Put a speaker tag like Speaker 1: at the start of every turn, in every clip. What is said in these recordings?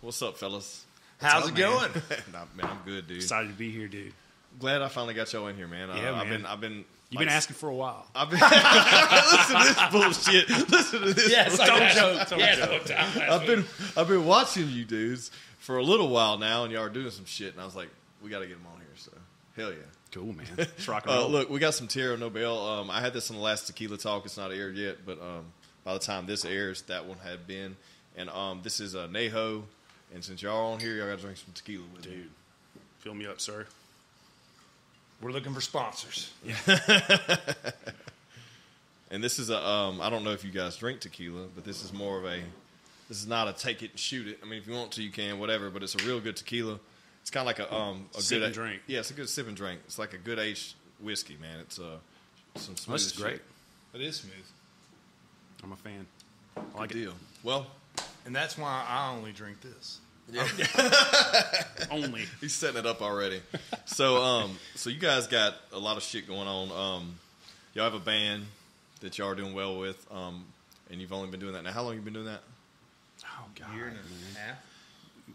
Speaker 1: What's up, fellas?
Speaker 2: How's
Speaker 3: up,
Speaker 2: it
Speaker 3: man?
Speaker 2: going?
Speaker 1: nah, man, I'm good, dude.
Speaker 3: Excited to be here, dude.
Speaker 1: Glad I finally got y'all in here, man.
Speaker 3: Yeah,
Speaker 1: I, I've
Speaker 3: man.
Speaker 1: been, I've been, you've
Speaker 3: You've been asking for a while.
Speaker 1: I've been listen to this bullshit. Listen to this.
Speaker 2: Yes,
Speaker 1: bullshit.
Speaker 2: don't joke. Don't
Speaker 3: Yes,
Speaker 2: joke.
Speaker 1: I've been, I've been watching you dudes for a little while now, and y'all are doing some shit, and I was like, we got to get them on here. So hell yeah.
Speaker 3: Cool, man. Let's rock and
Speaker 1: Uh,
Speaker 3: roll.
Speaker 1: look, we got some Tierra Nobel. Um, I had this on the last tequila talk. It's not aired yet, but um, by the time this airs, that one had been. And um, this is uh, Neho. And since y'all are on here, y'all got to drink some tequila with me.
Speaker 3: dude. Fill me up, sir.
Speaker 2: We're looking for sponsors.
Speaker 1: And this is a, um, I don't know if you guys drink tequila, but this is more of a, this is not a take it and shoot it. I mean, if you want to, you can, whatever, but it's a real good tequila. It's kind of like a, um, a
Speaker 3: Sip
Speaker 1: good
Speaker 3: and drink.
Speaker 1: Yeah, it's a good sip and drink. It's like a good aged whiskey, man. It's uh, some smooth
Speaker 3: This is
Speaker 1: shit.
Speaker 3: great.
Speaker 2: It is smooth.
Speaker 3: I'm a fan. I
Speaker 1: Good
Speaker 3: like it.
Speaker 1: deal. Well,
Speaker 2: And that's why I only drink this.
Speaker 3: Only.
Speaker 1: He's setting it up already. So, um, so you guys got a lot of shit going on. Um, y'all have a band that y'all are doing well with, um, and you've only been doing that now. How long you been doing that?
Speaker 3: Oh, God.
Speaker 2: Year and a half.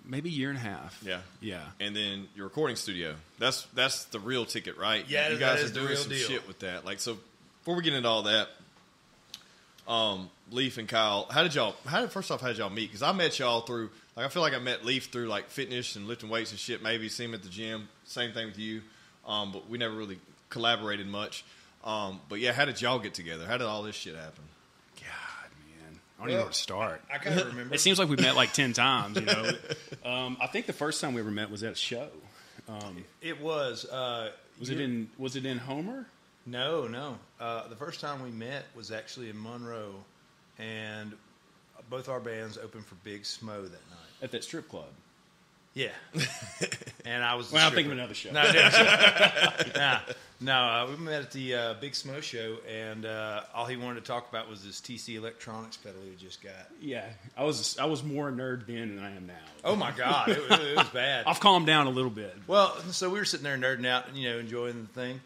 Speaker 3: Maybe a year and a half.
Speaker 1: Yeah.
Speaker 3: Yeah.
Speaker 1: And then your recording studio. That's that's the real ticket, right?
Speaker 2: Yeah,
Speaker 1: you
Speaker 2: that
Speaker 1: guys
Speaker 2: is
Speaker 1: are
Speaker 2: the
Speaker 1: doing
Speaker 2: real
Speaker 1: some
Speaker 2: deal.
Speaker 1: shit with that. Like, so before we get into all that, um, Leaf and Kyle, how did y'all? How did first off, how did y'all meet? Because I met y'all through. Like, I feel like I met Leaf through like fitness and lifting weights and shit. Maybe see him at the gym. Same thing with you. Um, but we never really collaborated much. Um, but yeah, how did y'all get together? How did all this shit happen?
Speaker 3: God, man. I don't even know where to start.
Speaker 2: I kind of remember.
Speaker 3: It seems like we've met like 10 times, you know. um, I think the first time we ever met was at a show. Um,
Speaker 2: It was. Uh,
Speaker 3: was it in was it in Homer?
Speaker 2: No, no. Uh, the first time we met was actually in Monroe, and both our bands opened for Big Smo that night.
Speaker 3: At that strip club.
Speaker 2: Yeah. and I was. the
Speaker 3: Well, I'm thinking of
Speaker 2: stripper.
Speaker 3: another show.
Speaker 2: No, I didn't. nah, no. Uh, we met at the uh, Big Smo show, and uh, all he wanted to talk about was this TC Electronics pedal he just got.
Speaker 3: Yeah. I was I was more a nerd then than I am now.
Speaker 2: Oh my God, it, was- it was bad.
Speaker 3: I've calmed down a little bit.
Speaker 2: Well, so we were sitting there nerding out, you know, enjoying the thing.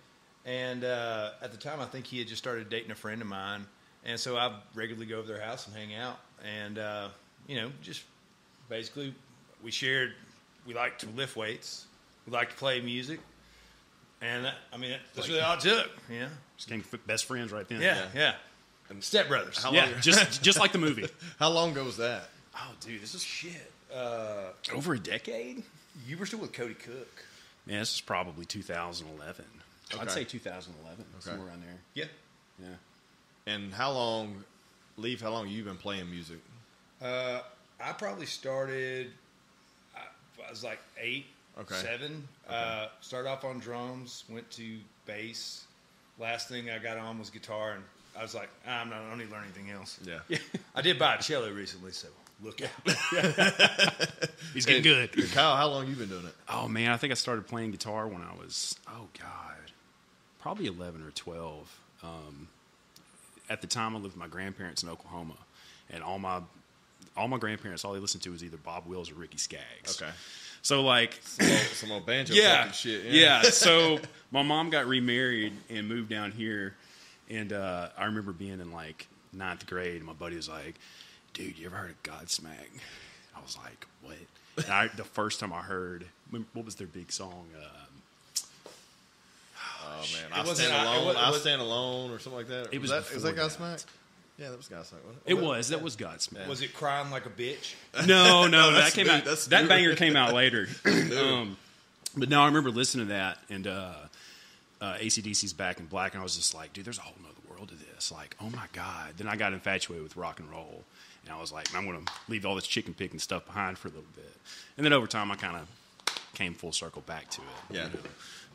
Speaker 2: And uh, at the time, I think he had just started dating a friend of mine. And so I regularly go over their house and hang out. And, uh, you know, just basically, we shared, we like to lift weights, we like to play music. And that, I mean, that's really all it took. Yeah.
Speaker 3: Just became f- best friends right then.
Speaker 2: Yeah. Yeah. And Step Brothers.
Speaker 1: How
Speaker 3: Yeah,
Speaker 1: long?
Speaker 3: just just like the movie.
Speaker 1: How long ago was that?
Speaker 3: Oh, dude, this is
Speaker 2: Shit. Uh,
Speaker 3: over a decade.
Speaker 2: you were still with Cody Cook.
Speaker 3: Yeah, this is probably 2011.
Speaker 1: Okay.
Speaker 3: I'd say 2011, somewhere around there.
Speaker 2: Yeah.
Speaker 3: Yeah,
Speaker 1: And how long? Leaf, how long you been playing music?
Speaker 2: Uh, I probably started. I, I was like eight,
Speaker 1: Okay.
Speaker 2: seven. Uh, started off on drums, went to bass. Last thing I got on was guitar, and I was like, "Ah, I'm not. I don't need to learn anything else.
Speaker 1: Yeah.
Speaker 2: I did buy a cello recently, so look out.
Speaker 3: he's getting good.
Speaker 1: Kyle, how long you been doing it?
Speaker 3: Oh man, I think I started playing guitar when I was oh god, probably 11 or 12. Um, at the time, I lived with my grandparents in Oklahoma, and all my all my grandparents all they listened to was either Bob Wills or Ricky Skaggs.
Speaker 1: Okay.
Speaker 3: so like
Speaker 1: Some old, some old banjo fucking shit.
Speaker 3: Yeah. So my mom got remarried and moved down here, and uh, I remember being in like ninth grade, and my buddy was like, "Dude, you ever heard of Godsmack?" I was like, "What?" And I, the first time I heard, what was their big song? Um,
Speaker 1: Oh man, I
Speaker 2: wasn't-
Speaker 1: stand
Speaker 2: I- it
Speaker 1: alone.
Speaker 2: was- it
Speaker 1: I
Speaker 2: was-
Speaker 1: stand alone, or something like that.
Speaker 3: It was
Speaker 1: that, was that
Speaker 3: before
Speaker 1: Godsmack?
Speaker 3: that.
Speaker 1: Yeah, that was Godsmack. Wasn't
Speaker 3: it was that was Godsmack.
Speaker 2: Was it crying like a bitch?
Speaker 3: No, no,
Speaker 1: that's
Speaker 3: that came
Speaker 1: new.
Speaker 3: out.
Speaker 1: That's
Speaker 3: that
Speaker 1: new.
Speaker 3: banger came out later. um, but no, I remember listening to that and uh, uh, ACDC's Back in Black, and I was just like, dude, there's a whole nother world to this. Like, oh my god. Then I got infatuated with rock and roll, and I was like, I'm going to leave all this chicken picking stuff behind for a little bit. And then over time, I kind of came full circle back to it. you
Speaker 1: Yeah.
Speaker 3: know.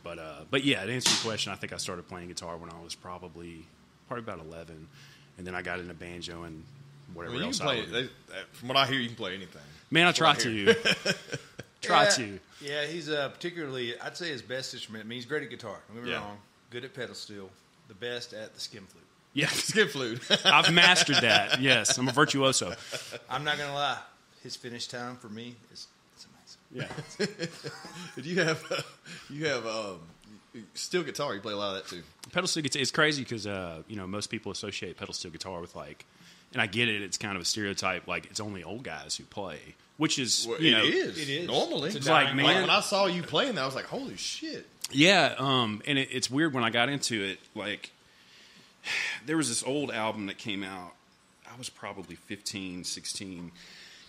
Speaker 3: But uh, but yeah, to answer your question, I think I started playing guitar when I was probably probably about 11, and then I got into banjo and
Speaker 1: I
Speaker 3: whatever
Speaker 1: mean, you
Speaker 3: else
Speaker 1: can play.
Speaker 3: I would-
Speaker 1: They, from what I hear, you can play anything.
Speaker 3: Man, I try
Speaker 1: what I
Speaker 3: to. try
Speaker 2: yeah.
Speaker 3: to.
Speaker 2: Yeah, he's uh, particularly, I'd say his best instrument. I mean, he's great at guitar. Don't get me
Speaker 1: Yeah.
Speaker 2: wrong. Good at pedal steel. The best at the skin flute.
Speaker 3: Yeah,
Speaker 1: Skip flute.
Speaker 3: I've mastered that. Yes, I'm a virtuoso.
Speaker 2: I'm not gonna lie. His finish time for me is it's amazing.
Speaker 3: Yeah.
Speaker 1: Did you have? Uh, you have um, steel guitar. You play a lot of that too.
Speaker 3: Pedal steel guitar is crazy because, uh, you know, most people associate pedal steel guitar with like and I get it. It's kind of a stereotype, like it's only old guys who play, which is
Speaker 1: Well,
Speaker 3: you know,
Speaker 1: it is.
Speaker 2: it is.
Speaker 1: Normally.
Speaker 2: It's a
Speaker 1: It's
Speaker 3: like,
Speaker 1: like,
Speaker 3: man-
Speaker 1: when I saw you playing that, I was like, holy shit.
Speaker 3: Yeah, um, and it, it's weird when I got into it. Like, there was this old album that came out. I was probably 15, 16,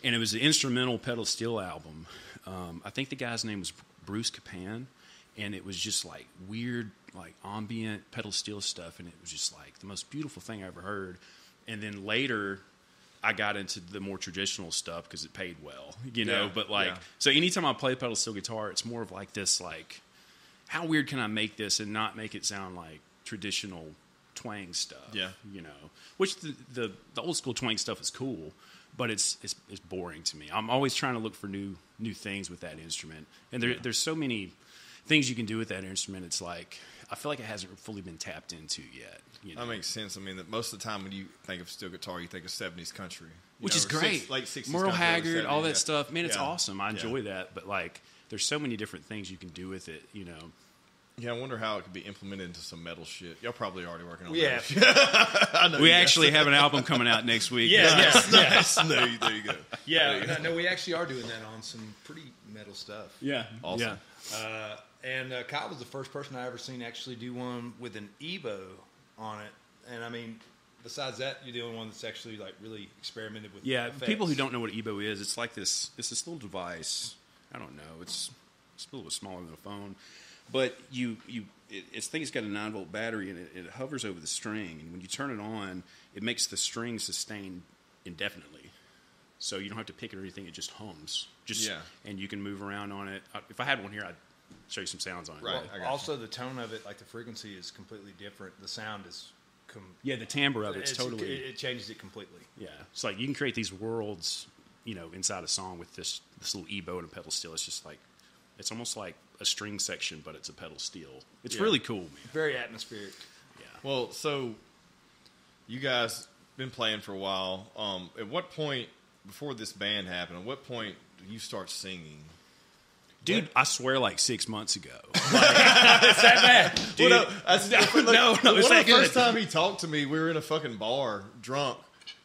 Speaker 3: and it was an instrumental pedal steel album. Um, I think the guy's name was Bruce Capan, and it was just like weird, like ambient pedal steel stuff, and it was just like the most beautiful thing I ever heard. And then later, I got into the more traditional stuff because it paid well, you know.
Speaker 1: Yeah,
Speaker 3: but like,
Speaker 1: yeah.
Speaker 3: so anytime I play pedal steel guitar, it's more of like this, like how weird can I make this and not make it sound like traditional twang stuff?
Speaker 1: Yeah.
Speaker 3: you know, which the the, the old school twang stuff is cool, but it's, it's it's boring to me. I'm always trying to look for new new things with that instrument, and there there's so many things you can do with that instrument. It's like I feel like it hasn't fully been tapped into yet. You know?
Speaker 1: That makes sense. I mean, that most of the time when you think of steel guitar, you think of 70s country. You
Speaker 3: which
Speaker 1: know,
Speaker 3: is
Speaker 1: or six-
Speaker 3: great.
Speaker 1: late 60s country,
Speaker 3: Merle
Speaker 1: early
Speaker 3: Haggard, all
Speaker 1: 70s,
Speaker 3: that
Speaker 1: yeah.
Speaker 3: stuff. Man, it's
Speaker 1: Yeah.
Speaker 3: awesome. I
Speaker 1: Yeah.
Speaker 3: enjoy that. But like, there's so many different things you can do with it. You know,
Speaker 1: Yeah, I wonder how it could be implemented into some metal shit. Y'all probably already working on
Speaker 2: Yeah.
Speaker 1: that. Yeah. I know
Speaker 3: we
Speaker 1: you guys.
Speaker 3: actually have an album coming out next week.
Speaker 2: Yeah,
Speaker 1: Yes, yes. No, you- there you go. There
Speaker 2: Yeah,
Speaker 1: you go.
Speaker 2: no, no, we actually are doing that on some pretty metal stuff.
Speaker 3: yeah,
Speaker 1: Awesome.
Speaker 3: Yeah.
Speaker 2: Uh, and uh, Kyle was the first person I ever seen actually do one with an Evo on it. And I mean, besides that, you're the only one that's actually like really experimented with.
Speaker 3: Yeah,
Speaker 2: effects.
Speaker 3: people who don't know what Ebo is, it's like this. It's this little device. I don't know. It's it's a little bit smaller than a phone, but you you it, it's thing. It's got a nine volt battery and it, it hovers over the string. And when you turn it on, it makes the string sustain indefinitely. So you don't have to pick it or anything. It just hums. Just
Speaker 1: Yeah.
Speaker 3: and you can move around on it. Uh, If I had one here, I'd show you some sounds on it.
Speaker 1: Right.
Speaker 2: Well,
Speaker 1: I got you.
Speaker 2: also, the tone of it, like the frequency, is completely different. The sound is. Com-
Speaker 3: Yeah, the timbre of it's, totally.
Speaker 2: It, it changes it completely.
Speaker 3: Yeah, it's like you can create these worlds, you know, inside a song with this this little ebow and a pedal steel. It's just like it's almost like a string section, but it's a pedal steel. It's
Speaker 1: Yeah.
Speaker 3: really cool, man.
Speaker 2: Very atmospheric.
Speaker 3: Yeah.
Speaker 1: Well, so you guys been playing for a while. Um, at what point before this band happened? At what point do you start singing?
Speaker 3: Dude, I swear, like six months ago.
Speaker 1: Dude, well, no, that's,
Speaker 3: no, no, it's
Speaker 1: one
Speaker 3: not
Speaker 1: of the first
Speaker 3: good.
Speaker 1: time he talked to me, we were in a fucking bar, drunk,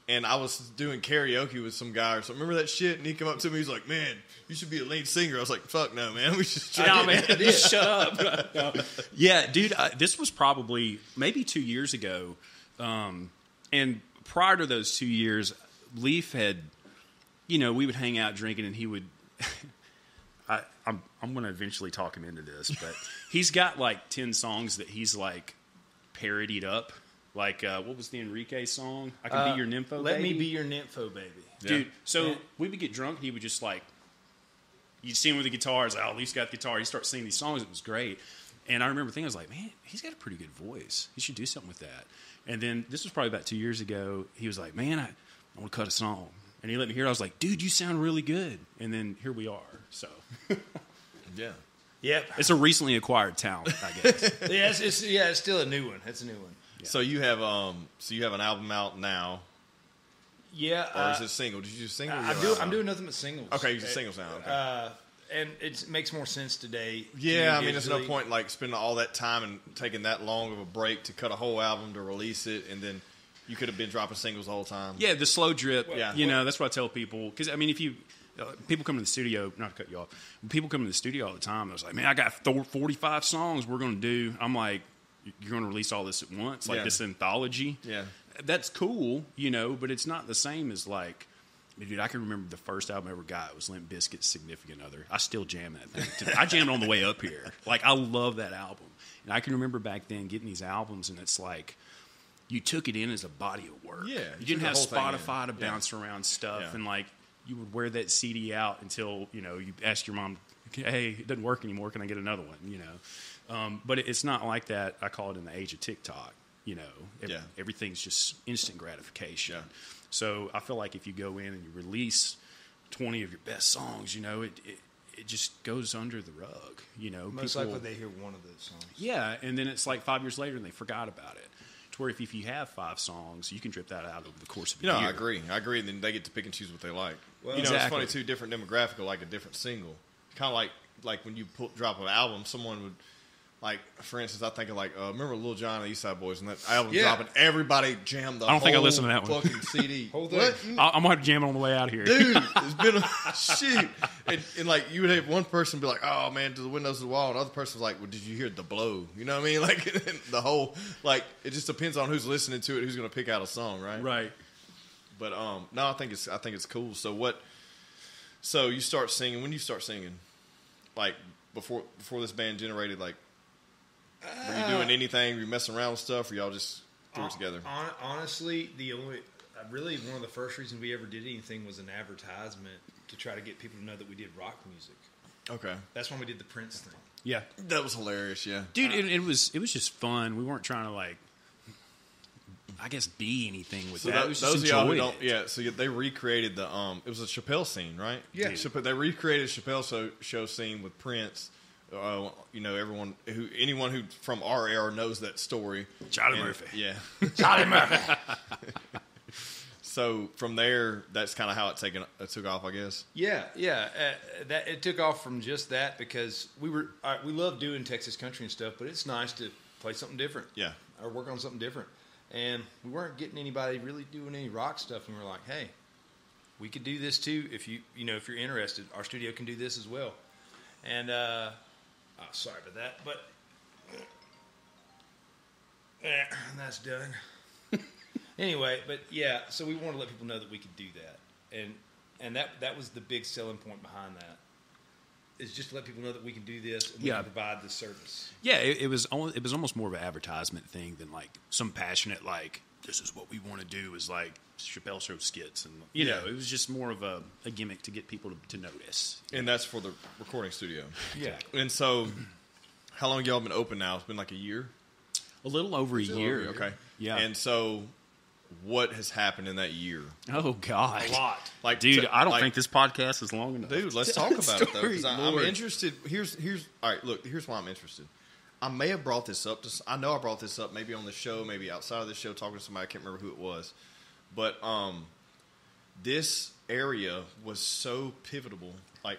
Speaker 1: and I was doing karaoke with some guy or something. Remember that shit? And he come up to me, he's like, "Man, you should be a lead singer." I was like, "Fuck no, man, we should." Try
Speaker 3: no, man, just shut up. No. Yeah, dude, I, this was probably maybe two years ago, um, and prior to those two years, Leaf had, you know, we would hang out drinking, and he would. I, I'm I'm going to eventually talk him into this, but he's got like ten songs that he's like parodied up. Like uh, what was the Enrique song? I can
Speaker 2: Uh,
Speaker 3: be your nympho.
Speaker 2: Let me
Speaker 3: Oh, baby?
Speaker 2: be your nympho, baby.
Speaker 3: dude.
Speaker 1: Yeah.
Speaker 3: So
Speaker 2: Yeah.
Speaker 3: we would get drunk, and he would just like, you'd see him with the guitar. He's like, oh, Leaf's got the guitar. He starts singing these songs. It was great. And I remember thinking, I was like, man, he's got a pretty good voice. He should do something with that. And then this was probably about two years ago. He was like, man, I, I want to cut a song. And he let me hear it. I was like, dude, you sound really good. And then here we are. So
Speaker 1: Yeah,
Speaker 2: Yep.
Speaker 3: it's a recently acquired talent, I guess.
Speaker 2: yeah, it's, it's, yeah, it's still a new one. It's a new one.
Speaker 1: So you have um, so you have an album out now,
Speaker 2: Yeah.
Speaker 1: or
Speaker 2: uh,
Speaker 1: is it single? Did you do single?
Speaker 2: I- I'm, doing, I'm doing nothing but singles.
Speaker 1: Okay, you do
Speaker 2: Uh,
Speaker 1: singles now. Okay.
Speaker 2: Uh, and it makes more sense today.
Speaker 1: Yeah, I mean, there's no
Speaker 2: Usually-
Speaker 1: point like spending all that time and taking that long of a break to cut a whole album to release it, and then you could have been dropping singles the whole time.
Speaker 3: Yeah, the slow drip.
Speaker 1: Um, Yeah.
Speaker 3: you know that's what I tell people because I mean if you uh, people come to the studio, not to cut you off. When people come to the studio all the time. I was like, man, I got th- forty five songs we're gonna do. I'm like, you're gonna release all this at once, like
Speaker 1: Yeah.
Speaker 3: this anthology.
Speaker 1: Yeah.
Speaker 3: that's cool, you know, but it's not the same as like. Dude, I can remember the first album I ever got was Limp Bizkit's Significant Other. I still jam that thing. Today. I jammed on the way up here. Like, I love that album. And I can remember back then getting these albums, and it's like, you took it in as a body of work.
Speaker 1: Yeah,
Speaker 3: you,
Speaker 1: you took
Speaker 3: didn't
Speaker 1: the
Speaker 3: have
Speaker 1: whole thing in.
Speaker 3: Spotify to
Speaker 1: Yeah.
Speaker 3: bounce around stuff,
Speaker 1: Yeah.
Speaker 3: and like you would wear that CD out until you know you asked your mom, "Hey, it doesn't work anymore. Can I get another one?" You know, um, but it- it's not like that. I call it in the age of TikTok. You know, Ev-
Speaker 1: Yeah.
Speaker 3: everything's just instant gratification.
Speaker 1: Yeah.
Speaker 3: So I feel like if you go in and you release twenty of your best songs, you know, it it, it just goes under the rug. You know,
Speaker 2: Most
Speaker 3: People-
Speaker 2: likely they hear one of those songs.
Speaker 3: yeah, and then it's like five years later, and they forgot about it. To where if, if you have five songs, you can drip that out over the course of a
Speaker 1: You know,
Speaker 3: year.
Speaker 1: I agree. I agree. And then they get to pick and choose what they like.
Speaker 2: Well-
Speaker 1: you know,
Speaker 3: Exactly.
Speaker 1: it's funny too. Different demographic will like a different single. Kind of like like when you pull, drop an album, someone would Like for instance, I think of like uh, remember Lil Jon and the East Side Boys and that album
Speaker 2: Yeah.
Speaker 1: dropping. Everybody jammed the.
Speaker 3: I don't think I
Speaker 1: whole
Speaker 3: listened to that one.
Speaker 1: Fucking CD.
Speaker 2: Whole thing.
Speaker 1: What?
Speaker 3: I- I'm gonna have to jam it on the way out of here.
Speaker 1: dude, it's been a shoot. And, and like you would have one person be like, "Oh man, to the windows of the wall," and other person was like, "Well, did you hear the blow?" You know what I mean? Like the whole like it just depends on who's listening to it, who's going to pick out a song, right?
Speaker 3: right.
Speaker 1: But um, no, I think it's I think it's cool. So what? So you start singing when do you start singing, like before before this band generated. Like, were you doing anything? Were you messing around with stuff? Or y'all just threw it together?
Speaker 2: Hon- honestly, the only uh, really one of the first reasons we ever did anything was an advertisement to try to get people to know that we did rock music.
Speaker 1: Okay,
Speaker 2: That's when we did the Prince thing.
Speaker 3: Yeah.
Speaker 1: uh,
Speaker 3: Uh,
Speaker 1: that was hilarious. Yeah,
Speaker 3: dude it, it was it was just fun we weren't trying to like i guess be anything with
Speaker 1: So
Speaker 3: that,
Speaker 1: tho-
Speaker 3: It was just
Speaker 1: those of y'all who
Speaker 3: enjoyed
Speaker 1: don't,
Speaker 3: it.
Speaker 1: yeah. So they recreated the um, it was a Chappelle scene, right?
Speaker 2: Yeah.
Speaker 1: Chappelle, they recreated Chappelle show, show scene with Prince. Uh, you know, everyone who anyone who from our era knows that story.
Speaker 3: Charlie
Speaker 1: And-
Speaker 3: Murphy.
Speaker 1: yeah. Charlie Murphy. so from there, that's kind of how it taken it took off, I guess.
Speaker 2: Yeah, yeah. Uh, that it took off from just that because we were uh, we love doing Texas country and stuff, but it's nice to play something different.
Speaker 1: Yeah.
Speaker 2: or work on something different. And we weren't getting anybody really doing any rock stuff, and we were like, hey, we could do this too if you you know if you're interested. Our studio can do this as well. And uh, oh, sorry about that, but Eh, that's done. anyway, but yeah, so we wanted to let people know that we could do that, and and that that was the big selling point behind that is just to let people know that we can do this and we
Speaker 3: Yeah.
Speaker 2: can provide this service.
Speaker 3: yeah it, it was al- it was almost more of an advertisement thing than like some passionate like this is what we want to do is like chappelle show skits and you know
Speaker 1: Yeah.
Speaker 3: it was just more of a, a gimmick to get people to, to notice
Speaker 1: And that's for the recording studio.
Speaker 2: Yeah,
Speaker 1: And so, how long y'all been open now? It's been like a year.
Speaker 3: a little over a year
Speaker 1: Okay.
Speaker 3: yeah
Speaker 1: And so, what has happened in that year?
Speaker 3: oh god
Speaker 2: a lot.
Speaker 1: Like,
Speaker 3: dude
Speaker 1: to-
Speaker 3: i don't
Speaker 1: like-
Speaker 3: think this podcast is long enough
Speaker 1: dude let's talk about it though because
Speaker 3: Story,
Speaker 1: i'm
Speaker 3: Lord.
Speaker 1: interested here's here's all right look here's why i'm interested i may have brought this up to s- i know i brought this up maybe on the show maybe outside of the show talking to somebody i can't remember who it was but um this area was so pivotal like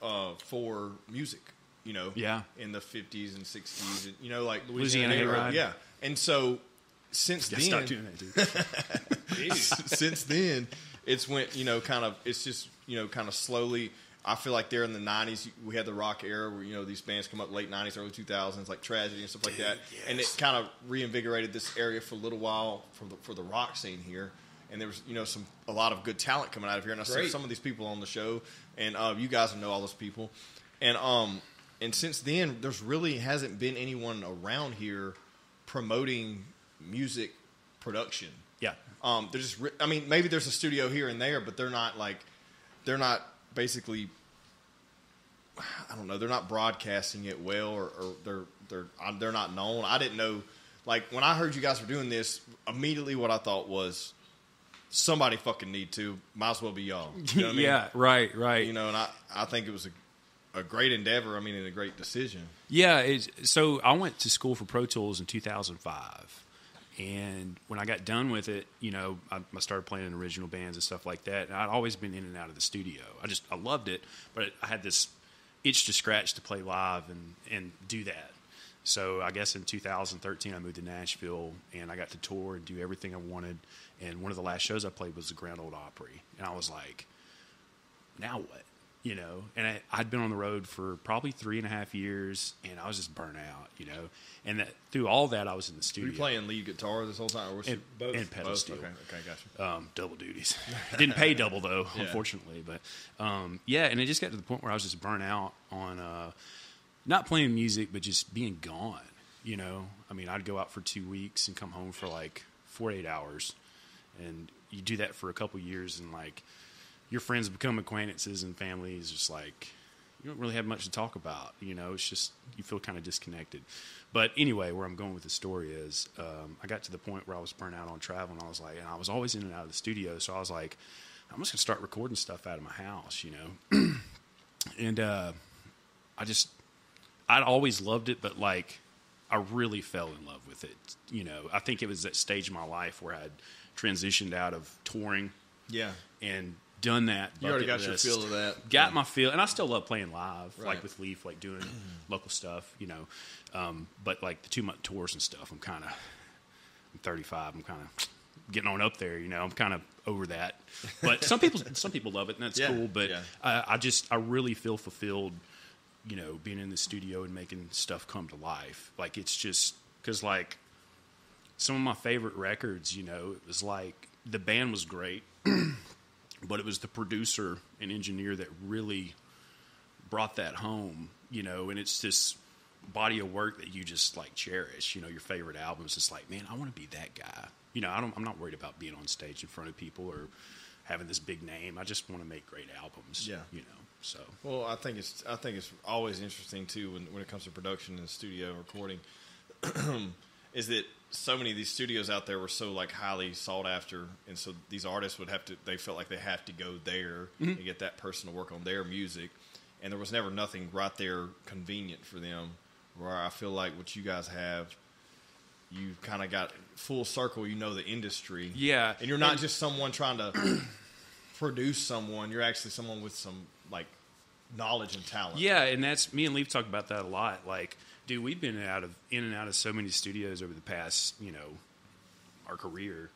Speaker 1: uh for music you know
Speaker 3: Yeah.
Speaker 1: in the 50s and 60s and, you know like
Speaker 3: Louisiana Hayride.
Speaker 1: yeah and so since
Speaker 3: yeah,
Speaker 1: then
Speaker 3: stop doing that dude
Speaker 1: since then, it's went you know kind of it's just you know kind of slowly. I feel like there in the '90s we had the rock era where you know these bands come up late '90s, early 2000s, like Tragedy and stuff like that, and it kind of reinvigorated this area for a little while for the for the rock scene here. And there was you know some a lot of good talent coming out of here, and I saw
Speaker 2: Great.
Speaker 1: some of these people on the show, and uh, you guys know all those people, and um and since then there's really hasn't been anyone around here promoting music production
Speaker 3: yeah
Speaker 1: um, they're just. Re- I mean, maybe there's a studio here and there, but they're not like, they're not basically. I don't know. They're not broadcasting it well, or, or they're they're uh, they're not known. I didn't know. Like when I heard you guys were doing this, immediately what I thought was, somebody fucking need to. Might as well be y'all. You know what I mean?
Speaker 3: yeah right right
Speaker 1: You know, and I I think it was a, a great endeavor. I mean, and a great decision.
Speaker 3: Yeah, it's, so I went to school for Pro Tools in 2005, and when I got done with it, you know, I, I started playing in original bands and stuff like that. And I'd always been in and out of the studio. I just I loved it, but I had this itch to scratch to play live and and do that. So I guess in 2013 I moved to Nashville and I got to tour and do everything I wanted. And one of the last shows I played was the Grand Old Opry, and I was like, now what? You know, and I, I'd been on the road for probably three and a half years, and I was just burnt out. You know, and that, through all that, I was in the
Speaker 1: Were
Speaker 3: studio
Speaker 1: you playing lead guitar this whole time? Or was
Speaker 3: and,
Speaker 1: it-
Speaker 2: Both.
Speaker 3: and pedal
Speaker 1: both?
Speaker 3: steel,
Speaker 1: Okay, okay, gotcha.
Speaker 3: um, double duties. Didn't pay double though,
Speaker 1: Yeah.
Speaker 3: unfortunately. But um, yeah, and it just got to the point where I was just burnt out on uh, not playing music, but just being gone. You know, I mean, I'd go out for two weeks and come home for like four eight hours, and you do that for a couple years, and like your friends become acquaintances and family is just like you don't really have much to talk about you know it's just you feel kind of disconnected but anyway where i'm going with the story is um, i got to the point where i was burnt out on travel and i was like and i was always in and out of the studio so i was like i'm just going to start recording stuff out of my house you know and uh, i just i'd always loved it but like i really fell in love with it you know i think it was that stage of my life where i'd transitioned out of touring
Speaker 1: Yeah.
Speaker 3: and done that.
Speaker 1: You already
Speaker 3: bucket
Speaker 1: got your
Speaker 3: list.
Speaker 1: feel of that.
Speaker 3: Got
Speaker 1: Yeah.
Speaker 3: my feel, and I still love playing live,
Speaker 1: Right.
Speaker 3: like with Leaf, like doing local stuff, you know. Um, but like the two month tours and stuff, I'm kind of, I'm 35, I'm kind of getting on up there, you know. I'm kind of over that. But some people, some people love it, and that's
Speaker 1: Yeah,
Speaker 3: cool. But
Speaker 1: yeah.
Speaker 3: I, I just, I really feel fulfilled, you know, being in the studio and making stuff come to life. Like it's just because like some of my favorite records, you know, it was like the band was great, but it was the producer and engineer that really brought that home, you know, and it's this body of work that you just like cherish, you know, your favorite albums. It's like, man, I want to be that guy. You know, I don't, I'm not worried about being on stage in front of people or having this big name. I just want to make great albums.
Speaker 1: Yeah.
Speaker 3: You know, so
Speaker 1: Well, I think it's I think it's always interesting too when when it comes to production and studio and recording, is that so many of these studios out there were so like highly sought after, and so these artists would have to they felt like they have to go there
Speaker 3: Mm-hmm.
Speaker 1: and get that person to work on their music, and there was never nothing right there convenient for them. Where I feel like what you guys have. You kind of got full circle. You know the industry,
Speaker 3: Yeah.
Speaker 1: and you're not
Speaker 3: And-
Speaker 1: just someone trying to produce someone. You're actually someone with some like knowledge and talent.
Speaker 3: Yeah, and that's me and Leaf talk about that a lot. Like, dude, we've been out of in and out of so many studios over the past, you know, our career.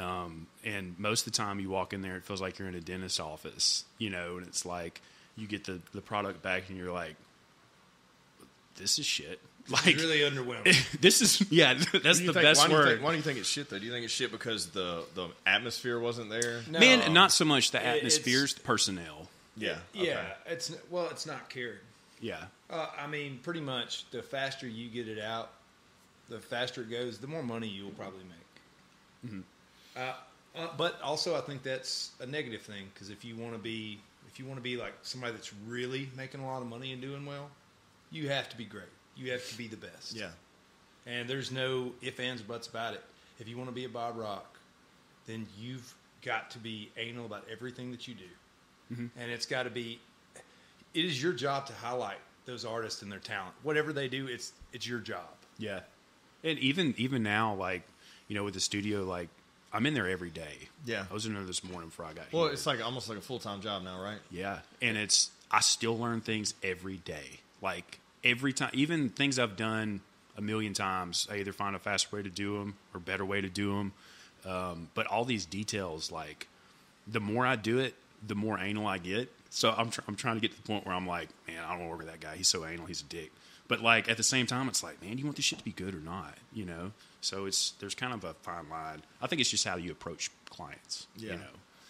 Speaker 3: Um, and most of the time you walk in there, it feels like you're in a dentist's office, you know, and it's like you get the, the product back and you're like, this is shit. Like,
Speaker 2: really underwhelming.
Speaker 3: this is, yeah, that's
Speaker 1: Do
Speaker 3: the
Speaker 1: you think-
Speaker 3: best
Speaker 1: why do you
Speaker 3: word.
Speaker 1: think- why do you think it's shit though? Do you think it's shit because the the atmosphere wasn't there?
Speaker 2: No.
Speaker 3: Man, not so much the atmosphere's
Speaker 2: it's-
Speaker 3: the personnel.
Speaker 1: Yeah.
Speaker 2: Yeah,
Speaker 1: okay.
Speaker 2: it's n- well, it's not cared.
Speaker 3: Yeah.
Speaker 2: Uh, I mean, pretty much the faster you get it out, the faster it goes, the more money you'll probably make. Uh, uh, but also, I think that's a negative thing because if you want to be, if you want to be like somebody that's really making a lot of money and doing well, you have to be great. You have to be the best.
Speaker 1: Yeah.
Speaker 2: And there's no if, ands, buts about it. If you want to be a Bob Rock, then you've got to be anal about everything that you do. And it's got to be, it is your job to highlight those artists and their talent. Whatever they do, it's it's your job.
Speaker 3: Yeah. And even even now, like, you know, with the studio, like I'm in there every day.
Speaker 1: Yeah.
Speaker 3: I was in there this morning before I got
Speaker 1: Well,
Speaker 3: here.
Speaker 1: it's like almost like a full time job now, right?
Speaker 3: yeah. And it's I still learn things every day. Like every time even things I've done a million times, I either find a faster way to do them or better way to do them. Um, but all these details, like the more I do it, the more anal I get. So I'm tr- I'm trying to get to the point where I'm like, man, I don't want to work with that guy. He's so anal. He's a dick. But like at the same time, it's like, man, do you want this shit to be good or not? You know. So it's there's kind of a fine line. I think it's just how you approach clients. You know.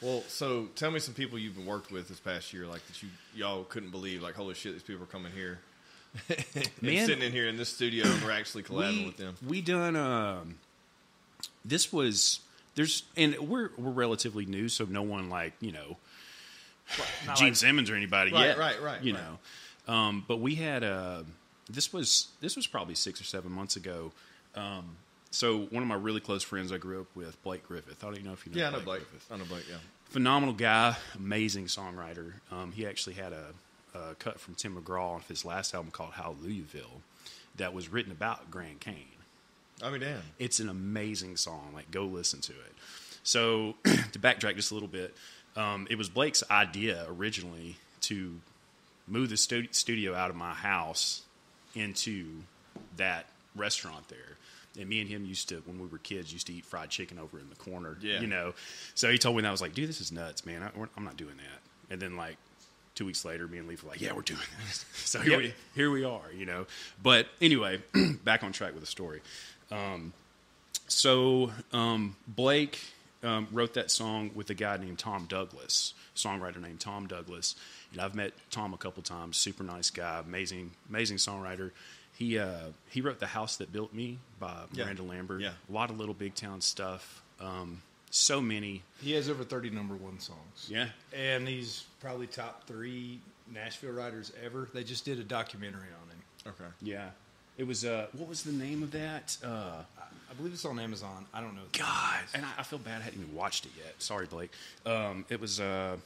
Speaker 1: Well, so tell me some people you've been worked with this past year, like that you y'all couldn't believe, like holy shit, these people are coming here, and
Speaker 3: Man-
Speaker 1: sitting in here in this studio, and we're actually collabing
Speaker 3: we,
Speaker 1: with them.
Speaker 3: We done um this was there's and we're we're relatively new, so no one like, you know, Gene Simmons or anybody
Speaker 1: Right,
Speaker 3: yet,
Speaker 1: right, right,
Speaker 3: You
Speaker 1: right.
Speaker 3: know, um, but we had uh, this was this was probably six or seven months ago. Um, so one of my really close friends I grew up with, Blake Griffith. I don't even know if you know.
Speaker 1: Yeah, I know
Speaker 3: Blake
Speaker 1: Blake.
Speaker 3: Griffith
Speaker 1: I know Blake. Yeah.
Speaker 3: phenomenal guy, amazing songwriter. Um, he actually had a, a cut from Tim McGraw off his last album called Hallelujahville that was written about Grand Cane.
Speaker 1: I mean, damn.
Speaker 3: It's an amazing song. Like, go listen to it. So, to backtrack just a little bit, um, it was Blake's idea originally to move the stu- studio out of my house into that restaurant there. And me and him used to, when we were kids, used to eat fried chicken over in the corner.
Speaker 1: Yeah.
Speaker 3: You know, so he told me that I was like, dude, this is nuts, man. I, we're, I'm not doing that. And then like two weeks later, me and Leaf were like, yeah, we're doing this. So here, we, here we are, you know. But anyway, back on track with the story. Um, so um, Blake um, wrote that song with a guy named Tom Douglas, songwriter named Tom Douglas, and I've met Tom a couple times. Super nice guy, amazing, amazing songwriter. He uh, he wrote "The House That Built Me" by
Speaker 1: Yeah.
Speaker 3: Miranda Lambert.
Speaker 1: Yeah.
Speaker 3: a lot of little big town stuff. Um, so many.
Speaker 2: He has over 30 number one songs.
Speaker 3: Yeah,
Speaker 2: And he's probably top three Nashville writers ever. They just did a documentary on him.
Speaker 1: Okay.
Speaker 3: yeah. It was uh, what was the name of that? Uh,
Speaker 2: I believe it's on Amazon. I don't know.
Speaker 3: God, and I, I feel bad I hadn't even watched it yet. Sorry, Blake. Um, it was uh,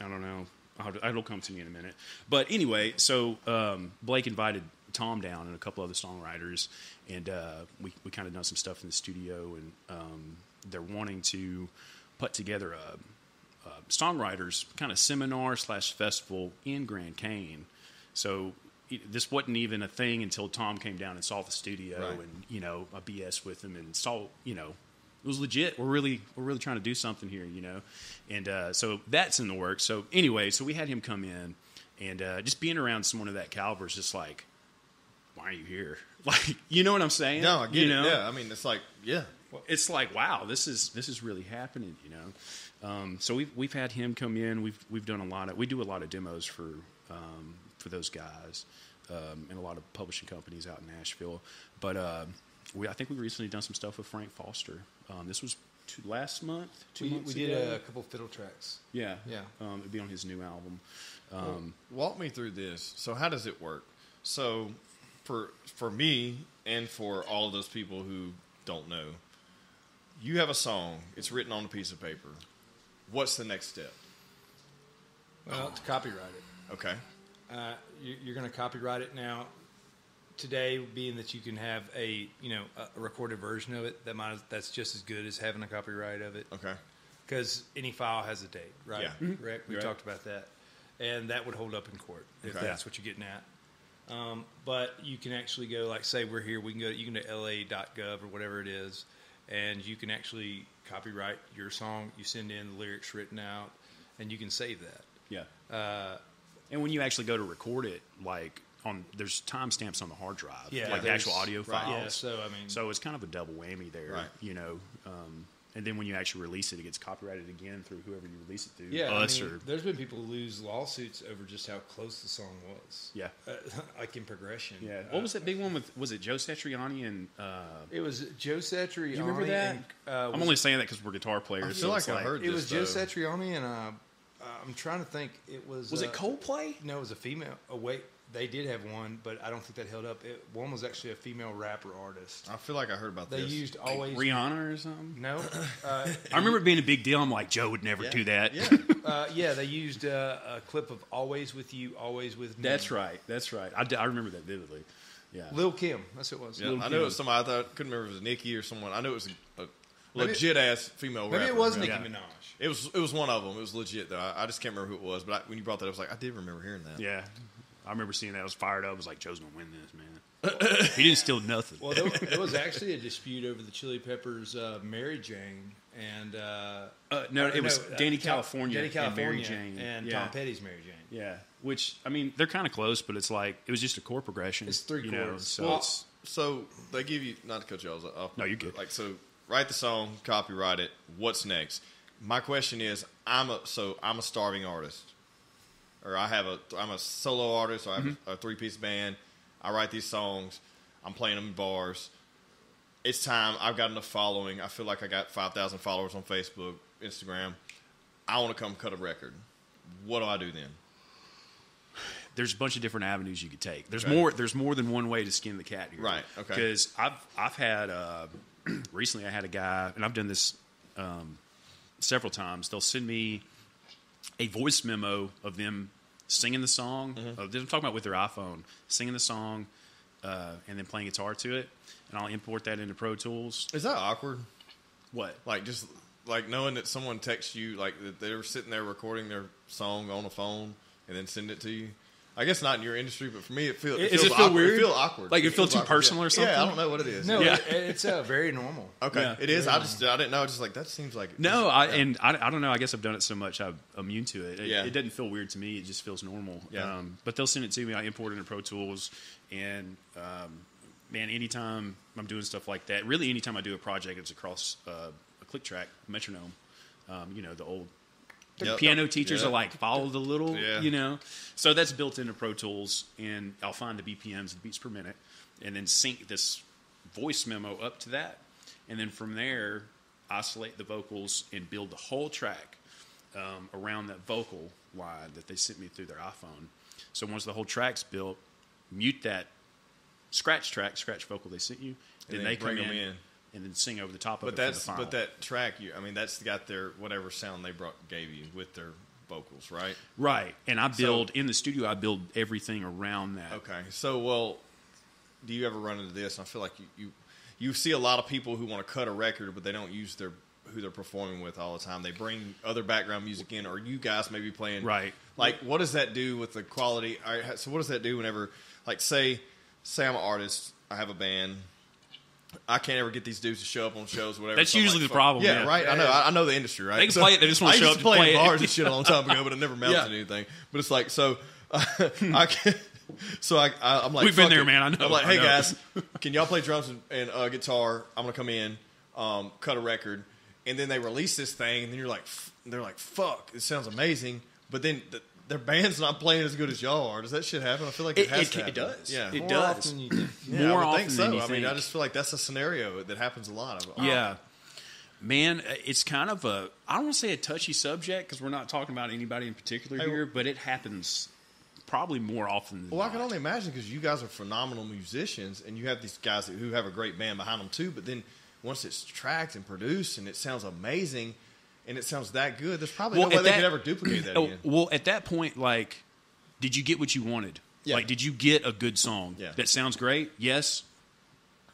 Speaker 3: I don't know. I'll, it'll come to me in a minute. But anyway, so um, Blake invited Tom down and a couple other songwriters, and uh, we we kind of done some stuff in the studio, and um, they're wanting to put together a uh, songwriters kind of seminar slash festival in Grand Cane. So it- this wasn't even a thing until Tom came down and saw the studio
Speaker 1: Right.
Speaker 3: and you know I BS with him and saw you know it was legit. We're really we're really trying to do something here, you know, and uh, so that's in the works. So anyway, so we had him come in and uh, just being around someone of that caliber is just like. Why are you here? Like, you know what I'm saying?
Speaker 1: No, I get
Speaker 3: you
Speaker 1: it.
Speaker 3: know?
Speaker 1: Yeah, I mean, it's like, yeah,
Speaker 3: it's like wow this is this is really happening you know um, so we've we've had him come in we've we've done a lot of we do a lot of demos for um, for those guys um, and a lot of publishing companies out in Nashville but uh, we I think we recently done some stuff with Frank Foster um, this was two, last month two
Speaker 2: We,
Speaker 3: months
Speaker 2: we did
Speaker 3: ago.
Speaker 2: a couple fiddle tracks.
Speaker 3: yeah
Speaker 2: yeah.
Speaker 3: um, it'd be on his new album
Speaker 1: walk me through this. So how does it work? So for for me and for all of those people who don't know, you have a song. It's written on a piece of paper. What's the next step?
Speaker 2: Well, to copyright it,
Speaker 1: Okay.
Speaker 2: uh, you, you're going to copyright it now. Today, being that you can have a you know a- a recorded version of it, that might as- that's just as good as having a copyright of it.
Speaker 1: Okay.
Speaker 2: because any file has a date, right?
Speaker 1: Yeah. Mhm.
Speaker 2: Correct. We
Speaker 1: Right.
Speaker 2: talked about that, and that would hold up in court if
Speaker 1: Okay.
Speaker 2: that's what you're getting at. Um, but you can actually go, like, say we're here, we can go, you can go to la.gov or whatever it is, and you can actually copyright your song. You send in the lyrics written out, and you can save that.
Speaker 3: yeah
Speaker 2: Uh,
Speaker 3: and when you actually go to record it like on there's timestamps on the hard drive
Speaker 2: Yeah,
Speaker 3: like the
Speaker 2: there's-
Speaker 3: actual audio
Speaker 1: right.
Speaker 3: files
Speaker 2: Yeah. So I mean,
Speaker 3: So it's kind of a double whammy there,
Speaker 1: Right.
Speaker 3: you know. Um, and then when you actually release it, it gets copyrighted again through whoever you release it through,
Speaker 2: yeah, I
Speaker 3: us
Speaker 2: mean,
Speaker 3: or
Speaker 2: there's been people who lose lawsuits over just how close the song was.
Speaker 3: yeah,
Speaker 2: Uh, like in progression.
Speaker 3: yeah.
Speaker 2: Uh,
Speaker 3: What was that big one with? Was it Joe Satriani and? Uh,
Speaker 2: Um, It was Joe Satriani.
Speaker 3: you remember that?
Speaker 2: and, uh,
Speaker 3: I'm
Speaker 2: was
Speaker 3: only saying that because we're guitar players.
Speaker 1: I
Speaker 3: so
Speaker 1: feel like
Speaker 3: it's
Speaker 1: I
Speaker 3: like
Speaker 1: heard
Speaker 2: It was
Speaker 1: this.
Speaker 2: Joe
Speaker 1: though.
Speaker 2: Satriani and uh, uh, I'm trying to think. It was
Speaker 3: Was
Speaker 2: uh,
Speaker 3: it Coldplay?
Speaker 2: No, it was a female. Oh wait, they did have one, but I don't think that held up. It, one was actually a female rapper artist.
Speaker 1: I feel like I heard about
Speaker 2: They
Speaker 1: this.
Speaker 2: used
Speaker 3: Like
Speaker 2: always
Speaker 3: Rihanna or something.
Speaker 2: no. Uh,
Speaker 3: I remember it being a big deal. I'm like, Joe would never
Speaker 1: Yeah.
Speaker 3: do that.
Speaker 1: Yeah.
Speaker 2: uh, yeah, they used uh, a clip of "Always with You, Always with Me."
Speaker 3: that's right. That's right. I, d- I remember that vividly. Yeah.
Speaker 2: Lil Kim. That's what it was.
Speaker 1: Yeah,
Speaker 3: Little
Speaker 1: I knew it
Speaker 3: kid.
Speaker 1: was somebody. I thought couldn't remember if it was Nikki or someone. I knew it was a, a
Speaker 2: Maybe-
Speaker 1: legit ass female.
Speaker 2: Maybe
Speaker 1: rapper,
Speaker 2: it was
Speaker 1: really.
Speaker 2: Nicki
Speaker 3: Yeah.
Speaker 2: Minaj.
Speaker 1: It was it was one of them. It was legit though. I, I just can't remember who it was. But I, when you brought that, up, I was like, I did remember hearing that.
Speaker 3: yeah. I remember seeing that. I was fired up. I was like, Joe's gonna win this, man. he didn't steal nothing.
Speaker 2: Well, there, there was actually a dispute over the Chili Peppers' uh, "Mary Jane" and uh,
Speaker 3: Uh, no,
Speaker 2: or
Speaker 3: it was Danny
Speaker 2: Tom-
Speaker 3: California
Speaker 2: Danny
Speaker 3: and Mary
Speaker 2: California,
Speaker 3: Jane.
Speaker 2: and
Speaker 3: Yeah.
Speaker 2: Tom Petty's "Mary Jane."
Speaker 3: Yeah, which I mean, they're kind of close, but it's like it was just a chord progression.
Speaker 2: It's three
Speaker 3: you know,
Speaker 2: chords.
Speaker 3: so
Speaker 1: Well,
Speaker 3: it's
Speaker 1: so they give you not to cut y'all off.
Speaker 3: No, you're good.
Speaker 1: Like so, write the song, copyright it. What's next? My question is, I'm a so I'm a starving artist, or I have a I'm a solo artist, or I have
Speaker 3: Mm-hmm.
Speaker 1: a, three piece band. I write these songs. I'm playing them in bars. It's time. I've got enough following. I feel like I got five thousand followers on Facebook, Instagram. I want to come cut a record. What do I do then?
Speaker 3: there's a bunch of different avenues you could take. There's
Speaker 1: Okay.
Speaker 3: more. There's more than one way to skin the cat here,
Speaker 1: Right, okay.
Speaker 3: Because I've I've had uh, recently I had a guy, and I've done this um, several times. They'll send me a voice memo of them singing the song.
Speaker 1: Mm-hmm.
Speaker 3: Of them, I'm talking about with their iPhone, singing the song, uh, and then playing guitar to it. And I'll import that into Pro Tools.
Speaker 1: Is that awkward?
Speaker 3: What?
Speaker 1: like just like knowing that someone texts you like that they were sitting there recording their song on a phone and then send it to you i guess not in your industry but for me it, feel, it,
Speaker 3: It- it
Speaker 1: feels
Speaker 3: just feel
Speaker 1: awkward. it
Speaker 3: weird?
Speaker 1: feel awkward
Speaker 3: Like, it feel
Speaker 1: feels
Speaker 3: too
Speaker 1: awkward, yeah.
Speaker 3: personal or
Speaker 1: yeah i
Speaker 3: something?
Speaker 1: don't know what it is
Speaker 2: No,
Speaker 3: Yeah.
Speaker 2: it, it's uh, very normal.
Speaker 1: okay
Speaker 3: Yeah.
Speaker 1: it is i just i didn't know I was just like that seems like it
Speaker 3: No,
Speaker 1: just-
Speaker 3: I
Speaker 1: yeah.
Speaker 3: and I, I don't know. I guess I've done it so much I'm immune to it. It,
Speaker 1: Yeah.
Speaker 3: it doesn't feel weird to me. It just feels normal.
Speaker 1: Yeah.
Speaker 3: Um, but they'll send it to me. I import it into Pro Tools, and um, man, anytime I'm doing stuff like that, really anytime I do a project, it's across uh, a click track metronome. Um, you know, the old
Speaker 1: Yep.
Speaker 3: piano teachers
Speaker 1: Yeah.
Speaker 3: are like follow the little,
Speaker 1: Yeah.
Speaker 3: you know. So that's built into Pro Tools, and I'll find the BPMs, the beats per minute, and then sync this voice memo up to that, and then from there isolate the vocals and build the whole track um, around that vocal line that they sent me through their iPhone. So once the whole track's built, mute that scratch track, scratch vocal they sent you, then,
Speaker 1: then
Speaker 3: they
Speaker 1: bring
Speaker 3: come
Speaker 1: 'em
Speaker 3: in,
Speaker 1: in.
Speaker 3: and then sing over the top
Speaker 1: but
Speaker 3: of it. for the
Speaker 1: that's
Speaker 3: final.
Speaker 1: but that track you i mean that's got their whatever sound they brought gave you with their vocals right
Speaker 3: Right. And I build in the studio. I build everything around that.
Speaker 1: Okay. So, well, do you ever run into this? I feel like you, you, you see a lot of people who want to cut a record, but they don't use their who they're performing with all the time. They bring other background music in, or you guys maybe playing
Speaker 3: Right.
Speaker 1: Like, what does that do with the quality? All right, so what does that do whenever, like, say, say I'm an artist, I have a band. I can't ever get these dudes to show up on shows, whatever.
Speaker 3: That's
Speaker 1: so I'm
Speaker 3: usually
Speaker 1: like,
Speaker 3: the
Speaker 1: fuck-
Speaker 3: problem,
Speaker 1: Yeah,
Speaker 3: yeah.
Speaker 1: right. I know. I I know the industry, right?
Speaker 3: They can play it, they just wanna
Speaker 1: I
Speaker 3: show
Speaker 1: used
Speaker 3: up to
Speaker 1: play in
Speaker 3: play it.
Speaker 1: bars and shit a long time ago, but it never amounted to anything. But it's like so. I can, so I, I I'm like
Speaker 3: We've been
Speaker 1: fuck
Speaker 3: there,
Speaker 1: it.
Speaker 3: man. I know.
Speaker 1: I'm like,
Speaker 3: I
Speaker 1: hey
Speaker 3: know."
Speaker 1: guys, can y'all play drums and, and uh, guitar? I'm gonna come in, um, cut a record, and then they release this thing, and then you're like, f- they're like, fuck, it sounds amazing, but then th- their band's not playing as good as y'all are. Does that shit happen? I feel like it,
Speaker 4: It-
Speaker 1: has
Speaker 4: it
Speaker 1: to
Speaker 4: ca- it
Speaker 1: happen.
Speaker 4: does.
Speaker 1: Yeah,
Speaker 4: It
Speaker 2: More
Speaker 4: does.
Speaker 2: often you think.
Speaker 1: yeah,
Speaker 3: More
Speaker 1: I would think
Speaker 3: often
Speaker 1: so.
Speaker 3: than you
Speaker 1: I mean, I
Speaker 3: think.
Speaker 1: just feel like that's a scenario that happens a lot. I-
Speaker 3: Yeah. Man, uh, it's kind of a, I don't want to say a touchy subject because we're not talking about anybody in particular
Speaker 1: Hey,
Speaker 3: here, but it happens probably more often than
Speaker 1: Well, I can
Speaker 3: not.
Speaker 1: only imagine because you guys are phenomenal musicians, and you have these guys that- who have a great band behind them too. But then once it's tracked and produced, and it sounds amazing, and it sounds that good, there's probably no way
Speaker 3: at
Speaker 1: they
Speaker 3: that-
Speaker 1: could ever duplicate that
Speaker 3: oh,
Speaker 1: again.
Speaker 3: Well, at that point, like, did you get what you wanted?
Speaker 1: Yeah.
Speaker 3: Like, did you get a good song
Speaker 1: Yeah.
Speaker 3: that sounds great? Yes.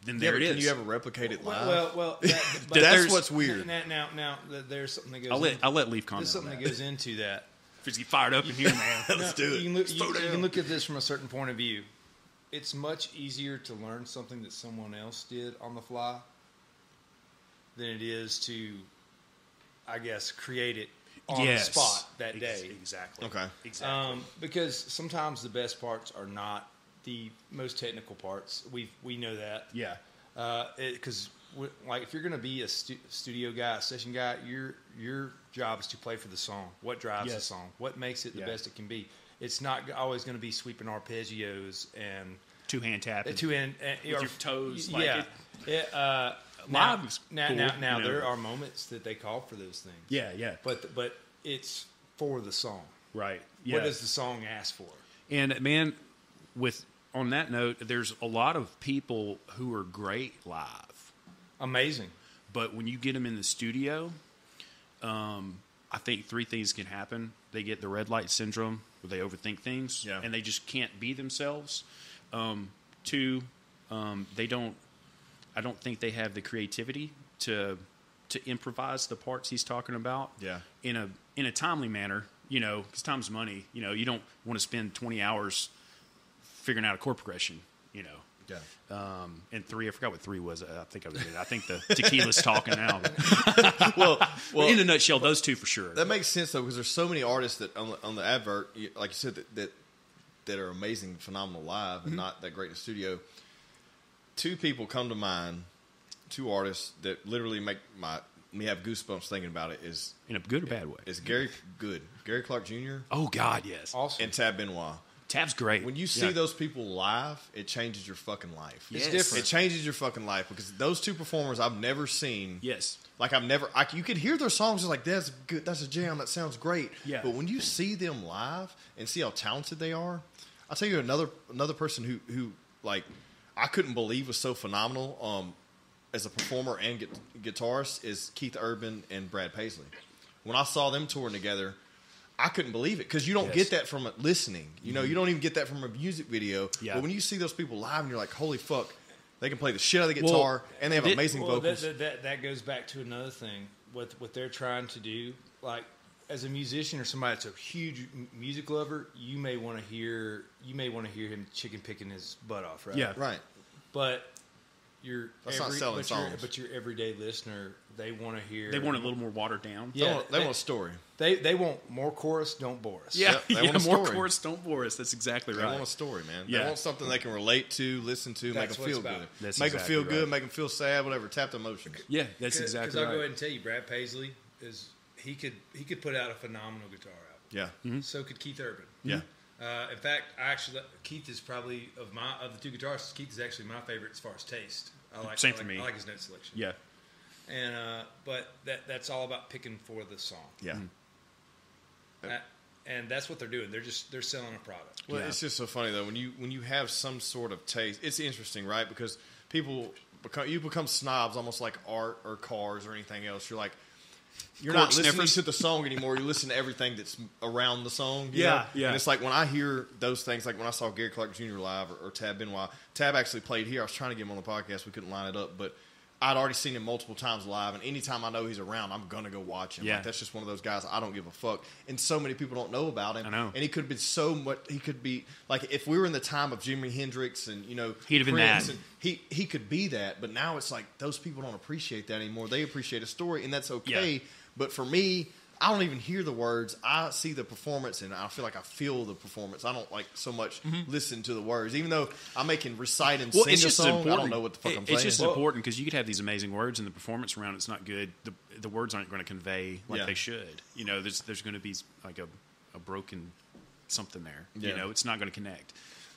Speaker 3: Then
Speaker 1: Yeah,
Speaker 3: there
Speaker 1: but
Speaker 3: it is.
Speaker 1: Can you ever replicate it live?
Speaker 2: Well, well, well that, but
Speaker 3: That-
Speaker 1: that's
Speaker 3: there's-
Speaker 1: what's weird.
Speaker 2: Now, now, now, th- there's something that goes.
Speaker 3: I'll let
Speaker 2: in-
Speaker 3: I'll let Leaf comment.
Speaker 2: there's
Speaker 3: on
Speaker 2: something that
Speaker 3: that.
Speaker 2: goes into that.
Speaker 3: If he's fired up in here, man.
Speaker 1: Let's do it.
Speaker 2: You can, look, you,
Speaker 3: Slow
Speaker 2: you
Speaker 3: down.
Speaker 2: can look at this from a certain point of view. It's much easier to learn something that someone else did on the fly than it is to, I guess, create it on
Speaker 3: Yes.
Speaker 2: the spot that
Speaker 3: Ex-
Speaker 2: day.
Speaker 3: Exactly.
Speaker 1: Okay.
Speaker 3: Exactly.
Speaker 2: Um, because sometimes the best parts are not the most technical parts. We we know that.
Speaker 3: yeah.
Speaker 2: Uh, because like if you're going to be a stu- studio guy, a session guy, your your job is to play for the song. What drives the
Speaker 3: Yes.
Speaker 2: song? What makes it the
Speaker 3: Yeah.
Speaker 2: best it can be? It's not g- always going to be sweeping arpeggios and
Speaker 3: Two hand
Speaker 2: uh,
Speaker 3: tapping.
Speaker 2: two in and,
Speaker 3: With your toes, like
Speaker 2: yeah,
Speaker 3: it-
Speaker 2: Yeah, uh,
Speaker 3: Live
Speaker 2: now,
Speaker 3: is
Speaker 2: now,
Speaker 3: cool,
Speaker 2: now,
Speaker 3: you
Speaker 2: now
Speaker 3: know.
Speaker 2: there are moments that they call for those things.
Speaker 3: Yeah. Yeah.
Speaker 2: but th- but it's for the song.
Speaker 3: right. Yeah.
Speaker 2: What does the song ask for?
Speaker 3: And man, with on that note, there's a lot of people who are great live,
Speaker 2: Amazing.
Speaker 3: but when you get them in the studio, um, I think three things can happen. They get the red light syndrome, where they overthink things,
Speaker 1: Yeah.
Speaker 3: and they just can't be themselves. Um, two, um, they don't. I don't think they have the creativity to to improvise the parts he's talking about.
Speaker 1: Yeah.
Speaker 3: in a in a timely manner. You know, because time's money. You know, you don't want to spend twenty hours figuring out a chord progression. You know,
Speaker 1: yeah.
Speaker 3: um, and three, I forgot what three was. I think I was. I think the tequila's talking now.
Speaker 1: Well, well,
Speaker 3: in a nutshell, those two for sure.
Speaker 1: that makes sense though because there's so many artists that on the, on the advert, you- like you said, that that, that are amazing, phenomenal live,
Speaker 3: Mm-hmm.
Speaker 1: and not that great in the studio. Two people come to mind, two artists that literally make my me have goosebumps thinking about it. Is
Speaker 3: in a good or bad way.
Speaker 1: is Gary Good, Gary Clark Jr.
Speaker 3: Oh God, yes.
Speaker 2: Awesome.
Speaker 1: and Tab Benoit.
Speaker 3: Tab's great.
Speaker 1: When you see
Speaker 3: Yeah.
Speaker 1: those people live, it changes your fucking life.
Speaker 3: Yes.
Speaker 1: It changes your fucking life because those two performers I've never seen.
Speaker 3: yes,
Speaker 1: Like I've never, I, you could hear their songs. Just like that's good, that's a jam. That sounds great.
Speaker 3: Yeah.
Speaker 1: But when you see them live and see how talented they are, I'll tell you another another person who who like I couldn't believe was so phenomenal um, as a performer and gu- guitarist is Keith Urban and Brad Paisley. When I saw them touring together, I couldn't believe it because you don't
Speaker 3: Yes. Mm-hmm.
Speaker 1: get that from a- listening. You know, you don't even get that from a music video.
Speaker 3: Yeah.
Speaker 1: But when you see those people live and you're like, holy fuck. They can play the shit out of the
Speaker 3: Well,
Speaker 1: guitar, and they have
Speaker 3: thi-
Speaker 1: amazing
Speaker 2: well,
Speaker 1: vocals.
Speaker 2: That, that, that, that goes back to another thing with what they're trying to do. Like as a musician or somebody that's a huge m- music lover, you may want to hear you may want to hear him chicken picking his butt off, right?
Speaker 3: Yeah.
Speaker 1: right.
Speaker 2: But your
Speaker 1: That's not selling
Speaker 2: but your-
Speaker 1: songs.
Speaker 2: but your everyday listener, they want to hear.
Speaker 3: they want a little more watered down.
Speaker 1: They,
Speaker 2: Yeah,
Speaker 1: want, they
Speaker 2: they-
Speaker 1: want a story.
Speaker 2: They they want more chorus, don't bore us.
Speaker 3: yeah,
Speaker 1: Yep, they want a
Speaker 3: more
Speaker 1: story.
Speaker 3: chorus, don't bore us. That's exactly
Speaker 1: They
Speaker 3: right.
Speaker 1: want a story, man. They
Speaker 3: Yeah.
Speaker 1: want something they can relate to, listen to, make
Speaker 2: That's what
Speaker 1: them feel
Speaker 2: it's about.
Speaker 1: good.
Speaker 3: That's
Speaker 1: make
Speaker 3: exactly
Speaker 1: them feel good,
Speaker 3: right.
Speaker 1: make them feel sad, whatever. Tap the emotions.
Speaker 3: yeah, that's
Speaker 2: Because
Speaker 3: exactly
Speaker 2: I'll go ahead
Speaker 3: right.
Speaker 2: and tell you, Brad Paisley is he could he could put out a phenomenal guitar album.
Speaker 1: Yeah.
Speaker 3: Mm-hmm.
Speaker 2: So could Keith Urban.
Speaker 1: Yeah.
Speaker 2: Uh, in fact, I actually Keith is probably of my of the two guitarists. Keith is actually my favorite as far as taste. I like
Speaker 3: Same
Speaker 2: I
Speaker 3: for
Speaker 2: like-
Speaker 3: me.
Speaker 2: I like his note selection.
Speaker 3: Yeah,
Speaker 2: And uh, but that that's all about picking for the song.
Speaker 1: Yeah.
Speaker 2: Uh, and that's what they're doing. They're just they're selling a product.
Speaker 1: Well,
Speaker 3: Yeah.
Speaker 1: it's just so funny though when you when you have some sort of taste. It's interesting, right? Because people become you become snobs almost like art or cars or anything else. You're like you're
Speaker 3: Cork
Speaker 1: not listening
Speaker 3: sniffers.
Speaker 1: to the song anymore. You listen to everything that's around the song. you
Speaker 3: Yeah,
Speaker 1: know?
Speaker 3: yeah.
Speaker 1: And it's like when I hear those things, like when I saw Gary Clark Jr. live or, or Tab Benoit. Tab actually played here. I was trying to get him on the podcast. We couldn't line it up, but I'd already seen him multiple times live, and anytime I know he's around, I'm gonna go watch him.
Speaker 3: Yeah.
Speaker 1: Like, that's just one of those guys I don't give a fuck. And so many people don't know about him.
Speaker 3: I know.
Speaker 1: And he could have been so much. He could be like if we were in the time of Jimi Hendrix and you know
Speaker 3: He'd have been
Speaker 1: Prince
Speaker 3: that.
Speaker 1: and he he could be that. But now it's like those people don't appreciate that anymore. They appreciate a story, and that's okay.
Speaker 3: Yeah.
Speaker 1: But for me. I don't even hear the words. I see the performance, and I feel like I feel the performance. I don't like so much listen to the words, even though I may can recite and
Speaker 3: Mm-hmm. Well,
Speaker 1: sing
Speaker 3: it's
Speaker 1: a
Speaker 3: just
Speaker 1: song.
Speaker 3: important.
Speaker 1: I don't know what the fuck
Speaker 3: it-
Speaker 1: I'm
Speaker 3: it's
Speaker 1: saying.
Speaker 3: just
Speaker 2: Well-
Speaker 3: important because you could have these amazing words, and the performance around it's not good. The the words aren't going to convey like
Speaker 1: Yeah.
Speaker 3: they should. You know, there's there's going to be like a, a broken something there.
Speaker 1: Yeah.
Speaker 3: You know, it's not going to connect.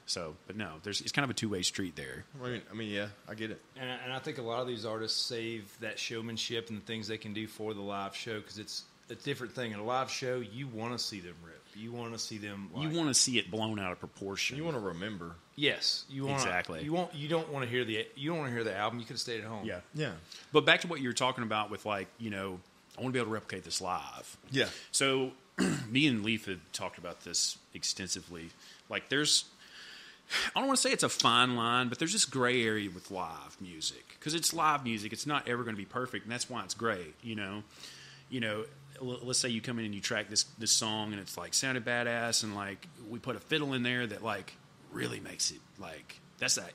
Speaker 3: So, but no, there's it's kind of a two way street there.
Speaker 1: I mean, I mean, yeah, I get it.
Speaker 2: And, I- and I think a lot of these artists save that showmanship and the things they can do for the live show because it's a different thing. At a live show, you want to see them rip. You want to see them. Like,
Speaker 3: you want to see it blown out of proportion.
Speaker 1: You want to remember?
Speaker 2: Yes, you want
Speaker 3: Exactly.
Speaker 2: You want. You don't want to hear the. You don't want to hear the album. You could have stayed at home.
Speaker 3: yeah.
Speaker 1: Yeah,
Speaker 3: But back to what you were talking about with like you know, I want to be able to replicate this live.
Speaker 1: yeah.
Speaker 3: So, me and Leaf have talked about this extensively. Like, there's, I don't want to say it's a fine line, but there's this gray area with live music because it's live music. It's not ever going to be perfect, and that's why it's great. You know, you know. l- Let's say you come in and you track this this song, and it's like sounded badass, and like we put a fiddle in there that like really makes it like that's that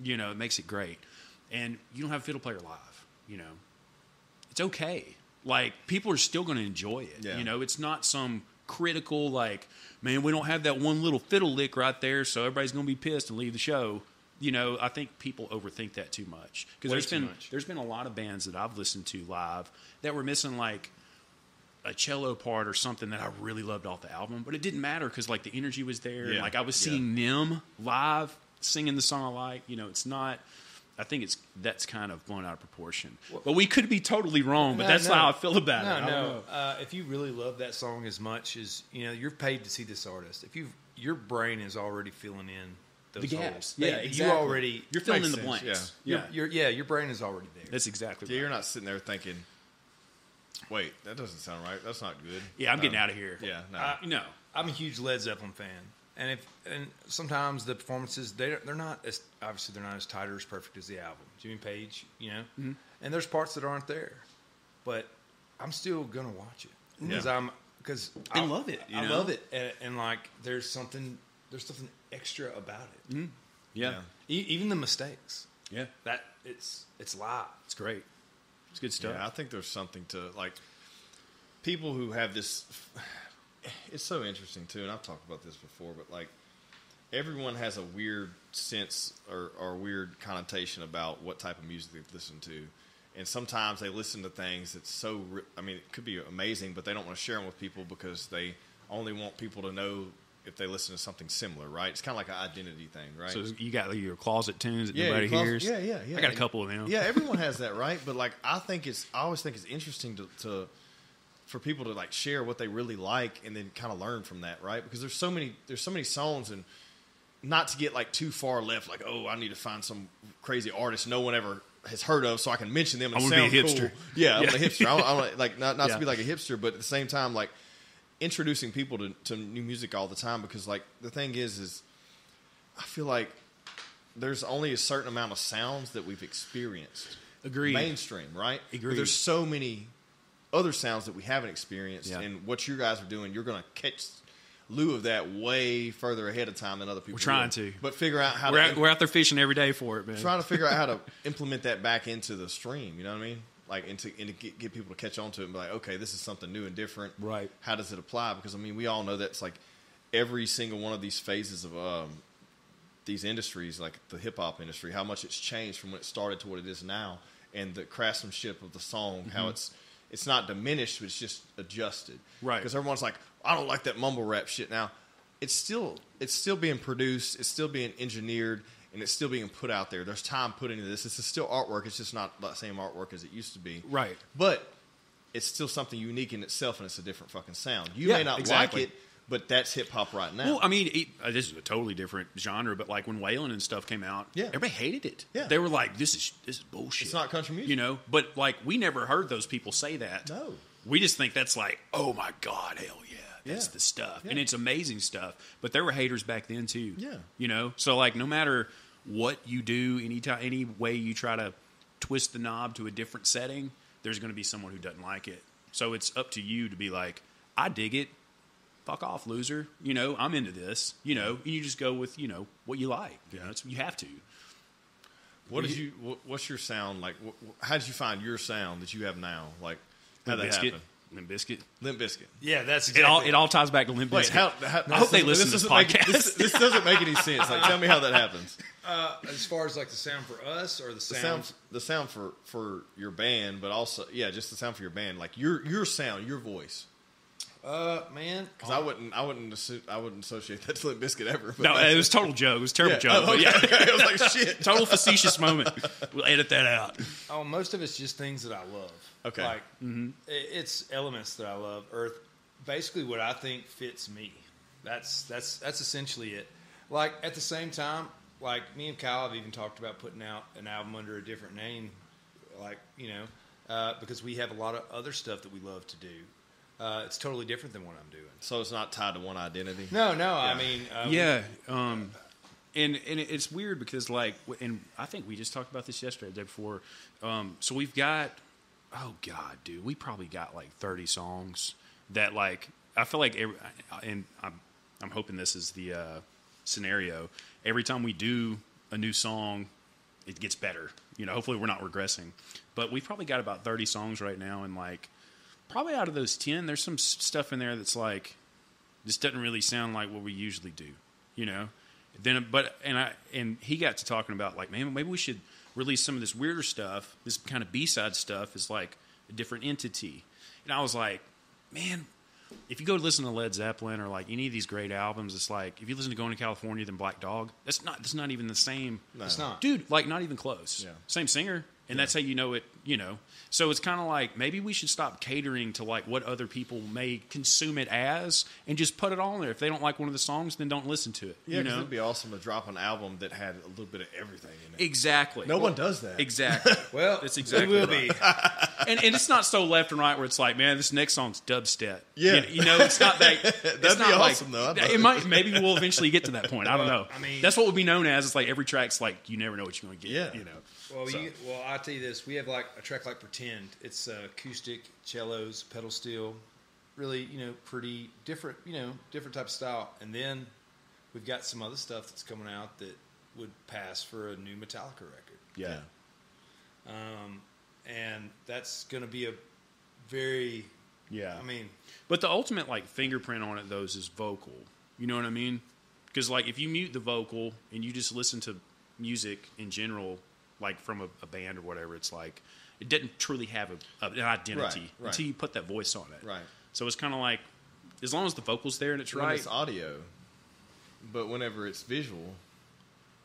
Speaker 3: you know, it makes it great. And you don't have a fiddle player live, you know. It's okay. Like people are still going to enjoy it.
Speaker 1: Yeah.
Speaker 3: You know, it's not some critical like, man, we don't have that one little fiddle lick right there, so everybody's going to be pissed and leave the show. You know, I think people overthink that too much because
Speaker 2: Way
Speaker 3: there's
Speaker 2: too
Speaker 3: been
Speaker 2: much.
Speaker 3: there's been a lot of bands that I've listened to live that were missing like a cello part or something that I really loved off the album, but it didn't matter because like the energy was there. and
Speaker 1: Yeah.
Speaker 3: Like I was
Speaker 1: Yeah.
Speaker 3: seeing them live singing the song I like. You know, it's not. I think it's that's kind of blown out of proportion. but we could be totally wrong. But
Speaker 2: No,
Speaker 3: that's
Speaker 2: no.
Speaker 3: how I feel about it.
Speaker 2: No,
Speaker 3: I don't
Speaker 2: no.
Speaker 3: know.
Speaker 2: Uh, if you really love that song as much as you know, you're paid to see this artist. If you your brain is already filling in those
Speaker 3: The gaps.
Speaker 2: holes.
Speaker 3: Yeah,
Speaker 2: They-
Speaker 3: exactly.
Speaker 2: You already.
Speaker 3: You're filling in
Speaker 1: Makes
Speaker 3: the
Speaker 1: sense,
Speaker 3: blanks.
Speaker 2: Your,
Speaker 3: Yeah,
Speaker 2: your, yeah, your brain is already there.
Speaker 3: that's exactly.
Speaker 1: Yeah,
Speaker 3: right.
Speaker 1: you're not sitting there thinking, "Wait, that doesn't sound right. That's not good."
Speaker 3: Yeah, I'm
Speaker 1: No.
Speaker 3: getting out of here.
Speaker 1: Um, Yeah, no.
Speaker 2: I-
Speaker 3: no.
Speaker 2: I'm a huge Led Zeppelin fan, and if and sometimes the performances they don't- they're not as obviously they're not as tight or as perfect as the album. Jimmy Page, you know,
Speaker 3: Mm-hmm.
Speaker 2: and there's parts that aren't there, but I'm still gonna watch it because
Speaker 1: Yeah.
Speaker 2: I'm because
Speaker 3: I love it, you
Speaker 2: I
Speaker 3: know?
Speaker 2: love it, and, and like there's something there's something extra about it.
Speaker 3: Mm-hmm. Yeah,
Speaker 2: E- even the mistakes
Speaker 3: yeah,
Speaker 2: that it's it's live.
Speaker 3: It's great. It's good stuff.
Speaker 1: yeah, I think there's something to like people who have this. It's so interesting too, and I've talked about this before, but like everyone has a weird sense or, or weird connotation about what type of music they've listened to. And sometimes they listen to things that's so, ri- I mean, it could be amazing, but they don't want to share them with people because they only want people to know if they listen to something similar, right? It's kind of like an identity thing, right?
Speaker 3: So you got like, your closet tunes that
Speaker 1: Yeah,
Speaker 3: nobody
Speaker 1: your closet-
Speaker 3: hears.
Speaker 1: yeah, yeah, yeah.
Speaker 3: I got a couple of them.
Speaker 1: Yeah, everyone has that, right? But like, I think it's I always think it's interesting to, to for people to like share what they really like and then kind of learn from that, right? Because there's so many there's so many songs and not to get like too far left, like oh, I need to find some crazy artist no one ever has heard of, so I can mention them and
Speaker 3: I wanna
Speaker 1: sound
Speaker 3: be a
Speaker 1: cool.
Speaker 3: hipster.
Speaker 1: Yeah, I'm
Speaker 3: Yeah.
Speaker 1: a hipster. I want to like not not
Speaker 3: Yeah.
Speaker 1: to be like a hipster, but at the same time, like introducing people to, to new music all the time because like the thing is is I feel like there's only a certain amount of sounds that we've experienced.
Speaker 3: Agreed.
Speaker 1: Mainstream, right? But
Speaker 3: Agreed.
Speaker 1: there's so many other sounds that we haven't experienced,
Speaker 3: Yeah.
Speaker 1: and what you guys are doing, you're going to catch lieu of that way further ahead of time than other people.
Speaker 3: We're trying
Speaker 1: will.
Speaker 3: to.
Speaker 1: but figure out how
Speaker 3: We're
Speaker 1: to
Speaker 3: out, we're out there fishing every day for it, man.
Speaker 1: trying to figure out how to implement that back into the stream. You know what I mean? Like into and to get, get people to catch on to it and be like, okay, this is something new and different.
Speaker 3: Right.
Speaker 1: How does it apply? Because I mean, we all know that's like every single one of these phases of um, these industries, like the hip hop industry, how much it's changed from when it started to what it is now, and the craftsmanship of the song,
Speaker 3: Mm-hmm.
Speaker 1: how it's it's not diminished, but it's just adjusted.
Speaker 3: Right.
Speaker 1: Because everyone's like, I don't like that mumble rap shit now. It's still it's still being produced, it's still being engineered, and it's still being put out there. There's time put into this. This is still artwork. It's just not the same artwork as it used to be.
Speaker 3: Right.
Speaker 1: But it's still something unique in itself, and it's a different fucking sound. You
Speaker 3: Yeah,
Speaker 1: may not
Speaker 3: exactly.
Speaker 1: like it, but that's hip hop right now.
Speaker 3: Well, I mean, it, uh, this is a totally different genre, but like when Waylon and stuff came out,
Speaker 1: Yeah.
Speaker 3: everybody hated it.
Speaker 1: Yeah.
Speaker 3: They were like, "This is this is bullshit."
Speaker 1: It's not country music.
Speaker 3: you know. But like, we never heard those people say that.
Speaker 1: No.
Speaker 3: we just think that's like, "Oh my god, hell yeah, that's
Speaker 1: Yeah.
Speaker 3: the stuff,"
Speaker 1: Yeah.
Speaker 3: and it's amazing stuff. But there were haters back then too.
Speaker 1: Yeah.
Speaker 3: you know. So like, no matter what you do, any time, any way you try to twist the knob to a different setting, there's going to be someone who doesn't like it. So it's up to you to be like, I dig it. Fuck off, loser. You know, I'm into this. You know, and you just go with you know what you like. You know, it's, you have to.
Speaker 1: What did you? wh- What's your sound like? Wh- wh- How did you find your sound that you have now? Like how that
Speaker 3: biscuit,
Speaker 1: happen?
Speaker 3: Limp biscuit.
Speaker 1: Limp Biscuit.
Speaker 2: Yeah, that's exactly.
Speaker 3: It all it all ties back to Limp
Speaker 1: Wait,
Speaker 3: Bizkit.
Speaker 1: how, how,
Speaker 3: I hope they
Speaker 1: this-
Speaker 3: listen to this
Speaker 1: doesn't make-
Speaker 3: podcast.
Speaker 1: This, this doesn't make any sense. Like, tell me how that happens.
Speaker 2: uh, as far as like the sound for us or the
Speaker 1: The
Speaker 2: sound.
Speaker 1: sound, the sound for for your band, but also yeah, just the sound for your band. Like your your sound, your voice.
Speaker 2: uh, man,
Speaker 1: Because I wouldn't, I wouldn't, assu- I wouldn't associate that to Limp Biscuit ever. But
Speaker 3: no,
Speaker 1: that's-
Speaker 3: it was total joke. It was a terrible
Speaker 1: yeah.
Speaker 3: joke.
Speaker 1: Oh,
Speaker 3: but
Speaker 1: okay,
Speaker 3: yeah,
Speaker 1: okay. I was like, shit.
Speaker 3: total facetious moment. We'll edit that out.
Speaker 2: Oh, most of it's just things that I love.
Speaker 1: Okay.
Speaker 2: Like
Speaker 3: Mm-hmm.
Speaker 2: i- it's elements that I love. Earth, basically, what I think fits me. That's that's that's essentially it. Like at the same time, like me and Kyle have even talked about putting out an album under a different name, like you know, uh, because we have a lot of other stuff that we love to do. Uh, it's totally different than what I'm doing.
Speaker 1: So it's not tied to one identity.
Speaker 2: No, no, I mean, uh, we-
Speaker 3: Yeah, um, and and it- it's weird because like, w- and I think we just talked about this yesterday, the day before. Um, so we've got, oh god, dude, we probably got like thirty songs that like I feel like, every, I- and I'm I'm hoping this is the uh, scenario. Every time we do a new song, it gets better. You know, hopefully we're not regressing, but we've probably got about thirty songs right now, and like probably out of those 10 there's some s- stuff in there that's like this doesn't really sound like what we usually do you know then but and i and he got to talking about like man maybe we should release some of this weirder stuff this kind of b-side stuff is like a different entity and i was like man if you go listen to led zeppelin or like any of these great albums it's like if you listen to going to california then black dog that's not that's not even the same
Speaker 2: it's not.
Speaker 3: dude like not even close
Speaker 1: Yeah.
Speaker 3: same singer and that's how you know it you know so it's kind of like maybe we should stop catering to like what other people may consume it as and just put it on there if they don't like one of the songs then don't listen to it
Speaker 1: Yeah,
Speaker 3: you
Speaker 1: 'cause
Speaker 3: know
Speaker 1: it'd be awesome to drop an album that had a little bit of everything in it.
Speaker 3: exactly
Speaker 1: no one does that.
Speaker 3: exactly
Speaker 2: Well,
Speaker 3: That's
Speaker 2: we
Speaker 3: exactly
Speaker 2: will
Speaker 3: right.
Speaker 2: be.
Speaker 3: and, and it's not so left and right where it's like man this next song's dubstep
Speaker 1: Yeah.
Speaker 3: you, you know it's not that that'd
Speaker 1: That'd be
Speaker 3: like,
Speaker 1: awesome, though. I'd love
Speaker 3: it
Speaker 1: it.
Speaker 3: might maybe we'll eventually get to that point i don't know
Speaker 2: Well, I mean-
Speaker 3: that's what would be known as it's like every track's like you never know what you're gonna get
Speaker 1: Yeah.
Speaker 3: you know
Speaker 2: Well,
Speaker 3: So-
Speaker 2: you, well, I tell you this: we have like a track like "Pretend." It's uh, acoustic, cellos, pedal steel, really, you know, pretty different, you know, different type of style. And then we've got some other stuff that's coming out that would pass for a new Metallica record,
Speaker 1: Yeah.
Speaker 2: and that's going to be a very,
Speaker 3: yeah
Speaker 2: I mean,
Speaker 3: But the ultimate like fingerprint on it those is vocal. You know what I mean? Because like if you mute the vocal and you just listen to music in general, like from a, a band or whatever, it's like it doesn't truly have a, a- an identity
Speaker 1: Right, right.
Speaker 3: until you put that voice on it.
Speaker 1: Right.
Speaker 3: So it's kind of like as long as the vocal's there and it's
Speaker 1: When
Speaker 3: right.
Speaker 1: it's audio, but whenever it's visual,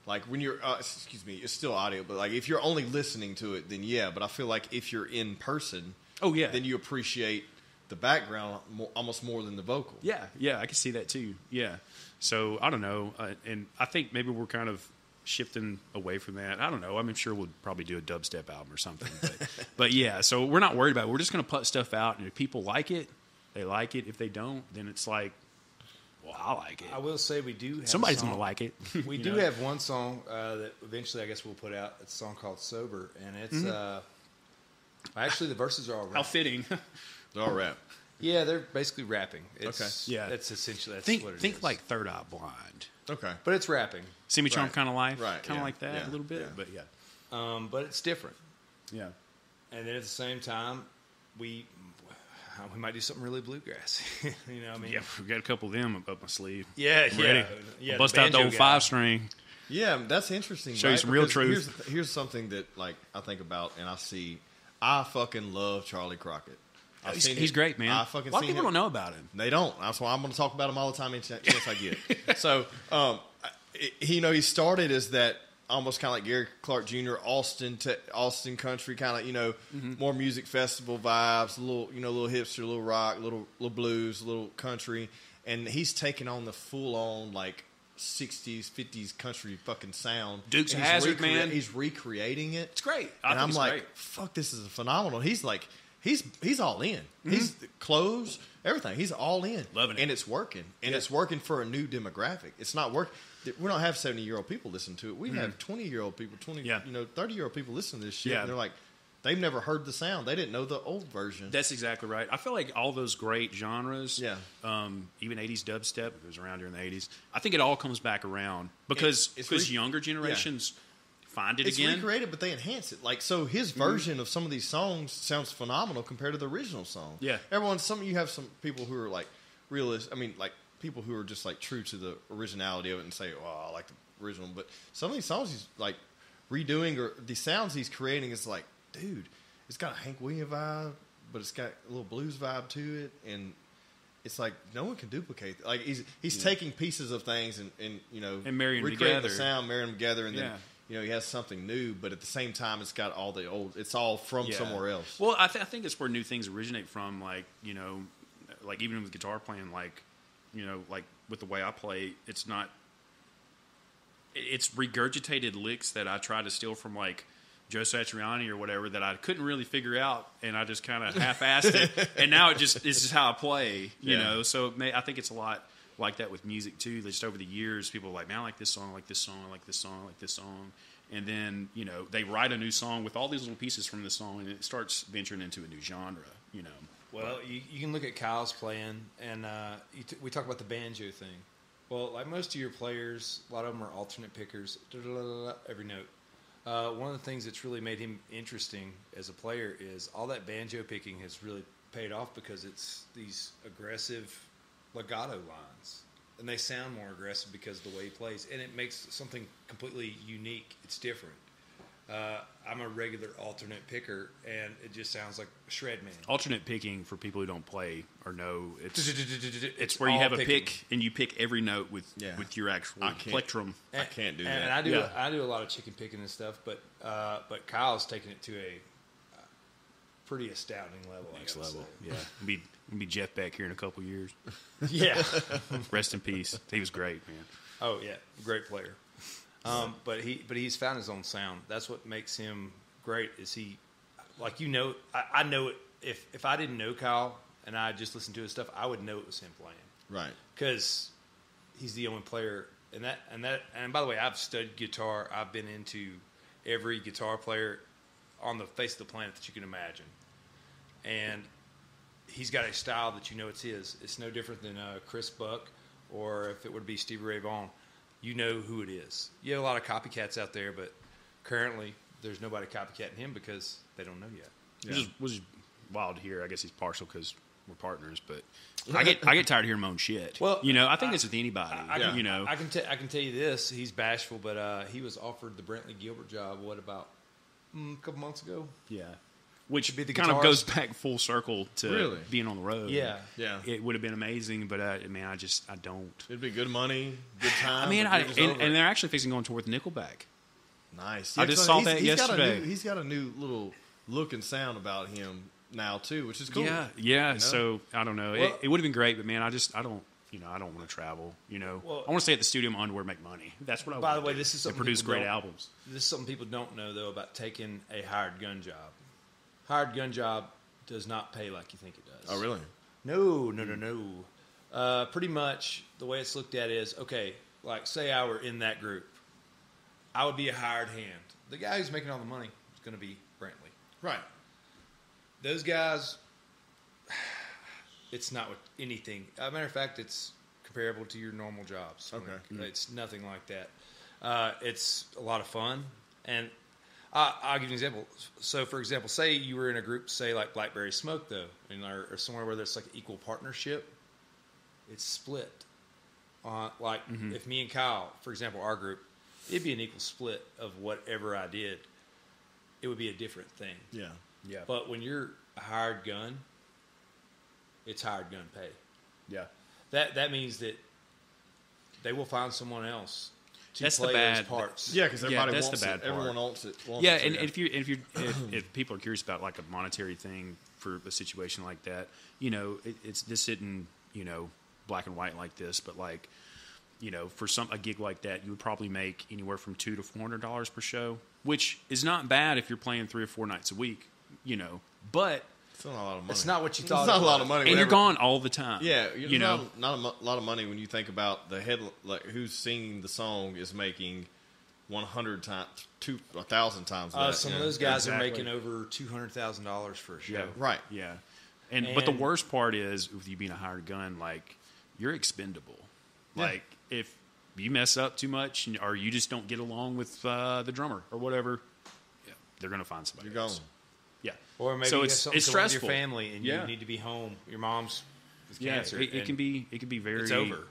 Speaker 1: like when you're, uh, excuse me, it's still audio, but like if you're only listening to it, then yeah. But I feel like if you're in person,
Speaker 3: oh yeah.
Speaker 1: then you appreciate the background more, almost more than the vocal.
Speaker 3: Yeah, yeah, I can see that too. Yeah. So I don't know, uh, and I think maybe we're kind of shifting away from that. I don't know. I'm sure we'll probably do a dubstep album or something. But, but yeah, so we're not worried about. it. We're just going to put stuff out, and if people like it, they like it. If they don't, then it's like, well, I like it.
Speaker 2: I will say we do. Have a
Speaker 3: Somebody's going to
Speaker 2: song-
Speaker 3: like it.
Speaker 2: We
Speaker 3: you
Speaker 2: do
Speaker 3: know?
Speaker 2: have one song uh, that eventually, I guess, we'll put out. It's a song called "Sober," and it's uh, actually the verses are all.
Speaker 3: Mm-hmm. How
Speaker 2: rap.
Speaker 3: fitting.
Speaker 1: They're all rap.
Speaker 2: Yeah, they're basically rapping. It's,
Speaker 3: Okay. Yeah.
Speaker 2: that's essentially that's
Speaker 3: think
Speaker 2: what it is.
Speaker 3: think like Third Eye Blind,
Speaker 1: Okay.
Speaker 2: but it's rapping.
Speaker 3: Semi Charm
Speaker 1: Right.
Speaker 3: kind of life,
Speaker 1: Right,
Speaker 3: kind of
Speaker 1: yeah,
Speaker 3: like that
Speaker 1: yeah,
Speaker 3: a little bit.
Speaker 1: yeah.
Speaker 3: But yeah,
Speaker 2: Um, but it's different.
Speaker 3: yeah.
Speaker 2: And then at the same time, we we might do something really bluegrass. you know, what I mean,
Speaker 3: Yeah, we got a couple of them up my sleeve.
Speaker 2: yeah, yeah.
Speaker 3: Ready?
Speaker 2: yeah,
Speaker 3: Bust out the
Speaker 2: banjo
Speaker 3: old
Speaker 2: guy.
Speaker 3: five string.
Speaker 1: Yeah, that's interesting.
Speaker 3: Show you
Speaker 1: right?
Speaker 3: some real
Speaker 1: Because
Speaker 3: truth.
Speaker 1: Here's, here's something that like I think about and I see. I fucking love Charlie Crockett. I've
Speaker 3: He's,
Speaker 1: seen
Speaker 3: he's
Speaker 1: him-
Speaker 3: great, man.
Speaker 1: I fucking
Speaker 3: a lot of
Speaker 1: seen
Speaker 3: people
Speaker 1: him.
Speaker 3: don't know about him.
Speaker 1: They don't. That's why I'm going to talk about him all the time any ch- chance I get. so, um, I- I- you know, he started as that almost kind of like Gary Clark Jr. Austin te- Austin country kind of you know
Speaker 3: Mm-hmm.
Speaker 1: more music festival vibes, a little you know, little hipster, little rock, little little blues, little country, and he's taking on the full on like. 60s, 50s country fucking sound.
Speaker 3: Dukes
Speaker 1: And
Speaker 3: of
Speaker 1: he's
Speaker 3: Hazzard, man.
Speaker 1: He's recreating it.
Speaker 3: It's great. I
Speaker 1: and
Speaker 3: think
Speaker 1: I'm
Speaker 3: it's
Speaker 1: like,
Speaker 3: great.
Speaker 1: fuck, this is phenomenal. He's like, he's he's all in. He's clothes, everything. He's all in,
Speaker 3: Mm-hmm. Loving it.
Speaker 1: and it's working, and it's working for a new demographic. It's not work. th- We don't have seventy year old people listen to it. We have twenty year old people, twenty
Speaker 3: Mm-hmm. Yeah.
Speaker 1: you know thirty year old people listen to this shit,
Speaker 3: Yeah.
Speaker 1: and they're like, they've never heard the sound. They didn't know the old version.
Speaker 3: That's exactly right. I feel like all those great genres,
Speaker 1: Yeah.
Speaker 3: um, even '80s dubstep, if it was around during the '80s, I think it all comes back around because
Speaker 1: it's
Speaker 3: because
Speaker 1: re-
Speaker 3: younger generations find it
Speaker 1: it's
Speaker 3: again. Mm-hmm.
Speaker 1: recreated, but they enhance it. Like so, his version of some of these songs sounds phenomenal compared to the original song.
Speaker 3: Yeah.
Speaker 1: everyone. Some you have some people who are like realist. I mean, like people who are just like true to the originality of it and say, "Oh, I like the original." But some of these songs he's like redoing or the sounds he's creating is like, dude, it's got a Hank Williams vibe, but it's got a little blues vibe to it, and it's like no one can duplicate. Like he's he's taking pieces of things and and you know
Speaker 3: And marrying them
Speaker 1: recreating the
Speaker 3: together.
Speaker 1: sound, marrying them together, and
Speaker 3: Yeah.
Speaker 1: then you know he has something new, but at the same time, it's got all the old. It's all from
Speaker 3: Yeah.
Speaker 1: somewhere else.
Speaker 3: Well, I, th- I think it's where new things originate from. Like you know, like even with guitar playing, like you know, like with the way I play, it's not. it- It's regurgitated licks that I try to steal from like Joe Satriani or whatever that I couldn't really figure out, and I just kind of half-assed it, and now it just this is how I play, you
Speaker 1: Yeah.
Speaker 3: know. So it may, I think it's a lot like that with music too. Just over the years, people are like, man, I like this song, I like this song, I like this song, I like this song. And then, you know, they write a new song with all these little pieces from the song and it starts venturing into a new genre, you know.
Speaker 2: Well, you, you can look at Kyle's playing, and uh, you t- we talk about the banjo thing. Well, like most of your players, a lot of them are alternate pickers, da-da-da-da-da, every note. Uh, one of the things that's really made him interesting as a player is all that banjo picking has really paid off because it's these aggressive legato lines, and they sound more aggressive because of the way he plays, and it makes something completely unique. It's different. Uh, I'm a regular alternate picker, and it just sounds like shred man.
Speaker 3: Alternate picking for people who don't play or know it's
Speaker 2: It's
Speaker 3: it's where you
Speaker 2: all
Speaker 3: have a
Speaker 2: picking.
Speaker 3: pick and you pick every note with
Speaker 1: Yeah.
Speaker 3: with your actual
Speaker 1: I can't-
Speaker 3: plectrum.
Speaker 1: I can't do
Speaker 2: and,
Speaker 1: that.
Speaker 2: And I do
Speaker 3: Yeah.
Speaker 2: I do a lot of chicken picking and stuff, but uh, but Kyle's taking it to a uh, pretty astounding level. I
Speaker 3: Next
Speaker 2: gotta
Speaker 3: level.
Speaker 2: say.
Speaker 3: Yeah. It'll be it'll be Jeff back here in a couple years.
Speaker 2: Yeah.
Speaker 3: Rest in peace. He was great, man.
Speaker 2: oh yeah, great player. Um, but he but he's found his own sound. That's what makes him great. Is he like you know I, I know it if if I didn't know Kyle and I just listened to his stuff, I would know it was him playing.
Speaker 1: Right.
Speaker 2: because he's the only player and that and that and by the way i've studied guitar i've been into every guitar player on the face of the planet that you can imagine and he's got a style that you know it's his it's no different than uh, chris buck or if it would be stevie ray vaughan you know who it is you have a lot of copycats out there but currently there's nobody copycatting him because they don't know yet
Speaker 1: Yeah.
Speaker 3: Which is, which is wild here. I guess he's partial because we're partners, but I get I get tired of hearing my own shit.
Speaker 2: Well,
Speaker 3: you know, I think
Speaker 2: I-
Speaker 3: it's with anybody.
Speaker 2: I, I can,
Speaker 3: You know,
Speaker 2: I can tell I can tell you this. He's bashful, but uh, he was offered the Brantley Gilbert job. What about mm, a couple months ago?
Speaker 3: yeah. Which
Speaker 2: Should be the
Speaker 3: kind of
Speaker 2: guitarist.
Speaker 3: goes back full circle to
Speaker 1: Really?
Speaker 3: being on the road.
Speaker 2: Yeah.
Speaker 1: Yeah.
Speaker 3: It would have been amazing, but uh, man, I just I don't.
Speaker 1: It'd be good money, good time.
Speaker 3: I mean,
Speaker 1: but
Speaker 3: I,
Speaker 1: you're just
Speaker 3: and,
Speaker 1: over
Speaker 3: and
Speaker 1: it.
Speaker 3: they're actually fixing going toward Nickelback.
Speaker 1: nice.
Speaker 3: I
Speaker 1: Yeah,
Speaker 3: just
Speaker 1: 'cause
Speaker 3: saw
Speaker 1: he's-
Speaker 3: that
Speaker 1: he's got a new-
Speaker 3: yesterday.
Speaker 1: he's got a new little look and sound about him now too, which is cool.
Speaker 3: Yeah, yeah.
Speaker 1: You know?
Speaker 3: So I don't know.
Speaker 2: Well-
Speaker 3: it, it would have been great, but man, I just I don't. You know, I don't want to travel. You know,
Speaker 2: Well-
Speaker 3: I want to stay at the studio, in my underwear, make money. That's what I.
Speaker 2: By the
Speaker 3: wanna
Speaker 2: way,
Speaker 3: do.
Speaker 2: this is
Speaker 3: Oh, They
Speaker 2: something
Speaker 3: produce
Speaker 2: people
Speaker 3: great
Speaker 2: don't-
Speaker 3: albums.
Speaker 2: This is something people don't know though about taking a hired gun job. Hired gun job does not pay like you think it does.
Speaker 1: Oh really?
Speaker 2: No, no, no, no. Uh, pretty much the way it's looked at is okay. Like say I were in that group, I would be a hired hand. The guy who's making all the money is going to be Brantley.
Speaker 1: Right.
Speaker 2: those guys it's not with anything As a matter of fact it's comparable to your normal jobs
Speaker 1: Okay.
Speaker 2: it's nothing like that uh, it's a lot of fun and I, i'll give you an example so for example say you were in a group say like blackberry smoke though and or, or somewhere where there's like equal partnership it's split on like if me and kyle for example our group it'd be an equal split of whatever i did it would be a different thing
Speaker 1: Yeah.
Speaker 3: Yeah,
Speaker 2: but when you're a hired gun, it's hired gun pay.
Speaker 3: yeah.
Speaker 2: That that means that they will find someone else to
Speaker 3: That's the
Speaker 2: play
Speaker 3: bad-
Speaker 2: those parts.
Speaker 1: Yeah, because
Speaker 3: Yeah,
Speaker 1: everybody
Speaker 3: that's
Speaker 1: wants
Speaker 3: the bad
Speaker 1: it.
Speaker 3: part.
Speaker 1: Everyone wants it. wants
Speaker 3: yeah
Speaker 1: it,
Speaker 3: and if you if you if, if people are curious about like a monetary thing for a situation like that you know it, it's this isn't you know black and white like this but like you know for some a gig like that you would probably make anywhere from two to four hundred dollars per show which is not bad if you're playing three or four nights a week you know but
Speaker 1: Still not a lot of money.
Speaker 4: It's not what you
Speaker 1: It's
Speaker 4: thought.
Speaker 1: not
Speaker 4: it
Speaker 1: a lot
Speaker 4: was.
Speaker 1: of money.
Speaker 3: and you're
Speaker 1: whenever-
Speaker 3: gone all the time.
Speaker 1: Yeah,
Speaker 3: you know.
Speaker 1: not, not a mo- lot of money when you think about the head like who's singing the song is making one hundred times, two a thousand times.
Speaker 2: Uh,
Speaker 1: that,
Speaker 2: some
Speaker 1: you
Speaker 2: of
Speaker 1: know?
Speaker 2: those guys
Speaker 3: Exactly.
Speaker 2: are making over two hundred thousand dollars for a show.
Speaker 3: Yeah.
Speaker 1: right?
Speaker 3: Yeah. And, but the
Speaker 2: And-
Speaker 3: worst part is with you being a hired gun, like you're expendable. Like if you mess up too much and- or you just don't get along with uh, the drummer or whatever, yeah, they're gonna find somebody.
Speaker 1: You're gone.
Speaker 3: else. Yeah.
Speaker 2: Or maybe
Speaker 3: So
Speaker 2: you
Speaker 3: it's-
Speaker 2: have something
Speaker 3: it's
Speaker 2: going on with
Speaker 3: stressful.
Speaker 2: your family and
Speaker 3: Yeah.
Speaker 2: you need to be home. Your mom's with
Speaker 3: Yeah,
Speaker 2: cancer.
Speaker 3: it, it can
Speaker 2: and
Speaker 3: be it can be very
Speaker 2: It's over.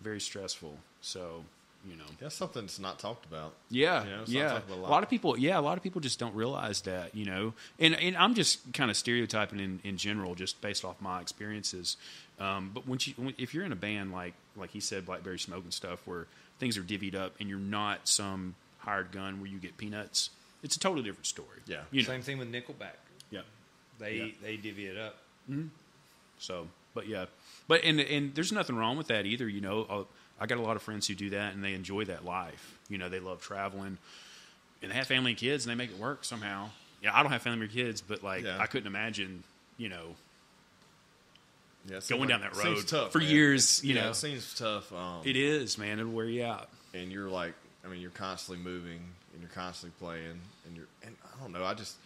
Speaker 3: very stressful. So you know,
Speaker 1: That's something that's not talked about.
Speaker 3: yeah,
Speaker 1: You know, it's not
Speaker 3: yeah.
Speaker 1: talked
Speaker 3: A
Speaker 1: about
Speaker 3: lot of people, yeah, a lot of people just don't realize that, you know. And and I'm just kind of stereotyping in, in general, just based off my experiences. Um, but once you, when- if you're in a band like like he said, Blackberry Smoke and stuff, where things are divvied up, and you're not some hired gun where you get peanuts, it's a totally different story.
Speaker 1: Yeah.
Speaker 3: you know,
Speaker 2: Same thing with Nickelback.
Speaker 3: yeah.
Speaker 2: They
Speaker 3: Yeah.
Speaker 2: they divvy it up.
Speaker 3: So, but yeah, but and and there's nothing wrong with that either. You know, Uh, I got a lot of friends who do that and they enjoy that life. You know, they love traveling, and they have family and kids, and they make it work somehow. Yeah, I don't have family or kids, but like
Speaker 1: Yeah.
Speaker 3: I couldn't imagine, you know,
Speaker 1: Yeah, it
Speaker 3: going
Speaker 1: seems
Speaker 3: down
Speaker 1: like-
Speaker 3: that
Speaker 1: seems
Speaker 3: road
Speaker 1: tough,
Speaker 3: for
Speaker 1: man.
Speaker 3: years. You
Speaker 1: yeah,
Speaker 3: know,
Speaker 1: it seems tough. Um,
Speaker 3: it is, man. It'll wear you out.
Speaker 1: and you're like, I mean, you're constantly moving and you're constantly playing and you're, and I don't know, I just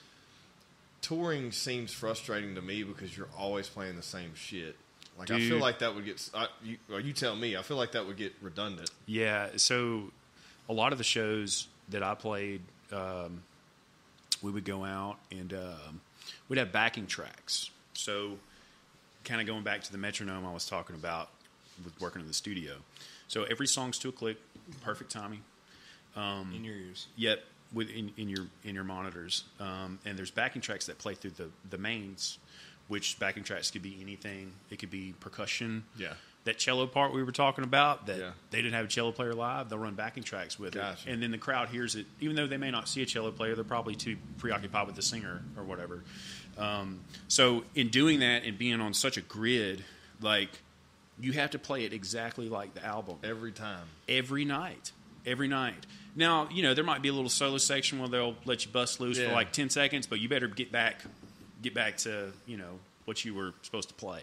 Speaker 1: touring seems frustrating to me because you're always playing the same shit. Like I feel
Speaker 3: Dude.
Speaker 1: like that would get, s- I, you, well, you tell me, I feel like that would get redundant.
Speaker 3: Yeah. So a lot of the shows that I played, um, we would go out and um, we'd have backing tracks. So kind of going back to the metronome I was talking about with working in the studio. So every song's to a click, perfect timing. Um,
Speaker 2: in your ears.
Speaker 3: Yep, within in your in your monitors. Um, and there's backing tracks that play through the the mains, which backing tracks could be anything. It could be percussion.
Speaker 1: Yeah.
Speaker 3: That cello part we were talking about that
Speaker 1: Yeah.
Speaker 3: they didn't have a cello player live, they'll run backing tracks with
Speaker 1: Gotcha.
Speaker 3: it. And then the crowd hears it, even though they may not see a cello player, they're probably too preoccupied with the singer or whatever. Um, so in doing that and being on such a grid, like you have to play it exactly like the album
Speaker 1: Every time,
Speaker 3: every night. Every night. Now, you know, there might be a little solo section where they'll let you bust loose
Speaker 1: Yeah.
Speaker 3: for like 10 seconds, but you better get back get back to, you know, what you were supposed to play.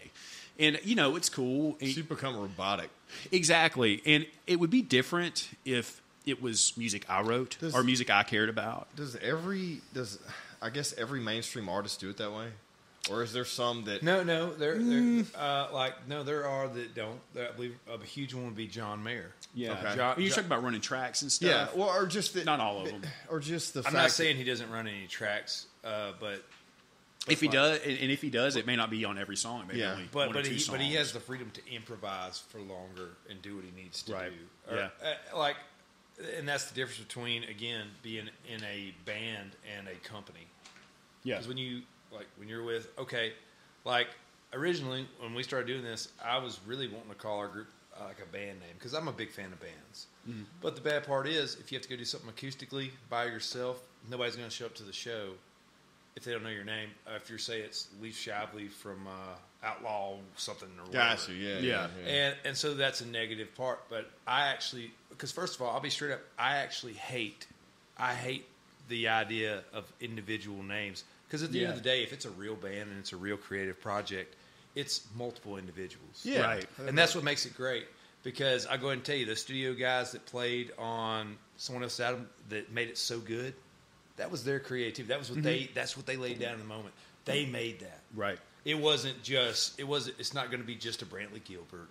Speaker 3: And you know, it's cool. And-
Speaker 1: you become robotic.
Speaker 3: exactly. And it would be different if it was music I wrote
Speaker 1: Does-
Speaker 3: or music I cared about.
Speaker 1: Does every does I guess every mainstream artist do it that way, or is there some that
Speaker 2: No, no, there, there,
Speaker 3: Mm.
Speaker 2: uh, like no, there are that don't. There, I believe a huge one would be John Mayer.
Speaker 1: Okay.
Speaker 3: Jo-
Speaker 2: Jo-
Speaker 3: You're
Speaker 2: Jo-
Speaker 3: talking about running tracks and stuff.
Speaker 1: yeah, well, or just that,
Speaker 3: Not all of 'em.
Speaker 1: or just the
Speaker 2: I'm
Speaker 1: fact
Speaker 2: not saying he doesn't run any tracks, uh, but
Speaker 3: if he
Speaker 2: like-
Speaker 3: does and, and if he does, it may not be on every song. It may
Speaker 1: Yeah.
Speaker 3: be only
Speaker 2: but
Speaker 3: one or
Speaker 2: but
Speaker 3: two
Speaker 2: he
Speaker 3: songs.
Speaker 2: but he has the freedom to improvise for longer and do what he needs to
Speaker 3: Right.
Speaker 2: do.
Speaker 3: Yeah.
Speaker 2: uh, like, and that's the difference between again being in a band and a company.
Speaker 3: yeah.
Speaker 2: Because when you like when you're with okay, like originally when we started doing this, I was really wanting to call our group uh, like a band name because I'm a big fan of bands. But the bad part is if you have to go do something acoustically by yourself, nobody's going to show up to the show if they don't know your name. Uh, if you say it's Leaf Shively from uh, Outlaw something or whatever.
Speaker 1: Gotcha, yeah, yeah,
Speaker 3: Yeah.
Speaker 1: yeah.
Speaker 2: And and so that's a negative part. But I actually, because first of all, I'll be straight up. I actually hate, I hate the idea of individual names because at the end
Speaker 3: Yeah.
Speaker 2: of the day, if it's a real band and it's a real creative project, it's multiple individuals.
Speaker 1: Yeah.
Speaker 3: Right.
Speaker 2: And that's what makes it great because I go ahead and tell you the studio guys that played on someone else's album that made it so good, that was their creativity. That was
Speaker 1: Mm-hmm.
Speaker 2: what they that's what they laid down in the moment. They made that.
Speaker 3: Right.
Speaker 2: It wasn't just it was it's not going to be just a Brantley Gilbert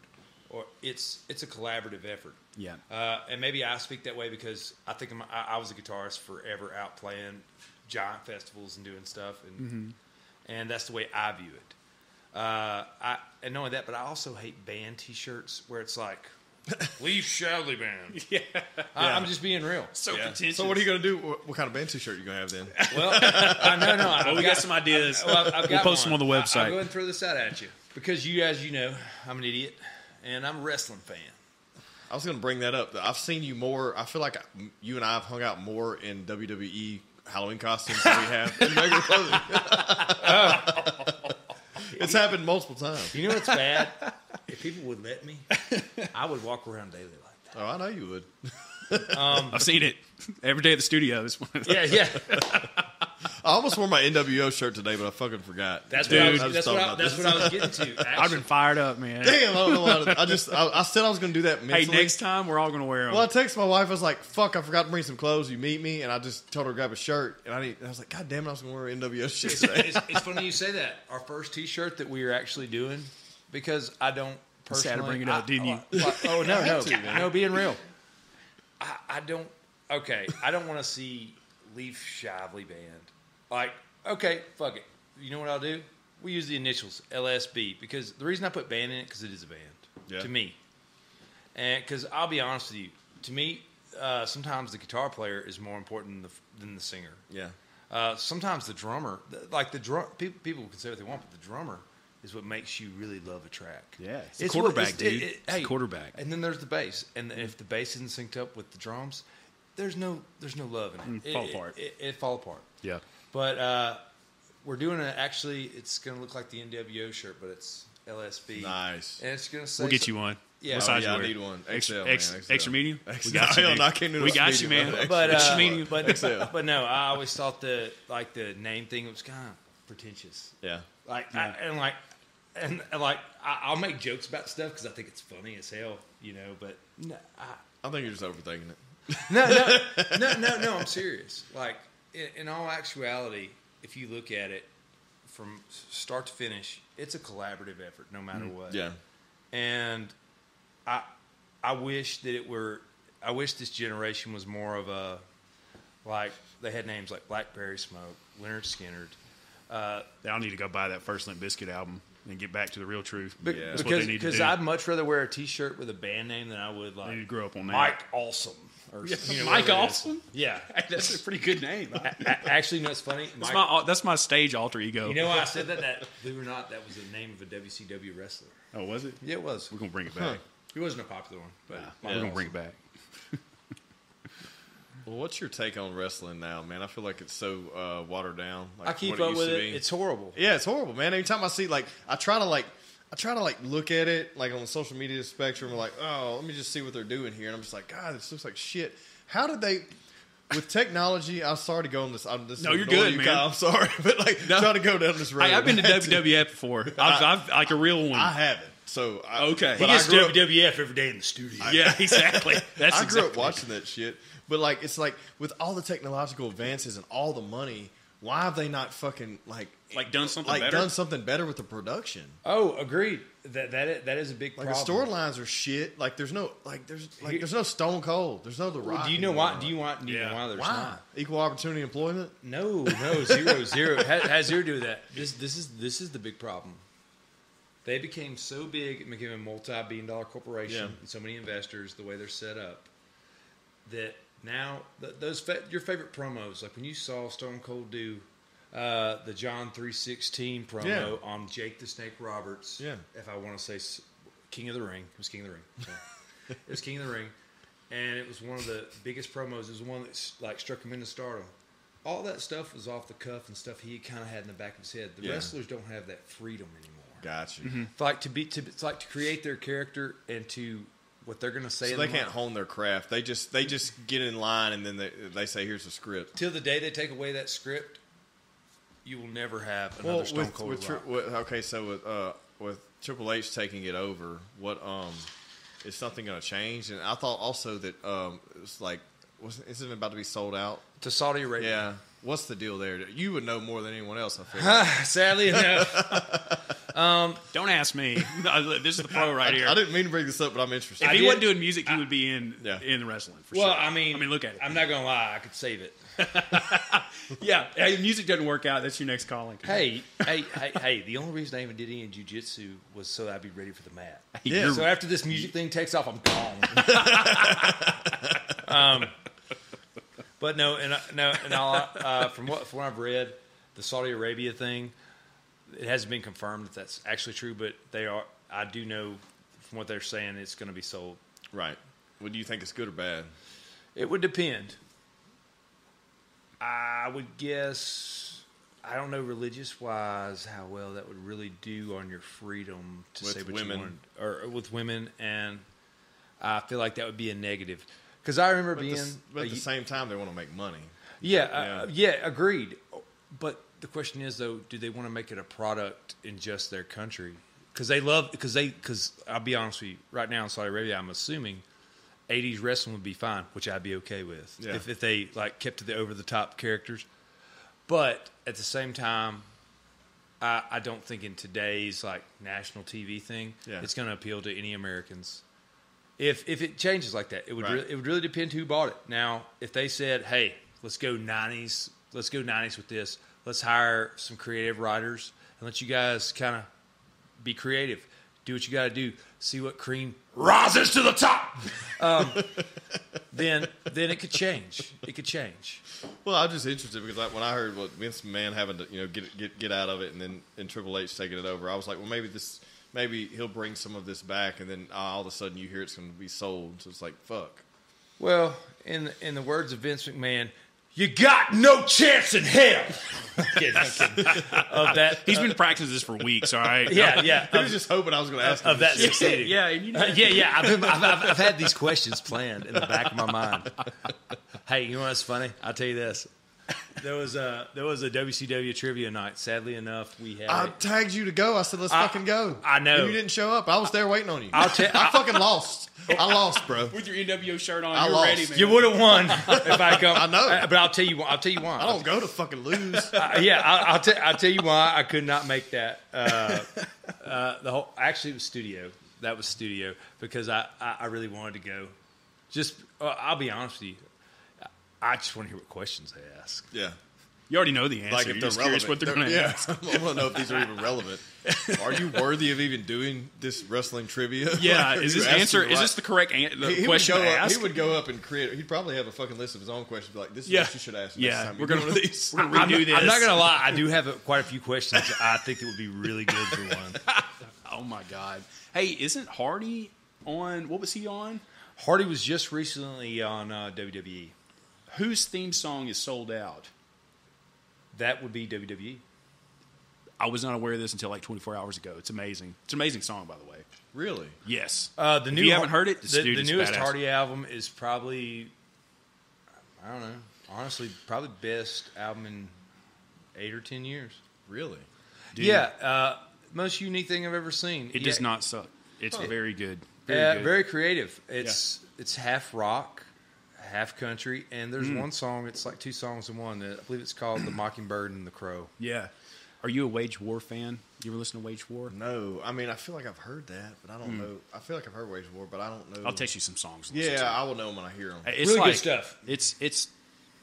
Speaker 2: or it's it's a collaborative effort.
Speaker 3: Yeah.
Speaker 2: Uh, and maybe I speak that way because I think I'm, I, I was a guitarist forever out playing giant festivals and doing stuff and
Speaker 3: Mm-hmm.
Speaker 2: and that's the way I view it. Uh, I and knowing that, but I also hate band T-shirts where it's like Leaf Shadley Band. yeah, I, I'm just being real.
Speaker 3: so pretentious.
Speaker 1: So what are you gonna do? What, what kind of band T-shirt you gonna have then?
Speaker 2: Well, I, no, no, I've
Speaker 3: Well, we got some ideas.
Speaker 2: Well, I've, I've
Speaker 3: we'll
Speaker 2: got
Speaker 3: post
Speaker 2: one.
Speaker 3: them on the
Speaker 2: I-
Speaker 3: website.
Speaker 2: I'll go ahead and throw this out at you because you, as you know, I'm an idiot and I'm a wrestling fan.
Speaker 1: I was going to bring that up. I've seen you more. I feel like you and I have hung out more in WWE Halloween costumes than we have in regular clothing. it's happened multiple times.
Speaker 2: You know what's bad? if people would let me, I would walk around daily like that.
Speaker 1: Oh, I know you would.
Speaker 3: I've seen it every day at the studio. It's one of the-
Speaker 2: Yeah, yeah.
Speaker 1: I almost wore my NWO shirt today, but I fucking forgot.
Speaker 4: That's what I was.
Speaker 1: I was
Speaker 4: That's what
Speaker 1: talking
Speaker 4: I,
Speaker 1: about
Speaker 4: that's
Speaker 1: this.
Speaker 4: what I was getting to.
Speaker 3: I've been
Speaker 4: Actually.
Speaker 3: fired up, man.
Speaker 1: Damn, I don't know why. I just I, I said I was gonna do that
Speaker 3: Hey,
Speaker 1: mentally.
Speaker 3: next time we're all gonna wear them.
Speaker 1: Well, I texted my wife. I was like, "Fuck, I forgot to bring some clothes. You meet me," and I just told her to grab a shirt. And I, need, I was like, "God damn it, I was gonna wear an NWO shit." today."
Speaker 2: it's, it's funny you say that. Our first T-shirt that we are actually doing because I don't
Speaker 3: Sad to
Speaker 2: personally.
Speaker 3: bring it up,
Speaker 2: I-
Speaker 3: didn't you?
Speaker 2: I- oh no, no,
Speaker 1: to, man.
Speaker 2: no. Being real, I, I don't. Okay, I don't want to see Leaf Shively band. Like, okay, fuck it. You know what I'll do? We use the initials LSB because the reason I put band in it because it is a band
Speaker 1: Yeah.
Speaker 2: to me. And because I'll be honest with you, to me, uh, sometimes the guitar player is more important than the, than the singer.
Speaker 1: yeah,
Speaker 2: Uh, sometimes the drummer, th- like the drum, people, people can say what they want, but the drummer is what makes you really love a track.
Speaker 3: Yeah, it's the
Speaker 2: what-
Speaker 3: quarterback, dude. It's the
Speaker 2: hey,
Speaker 3: quarterback.
Speaker 2: And then there's the bass, and if the bass isn't synced up with the drums, there's no, there's no love in it.
Speaker 3: Mm, fall
Speaker 2: It-
Speaker 3: apart.
Speaker 2: It, it, it fall apart.
Speaker 3: yeah.
Speaker 2: But uh, we're doing it. Actually, it's going to look like the NWO shirt, but it's LSB.
Speaker 1: Nice.
Speaker 2: And it's going to say
Speaker 3: We'll get
Speaker 2: some-
Speaker 3: you one.
Speaker 2: Yeah.
Speaker 3: What
Speaker 2: Oh,
Speaker 3: size
Speaker 1: yeah,
Speaker 3: you
Speaker 1: I
Speaker 3: wear?
Speaker 1: need one.
Speaker 3: Extra,
Speaker 1: XL, man,
Speaker 3: extra,
Speaker 1: XL.
Speaker 3: extra medium.
Speaker 1: XL.
Speaker 3: We got you,
Speaker 1: Hell,
Speaker 3: dude.
Speaker 1: I can't do
Speaker 3: We
Speaker 1: no
Speaker 3: got you,
Speaker 1: medium,
Speaker 3: man.
Speaker 1: brother.
Speaker 2: but
Speaker 3: Extra
Speaker 2: uh,
Speaker 3: medium.
Speaker 2: but, but no, I always thought the like the name thing was kind of pretentious.
Speaker 1: yeah.
Speaker 2: Like I, and like and, and, like I, I'll make jokes about stuff because I think it's funny as hell, you know. But no, I,
Speaker 1: I think you're just overthinking it.
Speaker 2: no, no, no, no, no. I'm serious. Like in, in all actuality, if you look at it from s- start to finish, it's a collaborative effort, no matter what
Speaker 1: Yeah,
Speaker 2: and I I wish that it were I wish this generation was more of a like they had names like Blackberry Smoke, Leonard Skinner.
Speaker 3: I'll need to go buy that first Limp Biscuit album and get back to the real truth.
Speaker 2: Be-
Speaker 1: Yeah.
Speaker 3: That's what
Speaker 2: Because
Speaker 3: they need to
Speaker 2: because
Speaker 3: do.
Speaker 2: I'd much rather wear a T-shirt with a band name than I would like
Speaker 3: They need to grow up on that.
Speaker 2: Mike Awesome or
Speaker 3: Yeah,
Speaker 2: you know,
Speaker 3: Mike
Speaker 2: whatever it is.
Speaker 3: Awesome?
Speaker 2: Yeah,
Speaker 3: Hey, that's a pretty good name.
Speaker 2: A- a- actually, no, it's funny.
Speaker 3: That's
Speaker 2: Mike,
Speaker 3: my al- that's my stage alter ego.
Speaker 2: you know why I said that? That believe it or not, that was the name of a WCW wrestler.
Speaker 3: oh, was it?
Speaker 2: Yeah, it was.
Speaker 3: We're gonna bring it back.
Speaker 2: He wasn't a popular one, but
Speaker 3: Nah,
Speaker 2: Mike
Speaker 3: We're gonna
Speaker 2: Awesome.
Speaker 3: bring it back.
Speaker 1: Well, what's your take on wrestling now, man? I feel like it's so uh, watered down. Like,
Speaker 2: I
Speaker 1: from
Speaker 2: keep
Speaker 1: what
Speaker 2: up
Speaker 1: used
Speaker 2: with
Speaker 1: to
Speaker 2: it.
Speaker 1: be.
Speaker 2: It's horrible.
Speaker 1: yeah, it's horrible, man. Every time I see, like, I try to like, I try to like look at it like on the social media spectrum. Like, oh, let me just see what they're doing here, and I'm just like, God, this looks like shit. How did they? With technology, I'm sorry to go on this. I'm, this
Speaker 3: No,
Speaker 1: is
Speaker 3: you're
Speaker 1: annoying
Speaker 3: good,
Speaker 1: you,
Speaker 3: man.
Speaker 1: Kyle, I'm sorry, but like,
Speaker 3: No.
Speaker 1: trying to E. go down this road.
Speaker 3: Hey, I've been to WWF before. I've, I've like a real
Speaker 1: I
Speaker 3: one.
Speaker 1: haven't. So I,
Speaker 3: Okay.
Speaker 1: but
Speaker 3: He
Speaker 1: I
Speaker 3: gets
Speaker 1: grew up-
Speaker 2: WWF every day in the studio.
Speaker 3: Yeah, exactly. That's
Speaker 1: I grew
Speaker 3: exactly.
Speaker 1: up watching that shit, but like it's like with all the technological advances and all the money, why have they not fucking like
Speaker 3: Like done something
Speaker 1: like
Speaker 3: better?
Speaker 1: done something better with the production?
Speaker 2: Oh, agreed. That that is, that is a big
Speaker 1: Like
Speaker 2: problem.
Speaker 1: the storylines are shit. Like there's no like there's like there's no Stone Cold. There's no The Rock.
Speaker 2: Well, do you know
Speaker 1: anymore.
Speaker 2: why? Do you want? Do you
Speaker 3: Yeah.
Speaker 2: know why there's
Speaker 1: why
Speaker 2: not?
Speaker 1: equal opportunity employment?
Speaker 2: No, no, zero, zero. It has, has zero to do with that. This this is this is the big problem. They became so big and became a multi-billion dollar corporation
Speaker 1: Yeah.
Speaker 2: and so many investors the way they're set up that now th- those fa- your favorite promos like when you saw Stone Cold do uh, the John 316 promo
Speaker 1: Yeah.
Speaker 2: on Jake the Snake Roberts
Speaker 1: Yeah.
Speaker 2: if I want to say s- King of the Ring it was King of the Ring so. it was King of the Ring and it was one of the biggest promos it was one that s- like struck him into stardom all that stuff was off the cuff and stuff he kind of had in the back of his head the
Speaker 1: Yeah.
Speaker 2: wrestlers don't have that freedom anymore
Speaker 1: Got you.
Speaker 2: it's like to be to it's like to create their character and to what they're gonna say.
Speaker 1: So
Speaker 2: in
Speaker 1: they
Speaker 2: the
Speaker 1: can't
Speaker 2: moment.
Speaker 1: hone their craft. They just they just get in line and then they they say here's the script.
Speaker 2: till the day they take away that script. You will never have another
Speaker 1: Well,
Speaker 2: Stone
Speaker 1: with,
Speaker 2: Cold
Speaker 1: with,
Speaker 2: Rock.
Speaker 1: tri- with okay, so with uh, with Triple H taking it over, what um is something going to change? And I thought also that um it was like wasn't isn't it about to be sold out?
Speaker 2: to Saudi Arabia.
Speaker 1: Yeah, what's the deal there? You would know more than anyone else. I figure.
Speaker 2: Sadly enough,
Speaker 3: Don't ask me. this is the pro right here.
Speaker 1: I didn't mean to bring this up, but I'm interested.
Speaker 3: if
Speaker 2: I
Speaker 3: he
Speaker 2: did-
Speaker 3: wasn't doing music, he would be in
Speaker 1: Yeah.
Speaker 3: in wrestling for
Speaker 2: well,
Speaker 3: sure.
Speaker 2: I mean,
Speaker 3: I mean, look at it.
Speaker 2: I'm not gonna lie, I could save it.
Speaker 3: yeah, hey, music doesn't work out. That's your next calling.
Speaker 2: Hey, hey, hey, hey! The only reason I even did any jujitsu was so I'd be ready for the mat.
Speaker 1: Yeah.
Speaker 2: So after this music thing takes off, I'm gone. um, but no, and I- no, and all, uh, from what from what I've read, the Saudi Arabia thing, it hasn't been confirmed that that's actually true, but they are. I do know from what they're saying, it's going to be sold.
Speaker 1: right? What do you think is good or bad?
Speaker 2: It would depend. I would guess. I don't know religious wise how well that would really do on your freedom to
Speaker 1: With
Speaker 2: say what
Speaker 1: women.
Speaker 2: you want, or or with women, and I feel like that would be a negative. Because I remember
Speaker 1: But, at the
Speaker 2: being,
Speaker 1: s- but
Speaker 2: a
Speaker 1: at the
Speaker 2: ye-
Speaker 1: same time, they want to make money.
Speaker 2: yeah, uh, yeah, agreed. But the question is though, do they want to make it a product in just their country? Because they love because they because I'll be honest with you, right now in Saudi Arabia, I'm assuming. 80s wrestling would be fine, which I'd be okay with
Speaker 1: Yeah.
Speaker 2: if, if they like kept to the over the top characters. But at the same time, I, I don't think in today's like national TV thing,
Speaker 1: Yeah.
Speaker 2: it's going to appeal to any Americans. If if it changes like that, it would
Speaker 1: Right.
Speaker 2: really, it would really depend who bought it. Now, if they said, "Hey, let's go '90s, let's go '90s with this, let's hire some creative writers and let you guys kind of be creative, do what you got to do, see what cream rises to the top," um, then then it could change. It could change.
Speaker 1: Well, I'm just interested because like when I heard what Vince McMahon having to you know get get get out of it and then and Triple H taking it over, I was like, well, maybe this maybe he'll bring some of this back, and then uh, all of a sudden you hear it's going to be sold. So it's like fuck.
Speaker 2: Well, in in the words of Vince McMahon, you got no chance in hell. Kidding, I'm kidding. of that,
Speaker 3: He's been practicing this for weeks. All right.
Speaker 2: yeah, yeah,
Speaker 1: I
Speaker 2: of,
Speaker 1: was just hoping I was going to ask
Speaker 2: of
Speaker 1: him
Speaker 2: that
Speaker 1: this shit.
Speaker 2: succeeding.
Speaker 4: Yeah, you
Speaker 2: Uh, yeah, yeah. I've, been, I've, I've, I've had these questions planned in the back of my mind. Hey, you know what's funny? I'll tell you this. There was a there was a WCW trivia night. Sadly enough, we had.
Speaker 1: I
Speaker 2: it.
Speaker 1: tagged you to go. I said, let's
Speaker 2: I-
Speaker 1: fucking go.
Speaker 2: I know.
Speaker 1: And you didn't show up. I was there waiting on you.
Speaker 2: I'll ta-
Speaker 1: I fucking lost. I lost, bro.
Speaker 4: with your NWO shirt on,
Speaker 1: I
Speaker 4: you're
Speaker 1: lost.
Speaker 4: ready, man.
Speaker 2: you would have won if I Oh, come.
Speaker 1: I know.
Speaker 2: Uh, but I'll tell you. why- I'll tell you why.
Speaker 1: I don't go to fucking lose.
Speaker 2: Uh, yeah, I'll, I'll, i I'll tell you why I could not make that. Uh, uh, the whole actually it was studio. That was studio because I, I, I really wanted to go. Just uh, I'll be honest with you, I I just want to hear what questions they ask.
Speaker 1: Yeah.
Speaker 3: You already know the answer.
Speaker 1: Like
Speaker 3: You're
Speaker 1: if they're
Speaker 3: just
Speaker 1: relevant.
Speaker 3: curious what they're going to
Speaker 1: yeah.
Speaker 3: ask.
Speaker 1: I want to know if these are even relevant. Are you worthy of even doing this wrestling trivia?
Speaker 3: Yeah,
Speaker 1: Like, are
Speaker 3: is
Speaker 1: you
Speaker 3: this
Speaker 1: asking
Speaker 3: answer?
Speaker 1: the
Speaker 3: Is
Speaker 1: right-
Speaker 3: this the correct an- the
Speaker 1: He- he, would
Speaker 3: question
Speaker 1: go
Speaker 3: to
Speaker 1: up,
Speaker 3: ask?
Speaker 1: he would go up and create. He'd probably have a fucking list of his own questions. Be like, "This is
Speaker 3: Yeah.
Speaker 1: what you should ask." next
Speaker 3: yeah,
Speaker 1: time you
Speaker 3: we're
Speaker 1: do
Speaker 3: going to
Speaker 1: one of
Speaker 3: release.
Speaker 1: these.
Speaker 3: We're going to redo this.
Speaker 2: I'm not gonna lie, I do have a, quite a few questions. I think it would be really good for one.
Speaker 3: Oh my god. Hey, isn't Hardy on? What was he on?
Speaker 2: Hardy was just recently on uh, WWE.
Speaker 3: Whose theme song is sold out?
Speaker 2: That would be E. WWE.
Speaker 3: I was not aware of this until like 24 hours ago. It's amazing. It's an amazing song, by the way.
Speaker 1: Really?
Speaker 3: Yes.
Speaker 2: Uh, the new
Speaker 3: you haven't heard it, this
Speaker 2: the,
Speaker 3: dude
Speaker 2: the
Speaker 3: is
Speaker 2: newest
Speaker 3: badass.
Speaker 2: Hardy album is probably, I don't know, honestly, probably best album in eight or ten years.
Speaker 1: Really?
Speaker 2: Yeah, uh, most unique thing I've ever seen.
Speaker 3: it does not suck. It's very good. Very
Speaker 2: Very,
Speaker 3: good.
Speaker 2: very creative. It's it's half rock, half country, and there's
Speaker 3: Mm.
Speaker 2: one song. It's like two songs in one. I believe it's called "The Mockingbird and the Crow."
Speaker 3: yeah. Are you a Wage War fan? You ever listen to Wage War?
Speaker 1: No. I mean, I feel like I've heard that, but I don't know. I feel like I've heard Wage of War, but I don't know.
Speaker 3: Hmm. I'll text you some songs. to listen
Speaker 1: Yeah,
Speaker 3: to.
Speaker 1: I will know when I hear them.
Speaker 3: It's
Speaker 2: Really good
Speaker 3: like,
Speaker 2: stuff.
Speaker 3: It's it's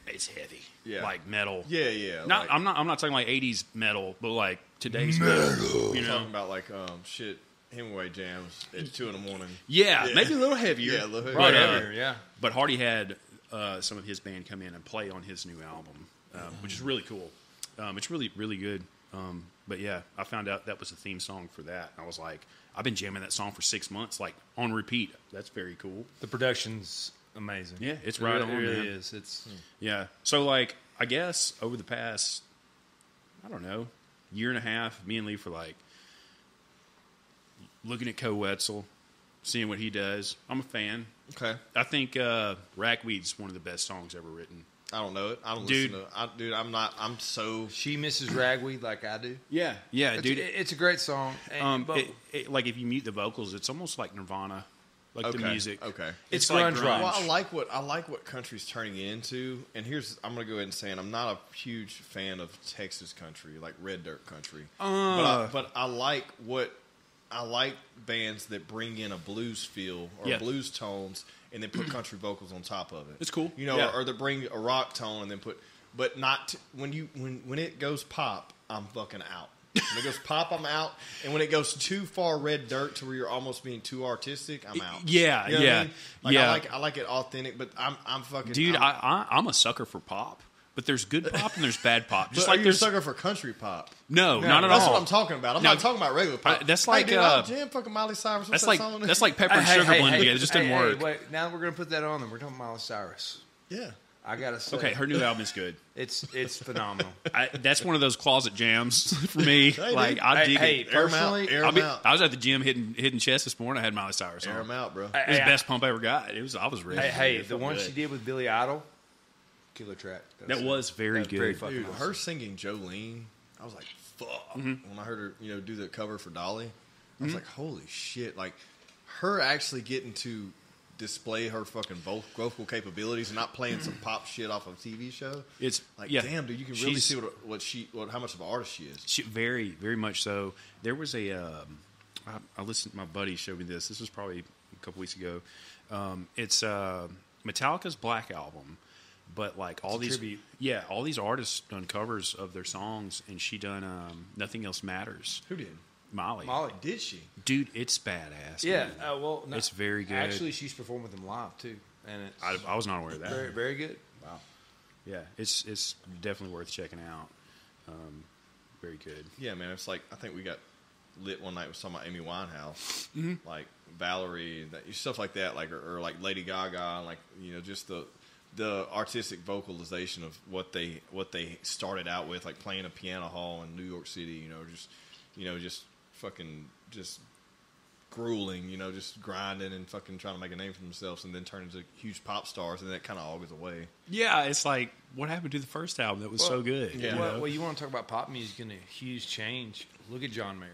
Speaker 3: it's heavy.
Speaker 1: Yeah.
Speaker 3: Like metal.
Speaker 1: Yeah, yeah.
Speaker 3: Not
Speaker 1: like,
Speaker 3: I'm not I'm not talking like 80s metal, but like today's metal. you know.
Speaker 1: talking about like um shit Hemingway jams at two in the morning.
Speaker 3: Yeah,
Speaker 1: Yeah.
Speaker 3: maybe a little heavier.
Speaker 1: Yeah, a little
Speaker 3: But,
Speaker 1: heavier.
Speaker 3: uh,
Speaker 2: Whatever, yeah.
Speaker 3: But Hardy had uh, some of his band come in and play on his new album, um, which is really cool. Um, it's really, really good. Um, but yeah, I found out that was the theme song for that. And I was like, I've been jamming that song for six months, like on repeat. That's very cool.
Speaker 2: The production's amazing.
Speaker 3: Yeah, it's
Speaker 2: It
Speaker 3: right
Speaker 2: really-
Speaker 3: on,
Speaker 2: It really
Speaker 3: man.
Speaker 2: is. It's
Speaker 3: Yeah. So, like, I guess over the past, I don't know, year and a half, me and Lee were like looking at Co Wetzel, seeing what he does. I'm a fan.
Speaker 1: Okay.
Speaker 3: I think uh, Rackweed's one of the best songs ever written.
Speaker 1: I don't know it. I don't
Speaker 3: Dude.
Speaker 1: listen to. I, dude, I'm not. I'm so.
Speaker 2: she misses Ragweed like I do.
Speaker 3: Yeah, yeah,
Speaker 2: It's,
Speaker 3: dude.
Speaker 2: it's a great song. and-
Speaker 3: um,
Speaker 2: but-
Speaker 3: it, it, like if you mute the vocals, it's almost like Nirvana, like
Speaker 1: Okay,
Speaker 3: the music.
Speaker 1: okay.
Speaker 3: it's,
Speaker 2: It's
Speaker 3: like
Speaker 2: grunge
Speaker 3: grunge.
Speaker 2: rock.
Speaker 1: Well, I like what I like what country's turning into, and here's I'm gonna go ahead and say, it, I'm not a huge fan of Texas country, like red dirt country. but, I,
Speaker 3: Uh.
Speaker 1: but I like what I like bands that bring in a blues feel or
Speaker 3: Yeah.
Speaker 1: blues tones, and then put country vocals on top of it.
Speaker 3: It's cool.
Speaker 1: you know,
Speaker 3: Yeah.
Speaker 1: or, or that bring a rock tone and then put, but not t- when you when when it goes pop, I'm fucking out. When it goes pop, I'm out, and when it goes too far red dirt to where you're almost being too artistic, I'm out.
Speaker 3: yeah,
Speaker 1: what I
Speaker 3: yeah,
Speaker 1: mean? Like, I
Speaker 3: yeah.
Speaker 1: like I like it authentic, but I'm I'm fucking
Speaker 3: dude,
Speaker 1: I'm,
Speaker 3: I, I, I'm a sucker for pop, but there's good pop and there's bad pop. Just
Speaker 1: but are
Speaker 3: like
Speaker 1: you a
Speaker 3: there's
Speaker 1: sucker for country pop.
Speaker 3: no, not at
Speaker 1: that's
Speaker 3: all.
Speaker 1: what I'm talking about. I'm
Speaker 3: No,
Speaker 1: not talking about regular pop.
Speaker 3: I- that's
Speaker 1: Hey,
Speaker 3: like,
Speaker 1: dude,
Speaker 3: uh,
Speaker 1: oh, jam fucking Miley Cyrus. What's
Speaker 3: That's
Speaker 1: that
Speaker 3: like
Speaker 1: song?
Speaker 3: that's like pepper and
Speaker 2: Hey,
Speaker 3: sugar
Speaker 2: hey,
Speaker 3: blended
Speaker 2: hey,
Speaker 3: together. It just
Speaker 2: hey,
Speaker 3: didn't
Speaker 2: hey,
Speaker 3: work.
Speaker 2: wait, now we're gonna put that on them. We're talking Miley Cyrus.
Speaker 1: yeah.
Speaker 2: I gotta say,
Speaker 3: okay, her new album is good.
Speaker 2: it's it's phenomenal.
Speaker 3: I, that's one of those closet jams for me.
Speaker 1: Hey,
Speaker 3: like
Speaker 1: dude.
Speaker 3: I
Speaker 2: Hey,
Speaker 3: dig
Speaker 2: hey,
Speaker 1: Air
Speaker 3: it.
Speaker 1: 'em out,
Speaker 2: Personally,
Speaker 1: air 'em
Speaker 3: I'll be-
Speaker 1: out,
Speaker 3: I was at the gym hitting hitting chest this morning. I had Miley Cyrus
Speaker 1: air
Speaker 3: on.
Speaker 1: 'em out, bro.
Speaker 3: It was
Speaker 2: Hey,
Speaker 3: the best pump I ever got. It was I was ready.
Speaker 2: hey, hey,
Speaker 3: It
Speaker 2: the
Speaker 3: felt
Speaker 2: one
Speaker 3: good.
Speaker 2: she did with Billy Idol, killer track.
Speaker 3: That was very
Speaker 2: that was very
Speaker 3: good.
Speaker 2: fucking
Speaker 1: Dude,
Speaker 2: awesome.
Speaker 1: her singing Jolene, I was like, fuck.
Speaker 3: Mm-hmm.
Speaker 1: When I heard her, you know, do the cover for Dolly, I was like, holy shit. Like, her actually getting to display her fucking voc- vocal capabilities and not playing some pop shit off of a TV show.
Speaker 3: It's-
Speaker 1: like,
Speaker 3: yeah.
Speaker 1: damn, dude, you can really
Speaker 3: She's-
Speaker 1: see what, what she, what, how much of an artist she is.
Speaker 3: She, very, very much so. There was a, um, I, I listened. My buddy showed me this. This was probably a couple weeks ago. Um, it's uh, Metallica's Black album, but like all
Speaker 2: a
Speaker 3: these,
Speaker 2: tribute.
Speaker 3: yeah, all these artists done covers of their songs, and she done um, Nothing Else Matters.
Speaker 1: Who did?
Speaker 3: Molly,
Speaker 2: Molly.
Speaker 1: Did she?
Speaker 3: dude, it's badass.
Speaker 2: Yeah,
Speaker 3: man.
Speaker 2: uh, well, no,
Speaker 3: It's very good.
Speaker 2: Actually, she's performed with them live too, and it's
Speaker 3: I, I was not aware of that.
Speaker 2: very, very good.
Speaker 3: Wow. Yeah, it's it's definitely worth checking out. Um, very good.
Speaker 1: Yeah, man. It's like, I think we got lit one night with talking about Amy Winehouse, like Valerie, and that, stuff like that, like, or, or like Lady Gaga, like, you know, just the, the artistic vocalization of what they what they started out with, like playing a piano hall in New York City, you know, just you know, just fucking just grueling, you know, just grinding and fucking trying to make a name for themselves, and then turn into huge pop stars, and then it kind of all goes away.
Speaker 3: Yeah, it's like what happened to the first album that was so good.
Speaker 1: yeah.
Speaker 3: you
Speaker 2: Well,
Speaker 3: know?
Speaker 2: well, you want to talk about pop music and a huge change? Look at John Mayer.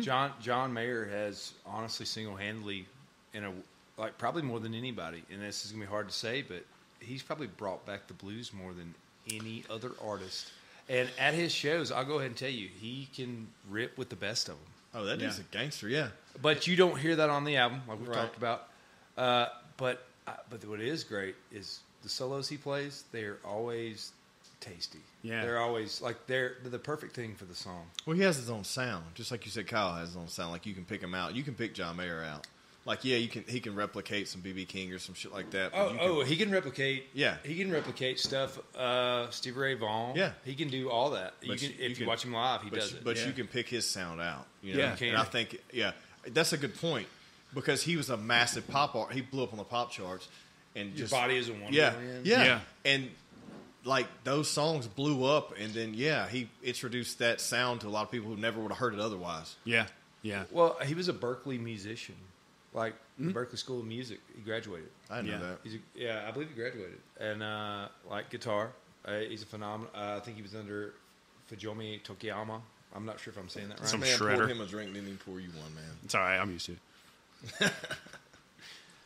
Speaker 2: John John Mayer has honestly single handedly, in a like probably more than anybody, and this is gonna be hard to say, but he's probably brought back the blues more than any other artist. And at his shows, I'll go ahead and tell you, he can rip with the best of them.
Speaker 1: Oh, that dude's
Speaker 3: Yeah.
Speaker 1: a gangster, yeah.
Speaker 2: But you don't hear that on the album, like we
Speaker 1: Right.
Speaker 2: talked about. Uh, but uh, but what is great is the solos he plays. They are always tasty.
Speaker 3: Yeah.
Speaker 2: they're always like they're, they're the perfect thing for the song.
Speaker 1: Well, he has his own sound, just like you said. Kyle has his own sound. Like you can pick him out. You can pick John Mayer out. Like yeah, you can. He can replicate some BB King or some shit like that. but
Speaker 2: Oh,
Speaker 1: you can-
Speaker 2: oh, he can replicate.
Speaker 1: Yeah.
Speaker 2: he can replicate stuff. Uh, Stevie Ray Vaughan.
Speaker 1: Yeah.
Speaker 2: he can do all that. You
Speaker 1: But
Speaker 2: can
Speaker 1: you-
Speaker 2: if
Speaker 1: you
Speaker 2: you,
Speaker 1: can-
Speaker 2: watch him live, he
Speaker 1: but
Speaker 2: does
Speaker 1: you,
Speaker 2: it.
Speaker 1: but
Speaker 3: Yeah.
Speaker 1: you can pick his sound out. You know?
Speaker 3: Yeah.
Speaker 2: You can.
Speaker 1: and I think yeah, that's a good point because he was a massive pop art. He blew up on the pop charts, and
Speaker 2: Your
Speaker 1: just
Speaker 2: body is a wonder.
Speaker 1: yeah,
Speaker 2: man.
Speaker 1: yeah,
Speaker 3: Yeah.
Speaker 1: and like those songs blew up, and then yeah, he introduced that sound to a lot of people who never would have heard it otherwise.
Speaker 3: yeah, yeah.
Speaker 2: Well, he was a Berkeley musician, like Berkeley School of Music. He graduated.
Speaker 1: I know
Speaker 3: Yeah.
Speaker 1: that.
Speaker 2: He's a, yeah, I believe he graduated. And uh, like guitar, uh, he's a phenomenal. Uh, I think he was under Fujomi Tokiyama. I'm not sure if I'm saying that right.
Speaker 3: Some-
Speaker 1: Man
Speaker 3: Shredder.
Speaker 1: poured him a drink, didn't he pour you one, man?
Speaker 3: It's all right. I'm used to it.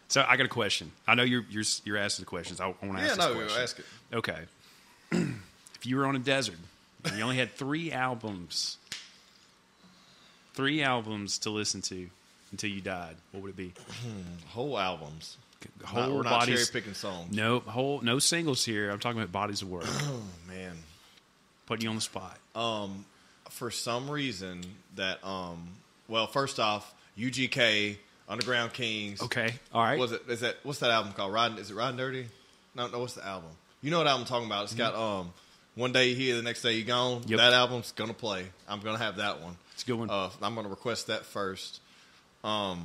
Speaker 3: so I got a question. I know you're you're you're asking the questions. I, want to
Speaker 1: yeah,
Speaker 3: ask. this
Speaker 1: no,
Speaker 3: question.
Speaker 1: ask it.
Speaker 3: Okay. if you were on a desert and you only had three albums, three albums to listen to until you died, what would it be?
Speaker 1: Whole albums.
Speaker 3: Whole
Speaker 1: not, we're not cherry
Speaker 3: bodies.
Speaker 1: picking songs. Oh,
Speaker 3: No whole no singles here. I'm talking about bodies of work.
Speaker 1: Man,
Speaker 3: Putting you on the spot.
Speaker 1: um, for some reason that um, well, first off, UGK, Underground Kings.
Speaker 3: Okay. All right.
Speaker 1: Was it is that what's that album called? Riding is it Riding Dirty? No, no. What's the album? You know what album I'm talking about? It's got um, one day you here, the next day you gone.
Speaker 3: Mm-hmm. Yep.
Speaker 1: That album's gonna play. I'm gonna have that one.
Speaker 3: It's a good one.
Speaker 1: Uh, I'm gonna request that first. Um,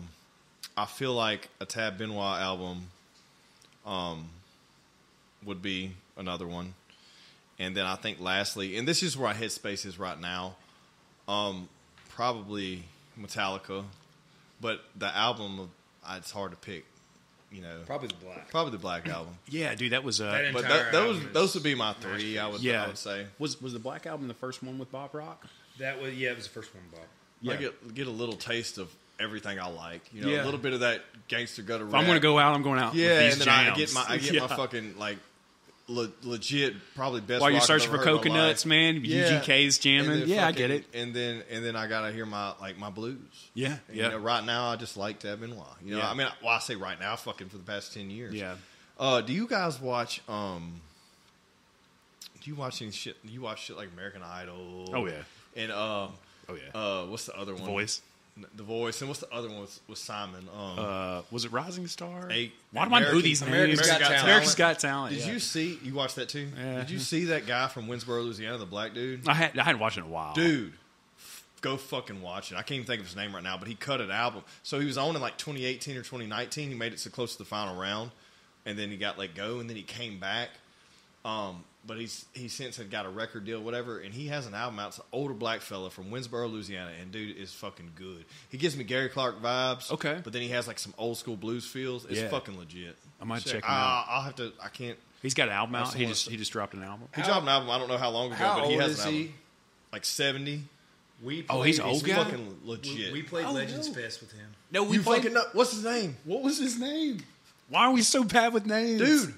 Speaker 1: I feel like a Tab Benoit album, um, would be another one. And then I think lastly, and this is where my headspace is right now, um, probably Metallica, but the album of, it's hard to pick, you know,
Speaker 2: Probably the black.
Speaker 1: probably the Black Album.
Speaker 3: yeah, dude, that was uh,
Speaker 2: That
Speaker 1: But tho-
Speaker 2: Entire
Speaker 1: those
Speaker 2: album is
Speaker 1: those would be my three. I would
Speaker 3: yeah.
Speaker 1: I would say.
Speaker 3: was was the Black Album the first one with Bob Rock?
Speaker 2: That was yeah, it was the first one, Bob.
Speaker 1: I
Speaker 3: Yeah.
Speaker 1: get get a little taste of everything I like. You know, a
Speaker 3: Yeah.
Speaker 1: little bit of that gangster gutter.
Speaker 3: If I'm gonna go out, I'm going out.
Speaker 1: yeah,
Speaker 3: with
Speaker 1: and
Speaker 3: these
Speaker 1: then I
Speaker 3: jams.
Speaker 1: get my I get
Speaker 3: Yeah.
Speaker 1: my fucking like le- legit probably best.
Speaker 3: While you're
Speaker 1: rock I've
Speaker 3: searching
Speaker 1: ever
Speaker 3: for
Speaker 1: heard in my
Speaker 3: coconuts,
Speaker 1: life.
Speaker 3: man, UGK's jamming.
Speaker 1: And then
Speaker 3: Yeah, I
Speaker 1: fucking-
Speaker 3: get it.
Speaker 1: And then and then I gotta hear my like my blues.
Speaker 3: Yeah,
Speaker 1: And,
Speaker 3: yeah.
Speaker 1: You know, right now I just like Tab Benoit. You know,
Speaker 3: Yeah.
Speaker 1: I mean, well, I say right now, fucking for the past ten years.
Speaker 3: Yeah.
Speaker 1: Uh, do you guys watch? um Do you watch any shit? Do you watch shit like American Idol?
Speaker 3: Oh, yeah.
Speaker 1: And um,
Speaker 3: Oh yeah.
Speaker 1: uh, what's the other one?
Speaker 3: Voice.
Speaker 1: N- The Voice. And what's the other one with, with Simon? Um,
Speaker 3: Uh, was it Rising Star?
Speaker 1: Eight-
Speaker 3: Why do I know
Speaker 1: American-
Speaker 3: these names?
Speaker 2: America's Got Talent.
Speaker 3: America's Got Talent.
Speaker 1: did
Speaker 3: yeah.
Speaker 1: you see? You watched that too?
Speaker 3: Yeah.
Speaker 1: Did you see that guy from Winsboro, Louisiana, the black dude?
Speaker 3: I had I hadn't watched it in a while,
Speaker 1: dude f- go fucking watch it i can't even think of his name right now but he cut an album so he was on in like 2018 or 2019 he made it so close to the final round and then he got let go and then he came back Um, but he's he since had got a record deal, whatever, and he has an album out. It's an older black fella from Winsboro, Louisiana, and dude is fucking good. He gives me Gary Clark vibes.
Speaker 3: Okay.
Speaker 1: but then he has like some old school blues feels. It's
Speaker 3: Yeah.
Speaker 1: fucking legit.
Speaker 3: I might check him
Speaker 1: I,
Speaker 3: out.
Speaker 1: I'll have to. I can't.
Speaker 3: He's got an album out.
Speaker 1: That's the
Speaker 3: He
Speaker 1: one.
Speaker 3: just he just dropped an album.
Speaker 1: He
Speaker 2: How-
Speaker 1: dropped an album. I don't know how long ago,
Speaker 2: How
Speaker 1: but he
Speaker 2: old
Speaker 1: has
Speaker 2: is
Speaker 1: an album.
Speaker 2: he?
Speaker 1: Like seventy.
Speaker 2: We
Speaker 3: Oh, he's an
Speaker 2: played-
Speaker 3: old
Speaker 1: He's
Speaker 3: guy?
Speaker 1: fucking legit.
Speaker 2: We, we played
Speaker 3: Oh,
Speaker 2: Legends
Speaker 3: no.
Speaker 2: Fest with him.
Speaker 3: No,
Speaker 1: you fucking know, what's his name?
Speaker 3: What was his name? Why are we so bad with names,
Speaker 1: Dude.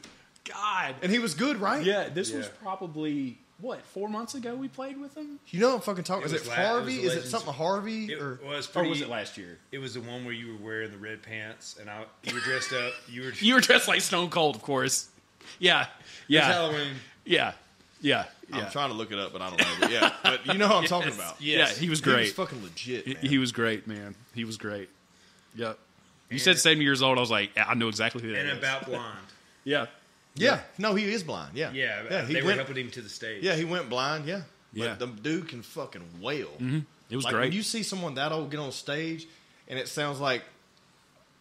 Speaker 3: God.
Speaker 1: And he was good, right?
Speaker 3: Yeah, this was
Speaker 2: Yeah.
Speaker 3: probably what four months ago we played with him,
Speaker 1: You know what I'm fucking talking.
Speaker 2: It
Speaker 1: Is
Speaker 2: was
Speaker 1: it
Speaker 2: la- it was
Speaker 1: Harvey?
Speaker 2: the
Speaker 1: is it
Speaker 2: Legends-
Speaker 1: something Harvey?
Speaker 2: It
Speaker 1: or
Speaker 2: was pretty.
Speaker 3: or was it last year?
Speaker 2: It was the one where you were wearing the red pants, and I you were dressed up. You were
Speaker 3: You were dressed like Stone Cold, of course. Yeah,
Speaker 2: It was
Speaker 3: yeah,
Speaker 2: Halloween.
Speaker 3: yeah, yeah. yeah.
Speaker 1: I'm trying to look it up, but I don't know. But yeah, but you know what I'm talking about.
Speaker 3: Yeah, he was great.
Speaker 1: He was fucking legit.
Speaker 3: He-
Speaker 1: Man.
Speaker 3: He was great, man. He was great. Yep. You
Speaker 2: And-
Speaker 3: said seven years old. I was like, I know exactly who that
Speaker 2: and
Speaker 3: is.
Speaker 2: about blonde.
Speaker 3: yeah,
Speaker 1: yeah. no, he is blind. Yeah,
Speaker 2: Yeah,
Speaker 1: yeah.
Speaker 2: uh,
Speaker 1: He
Speaker 2: they were
Speaker 1: went.
Speaker 2: helping him to the stage.
Speaker 1: yeah, he went blind. Yeah, but
Speaker 3: Yeah. Mm-hmm.
Speaker 1: the dude can fucking wail.
Speaker 3: it was
Speaker 1: like
Speaker 3: great.
Speaker 1: when you see someone that old get on stage, and it sounds like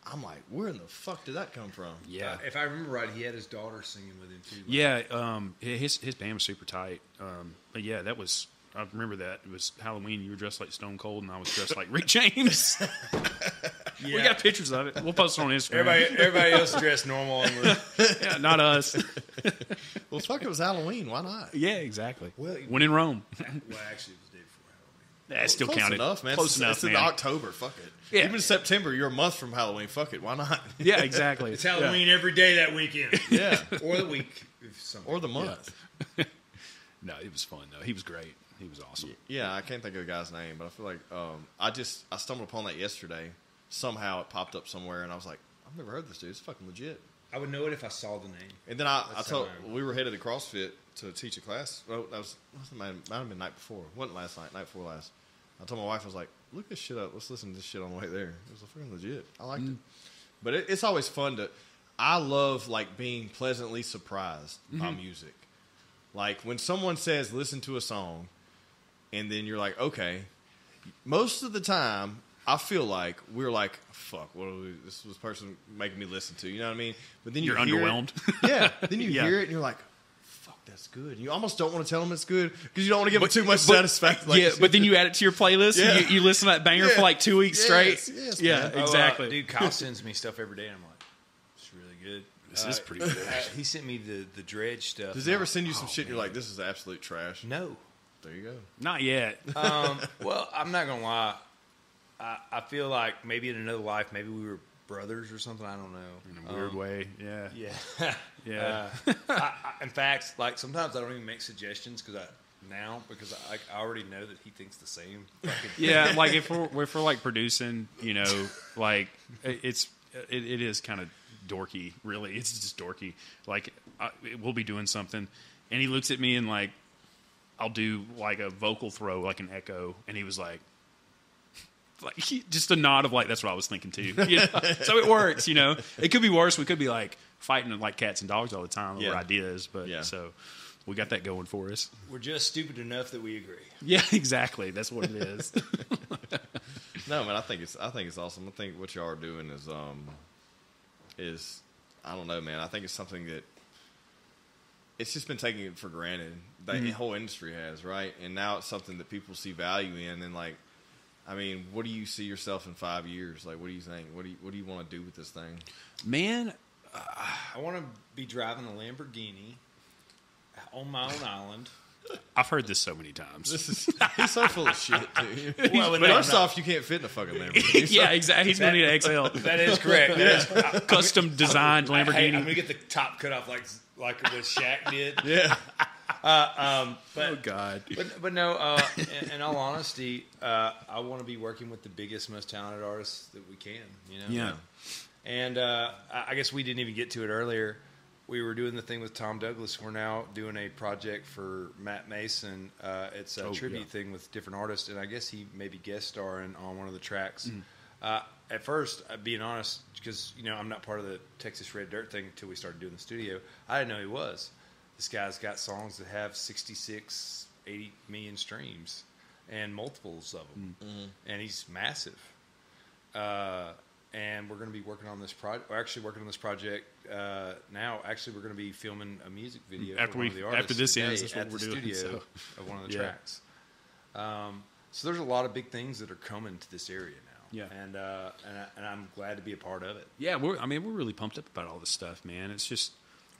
Speaker 1: I'm like, where in the fuck did that come from?
Speaker 3: yeah,
Speaker 2: Uh, if I remember right, he had his daughter singing with him too. like-
Speaker 3: yeah. Um, his his band was super tight. Um, but yeah, that was. I remember that it was Halloween. You were dressed like Stone Cold, and I was dressed like Rick James.
Speaker 2: yeah.
Speaker 3: We got pictures of it. We'll post it on Instagram.
Speaker 2: everybody, everybody else dressed normal. And we're,
Speaker 3: Yeah, not us.
Speaker 1: Well, fuck, it was Halloween. Why not?
Speaker 3: Yeah, exactly.
Speaker 2: Well,
Speaker 3: when in Rome,
Speaker 2: well, actually, it was the day before Halloween.
Speaker 3: that still
Speaker 1: Close
Speaker 3: counted.
Speaker 1: enough, man.
Speaker 3: Close
Speaker 1: it's,
Speaker 3: enough,
Speaker 1: It's in
Speaker 3: man.
Speaker 1: October. Fuck it.
Speaker 3: Yeah.
Speaker 1: Even September, you're a month from Halloween. Fuck it. Why not?
Speaker 3: yeah, exactly.
Speaker 2: It's Halloween every day that weekend,
Speaker 1: yeah.
Speaker 2: or the week, if something.
Speaker 1: Or the month.
Speaker 3: No, it was fun though. He was great. He was awesome.
Speaker 1: Yeah, I can't think of the guy's name, but I feel like um, I just I stumbled upon that yesterday. Somehow it popped up somewhere, and I was like, I've never heard of this dude. It's fucking legit.
Speaker 2: I would know it if I saw the name.
Speaker 1: And then I, I
Speaker 2: That's
Speaker 1: told
Speaker 2: how I-
Speaker 1: we were headed to CrossFit to teach a class. Oh, that was must have been- might have been night before. wasn't last night. Night before last. I told my wife I was like, look this shit up. Let's listen to this shit on the way there. It was fucking legit. I liked
Speaker 3: Mm.
Speaker 1: it. But it, it's always fun to. I love like being pleasantly surprised by
Speaker 3: Mm-hmm.
Speaker 1: music. Like when someone says, "Listen to a song," and then you're like, okay. Most of the time, I feel like we're like, fuck, what are we, this was person making me listen to. You know what I mean? But then you
Speaker 3: You're
Speaker 1: hear it-
Speaker 3: underwhelmed.
Speaker 1: yeah. Then you
Speaker 3: Yeah.
Speaker 1: hear it and you're like, fuck, that's good. You almost don't want to tell them it's good because you don't want to give
Speaker 3: But-
Speaker 1: them too much
Speaker 3: but-
Speaker 1: satisfaction. Like,
Speaker 3: yeah, but then you add it to your playlist.
Speaker 1: Yeah.
Speaker 3: And you, you listen to that banger
Speaker 1: Yeah.
Speaker 3: for like two weeks
Speaker 1: Yes,
Speaker 3: straight.
Speaker 1: yes,
Speaker 3: yeah,
Speaker 1: man.
Speaker 2: Oh, uh,
Speaker 3: exactly.
Speaker 2: dude, Kyle sends me stuff every day, and I'm like, it's really good.
Speaker 3: This is pretty good.
Speaker 2: uh, he sent me the the dredge stuff.
Speaker 1: does
Speaker 2: and
Speaker 1: he
Speaker 2: I'm
Speaker 1: ever
Speaker 2: like,
Speaker 1: send you some
Speaker 2: "Oh,
Speaker 1: shit? and You're
Speaker 2: man."
Speaker 1: like, this is absolute trash.
Speaker 2: no.
Speaker 1: There you go.
Speaker 3: Not yet.
Speaker 2: um, well, I'm not gonna lie. I, I feel like maybe in another life, maybe we were brothers or something. I don't know.
Speaker 3: In a weird way. Yeah.
Speaker 2: Yeah,
Speaker 3: Yeah.
Speaker 2: Uh, I, I, in fact, like sometimes I don't even make suggestions because I now because I, I already know that he thinks the same. Fucking,
Speaker 3: Yeah, like if we're if we're like producing, you know, like it- it's it, it is kind of dorky, really. It's just dorky. Like I, we'll be doing something, and he looks at me and like I'll do like a vocal throw, like an echo, and he was like. Like he, just a nod of like that's what I was thinking too. You know? so it works, you know. It could be worse. We could be like fighting like cats and dogs all the time over
Speaker 1: Yeah.
Speaker 3: ideas, but
Speaker 1: Yeah.
Speaker 3: so we got that going for us.
Speaker 2: we're just stupid enough that we agree.
Speaker 3: Yeah, exactly. That's what it is.
Speaker 1: No, man, I think it's I think it's awesome. I think what y'all are doing is um is I don't know, man. I think it's something that it's just been taking it for granted. That
Speaker 3: Mm-hmm.
Speaker 1: the whole industry has, right? And now it's something that people see value in and like I mean, what do you see yourself in five years? Like what do you think? What do you what do you want to do with this thing?
Speaker 3: Man,
Speaker 2: I want to be driving a Lamborghini on my own island.
Speaker 3: I've heard this so many times.
Speaker 1: This is he's so full of shit, dude.
Speaker 2: Well,
Speaker 1: but
Speaker 2: no,
Speaker 1: first
Speaker 2: no.
Speaker 1: off, you can't fit in a fucking Lamborghini.
Speaker 3: yeah, exactly. He's gonna need an XL,
Speaker 2: That is correct. That is-
Speaker 3: custom designed
Speaker 2: Hey, I'm
Speaker 3: Lamborghini.
Speaker 2: gonna get the top cut off like like what Shaq did.
Speaker 1: Yeah.
Speaker 2: Um, but
Speaker 3: Oh God,
Speaker 2: But, but no, uh, in, in all honesty, uh, I want to be working with the biggest, most talented artists that we can. You know.
Speaker 3: yeah,
Speaker 2: And uh, I I guess we didn't even get to it earlier. We were doing the thing with Tom Douglas. We're now doing a project for Matt Mason. Uh, it's a
Speaker 3: Oh,
Speaker 2: tribute
Speaker 3: yeah.
Speaker 2: thing with different artists, and I guess he may be guest starring on one of the tracks.
Speaker 3: Mm-hmm.
Speaker 2: Uh, at first, uh, being honest, because you know I'm not part of the Texas Red Dirt thing until we started doing the studio. I didn't know he was. This guy's got songs that have 66, 80 million streams,
Speaker 3: Mm-hmm.
Speaker 2: and multiples of them, and he's massive uh, and we're going to be working on this project. We're actually working on this project uh, now. Actually, we're going to be filming a music video
Speaker 3: After
Speaker 2: for one
Speaker 3: we-
Speaker 2: of the
Speaker 3: after
Speaker 2: artists
Speaker 3: this
Speaker 2: today
Speaker 3: ends, that's what
Speaker 2: at
Speaker 3: we're
Speaker 2: the
Speaker 3: doing,
Speaker 2: studio
Speaker 3: so.
Speaker 2: of one of the
Speaker 3: Yeah.
Speaker 2: tracks. Um, so there's a lot of big things that are coming to this area now.
Speaker 3: Yeah.
Speaker 2: and uh, and, I, and I'm glad to be a part of it.
Speaker 3: Yeah, we're, I mean, we're really pumped up about all this stuff, man. It's just,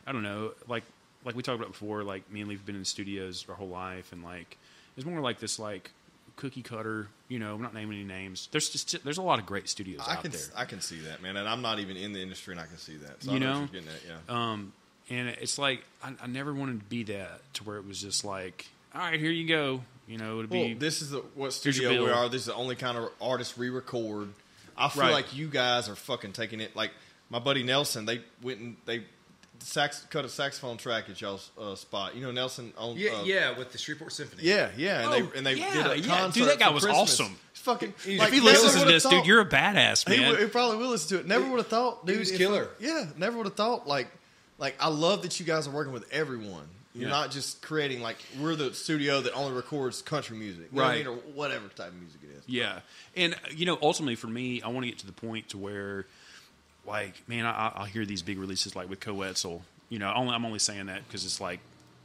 Speaker 3: I don't know, like like we talked about before. Like me and Lee've been in studios our whole life, and like it's more like this like cookie cutter. You know, I'm not naming any names. There's just there's a lot of great studios
Speaker 1: I
Speaker 3: out
Speaker 1: can
Speaker 3: there.
Speaker 1: I can see that, man, and I'm not even in the industry, and I can see that. So
Speaker 3: You
Speaker 1: I know,
Speaker 3: know?
Speaker 1: what you're getting at, yeah.
Speaker 3: Um, and it's like I, I never wanted to be that to where it was just like, all right, here you go. You know, it'd
Speaker 1: Well,
Speaker 3: be
Speaker 1: this is the, what
Speaker 3: your
Speaker 1: studio we
Speaker 3: bill.
Speaker 1: are. This is the only kind of artist we record. I feel
Speaker 3: Right.
Speaker 1: like you guys are fucking taking it. Like my buddy Nelson, they went and they sax cut a saxophone track at y'all's uh, spot. You know Nelson on
Speaker 2: Yeah,
Speaker 1: uh,
Speaker 2: yeah, with the Shreveport Symphony.
Speaker 1: yeah, yeah, and
Speaker 3: Oh,
Speaker 1: they and they
Speaker 3: yeah,
Speaker 1: did a
Speaker 3: yeah.
Speaker 1: concert.
Speaker 3: Dude, that guy
Speaker 1: for
Speaker 3: was
Speaker 1: Christmas.
Speaker 3: awesome.
Speaker 1: It's fucking.
Speaker 3: if
Speaker 1: like,
Speaker 3: he
Speaker 1: never
Speaker 3: listens to
Speaker 1: would've
Speaker 3: this, dude,
Speaker 1: thought-
Speaker 3: you're a badass,
Speaker 1: He,
Speaker 3: man.
Speaker 1: would- he probably will listen to it. Never would have thought,
Speaker 2: he
Speaker 1: dude.
Speaker 2: was
Speaker 1: if-
Speaker 2: killer.
Speaker 1: yeah, never would have thought. Like, like I love that you guys are working with everyone. You're
Speaker 3: Yeah.
Speaker 1: not just creating like we're the studio that only records country music, you know what I
Speaker 3: Right.
Speaker 1: mean, or whatever type of music it is.
Speaker 3: Yeah, and uh, you know, ultimately for me, I want to get to the point to where, like, man, I, I- I'll hear these big releases like with Coetzel. You know, only, I'm only saying that because it's like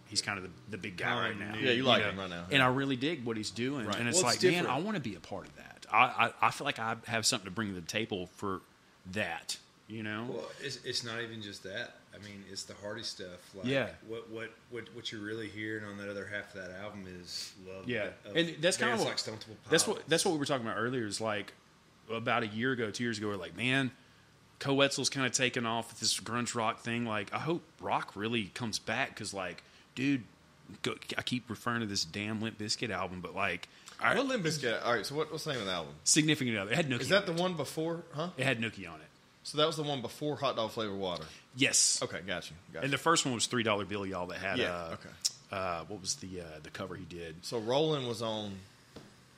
Speaker 3: he's kind of the, the big guy
Speaker 2: Oh,
Speaker 3: right now.
Speaker 2: yeah,
Speaker 1: you like
Speaker 3: know?
Speaker 1: him right now.
Speaker 3: and I really dig what he's doing.
Speaker 1: Right.
Speaker 3: And it's
Speaker 2: Well,
Speaker 3: like,
Speaker 2: it's
Speaker 3: man,
Speaker 2: different.
Speaker 3: I want to be a part of that. I, I I feel like I have something to bring to the table for that. You know,
Speaker 2: Well, it's, it's not even just that. I mean, it's the Hardy stuff. Like,
Speaker 3: Yeah.
Speaker 2: What what what what you're really hearing on that other half of that album is love.
Speaker 3: Yeah,
Speaker 2: of
Speaker 3: and that's kind of
Speaker 2: bands
Speaker 3: what,
Speaker 2: like Stone Temple
Speaker 3: That's what
Speaker 2: Pilots.
Speaker 3: that's what we were talking about earlier. Is like about a year ago, two years ago, we are like, man, Coetzel's kind of taken off with this grunge rock thing. Like, I hope rock really comes back because, like, dude, go, I keep referring to this damn Limp Bizkit album, but like, I-
Speaker 1: What Limp Bizkit? All right, so what, what's the name of the album?
Speaker 3: significant other. It had Nookie.
Speaker 1: Is that
Speaker 3: on
Speaker 1: the
Speaker 3: it.
Speaker 1: one before? Huh?
Speaker 3: It had Nookie on it.
Speaker 1: So that was the one before Hot Dog Flavored Water.
Speaker 3: Yes.
Speaker 1: Okay, got you. Got
Speaker 3: And
Speaker 1: you.
Speaker 3: the first one was three dollar bill, y'all. That had
Speaker 1: Yeah,
Speaker 3: uh,
Speaker 1: okay.
Speaker 3: uh, what was the uh, the cover he did?
Speaker 1: so Roland was on.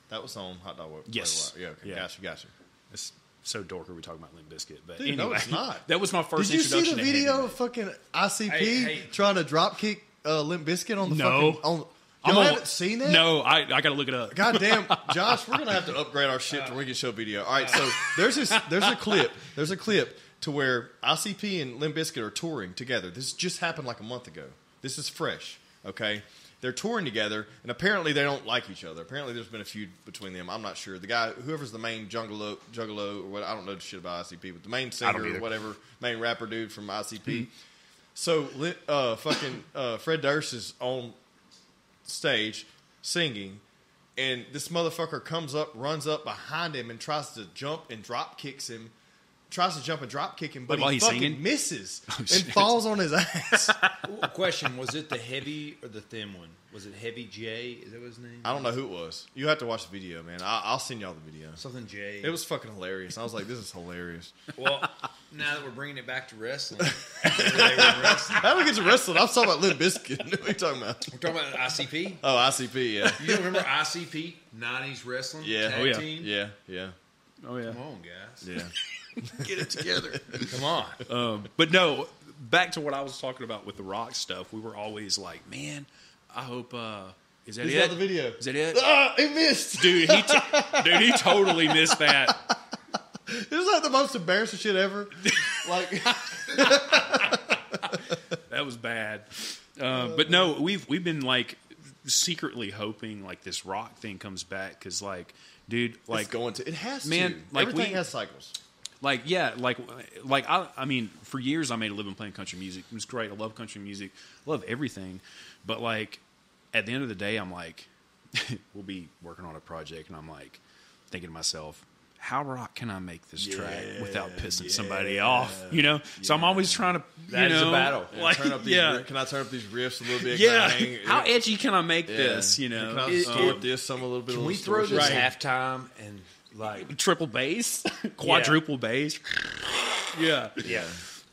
Speaker 1: That was on Hot Dog Flavored
Speaker 3: Yes.
Speaker 1: Water. Yeah. Okay.
Speaker 3: Yeah.
Speaker 1: Got you. Got you.
Speaker 3: It's so dorky. We're talking about Limp Bizkit, but
Speaker 1: Dude, no,
Speaker 3: anyway,
Speaker 1: it's not.
Speaker 3: that was my first.
Speaker 1: Did you see
Speaker 3: introduction
Speaker 1: the
Speaker 3: to heavy
Speaker 1: video
Speaker 3: metal.
Speaker 1: of fucking ICP
Speaker 2: Hey, hey.
Speaker 1: trying to dropkick uh, Limp Bizkit on the
Speaker 3: No.
Speaker 1: fucking? On,
Speaker 3: I'm
Speaker 1: y'all
Speaker 3: a-
Speaker 1: haven't seen that?
Speaker 3: No, I, I got to look it up.
Speaker 1: God damn, Josh, we're gonna have to upgrade our shit to we can show video. All right, so there's this, there's a clip, there's a clip to where ICP and Limp Bizkit are touring together. This just happened like a month ago. This is fresh, okay? They're touring together, and apparently they don't like each other. Apparently there's been a feud between them. I'm not sure. The guy, whoever's the main Juggalo, Juggalo, or what I don't know shit about ICP, but the main singer
Speaker 3: either.
Speaker 1: or whatever, main rapper dude from ICP. So li- uh, fucking uh, Fred Durst is on stage singing, and this motherfucker comes up, runs up behind him, and tries to jump and drop kicks him. Tries to jump and drop kick him, but
Speaker 3: While
Speaker 1: he
Speaker 3: he's
Speaker 1: fucking
Speaker 3: singing? Oh,
Speaker 1: misses and
Speaker 3: serious.
Speaker 1: falls on his ass.
Speaker 2: Well, question was it the heavy or the thin one? Was it Heavy J? Is that what his name?
Speaker 1: I don't know who it was. You have to watch the video, man. I- I'll send y'all the video.
Speaker 2: Something J.
Speaker 1: It was fucking hilarious. I was like, this is hilarious.
Speaker 2: well. Now that we're bringing it back to wrestling, they were wrestling.
Speaker 1: How do we get to wrestling? I'm talking about Limp Bizkit. what are you talking about?
Speaker 2: we're talking about ICP.
Speaker 1: Oh, ICP, yeah.
Speaker 2: You don't remember ICP '90s wrestling
Speaker 1: Yeah.
Speaker 2: tag
Speaker 1: Oh,
Speaker 3: yeah.
Speaker 2: team?
Speaker 1: Yeah, yeah,
Speaker 3: Oh yeah.
Speaker 2: Come on, guys,
Speaker 1: yeah.
Speaker 2: get it together. Come on.
Speaker 3: Um, but no, back to what I was talking about with the rock stuff. We were always like, man, I hope. Uh, is that
Speaker 1: He's
Speaker 3: it?
Speaker 1: got the video.
Speaker 3: Is that it?
Speaker 1: Ah, he missed.
Speaker 3: dude, he t- dude, he totally missed that.
Speaker 1: It was like the most embarrassing shit ever. Like,
Speaker 3: That was bad. Uh, but no, we've we've been like secretly hoping like this rock thing comes back because like, dude,
Speaker 1: like
Speaker 3: like
Speaker 1: going to it has
Speaker 3: Man,
Speaker 1: to.
Speaker 3: like,
Speaker 1: Everything
Speaker 3: we-
Speaker 1: has cycles.
Speaker 3: like yeah like like I, I mean for years i made a living playing country music it was great i love country music love everything but like at the end of the day i'm like we'll be working on a project and i'm like thinking to myself how rock can i make this track without pissing somebody off you know so i'm always trying to
Speaker 2: That
Speaker 3: you
Speaker 2: is a
Speaker 3: know,
Speaker 2: battle. Yeah,
Speaker 3: like,
Speaker 1: turn up these,
Speaker 3: yeah
Speaker 1: ri- Can I turn up these riffs a little bit? Can
Speaker 3: yeah
Speaker 1: I hang-
Speaker 3: how edgy can i make
Speaker 1: Yeah.
Speaker 3: this you
Speaker 1: Can I
Speaker 3: know
Speaker 2: It-
Speaker 1: start
Speaker 2: it-
Speaker 1: this? Some a little bit.
Speaker 2: Can
Speaker 1: of
Speaker 2: we throw this
Speaker 3: Right.
Speaker 2: halftime and like
Speaker 3: triple bass quadruple bass yeah
Speaker 2: yeah?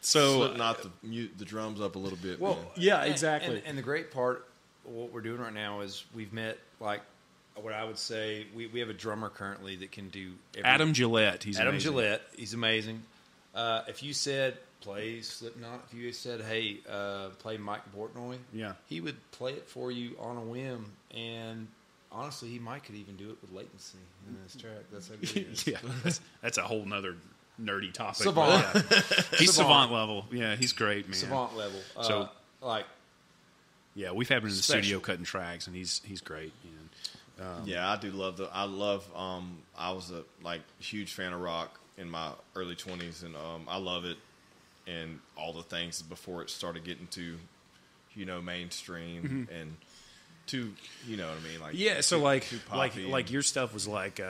Speaker 3: so
Speaker 1: not the mute the drums up a little bit.
Speaker 2: Well,
Speaker 1: man.
Speaker 3: yeah
Speaker 2: and-
Speaker 3: exactly
Speaker 2: And, and the great part, of what we're doing right now is we've met like what I would say we, we have a drummer currently that can do every,
Speaker 3: Adam Gillette. He's
Speaker 2: Adam
Speaker 3: amazing.
Speaker 2: Gillette. He's amazing. Uh, if you said play Slipknot, if you said hey uh, play Mike Portnoy,
Speaker 3: Yeah.
Speaker 2: he would play it for you on a whim and. Honestly, he might could even do it with latency in this track. That's how good it is.
Speaker 3: yeah, that's, that's a whole nother nerdy topic.
Speaker 2: Savant.
Speaker 3: but yeah. he's savant.
Speaker 2: Savant.
Speaker 3: level. Yeah, he's great, man.
Speaker 2: savant level. Uh,
Speaker 3: So-
Speaker 2: like,
Speaker 3: Yeah, we've had him in the
Speaker 2: Special.
Speaker 3: studio cutting tracks, and he's he's great. Man.
Speaker 1: yeah, I do love the. I love. Um, I was a like huge fan of rock in my early twenties, and um, I love it, and all the things before it started getting to, you know, mainstream
Speaker 2: Mm-hmm.
Speaker 1: and to, you know what I mean, like
Speaker 3: Yeah, so
Speaker 1: too-
Speaker 3: like
Speaker 1: too
Speaker 3: like
Speaker 1: poppy
Speaker 3: like
Speaker 1: and-
Speaker 3: your stuff was like uh,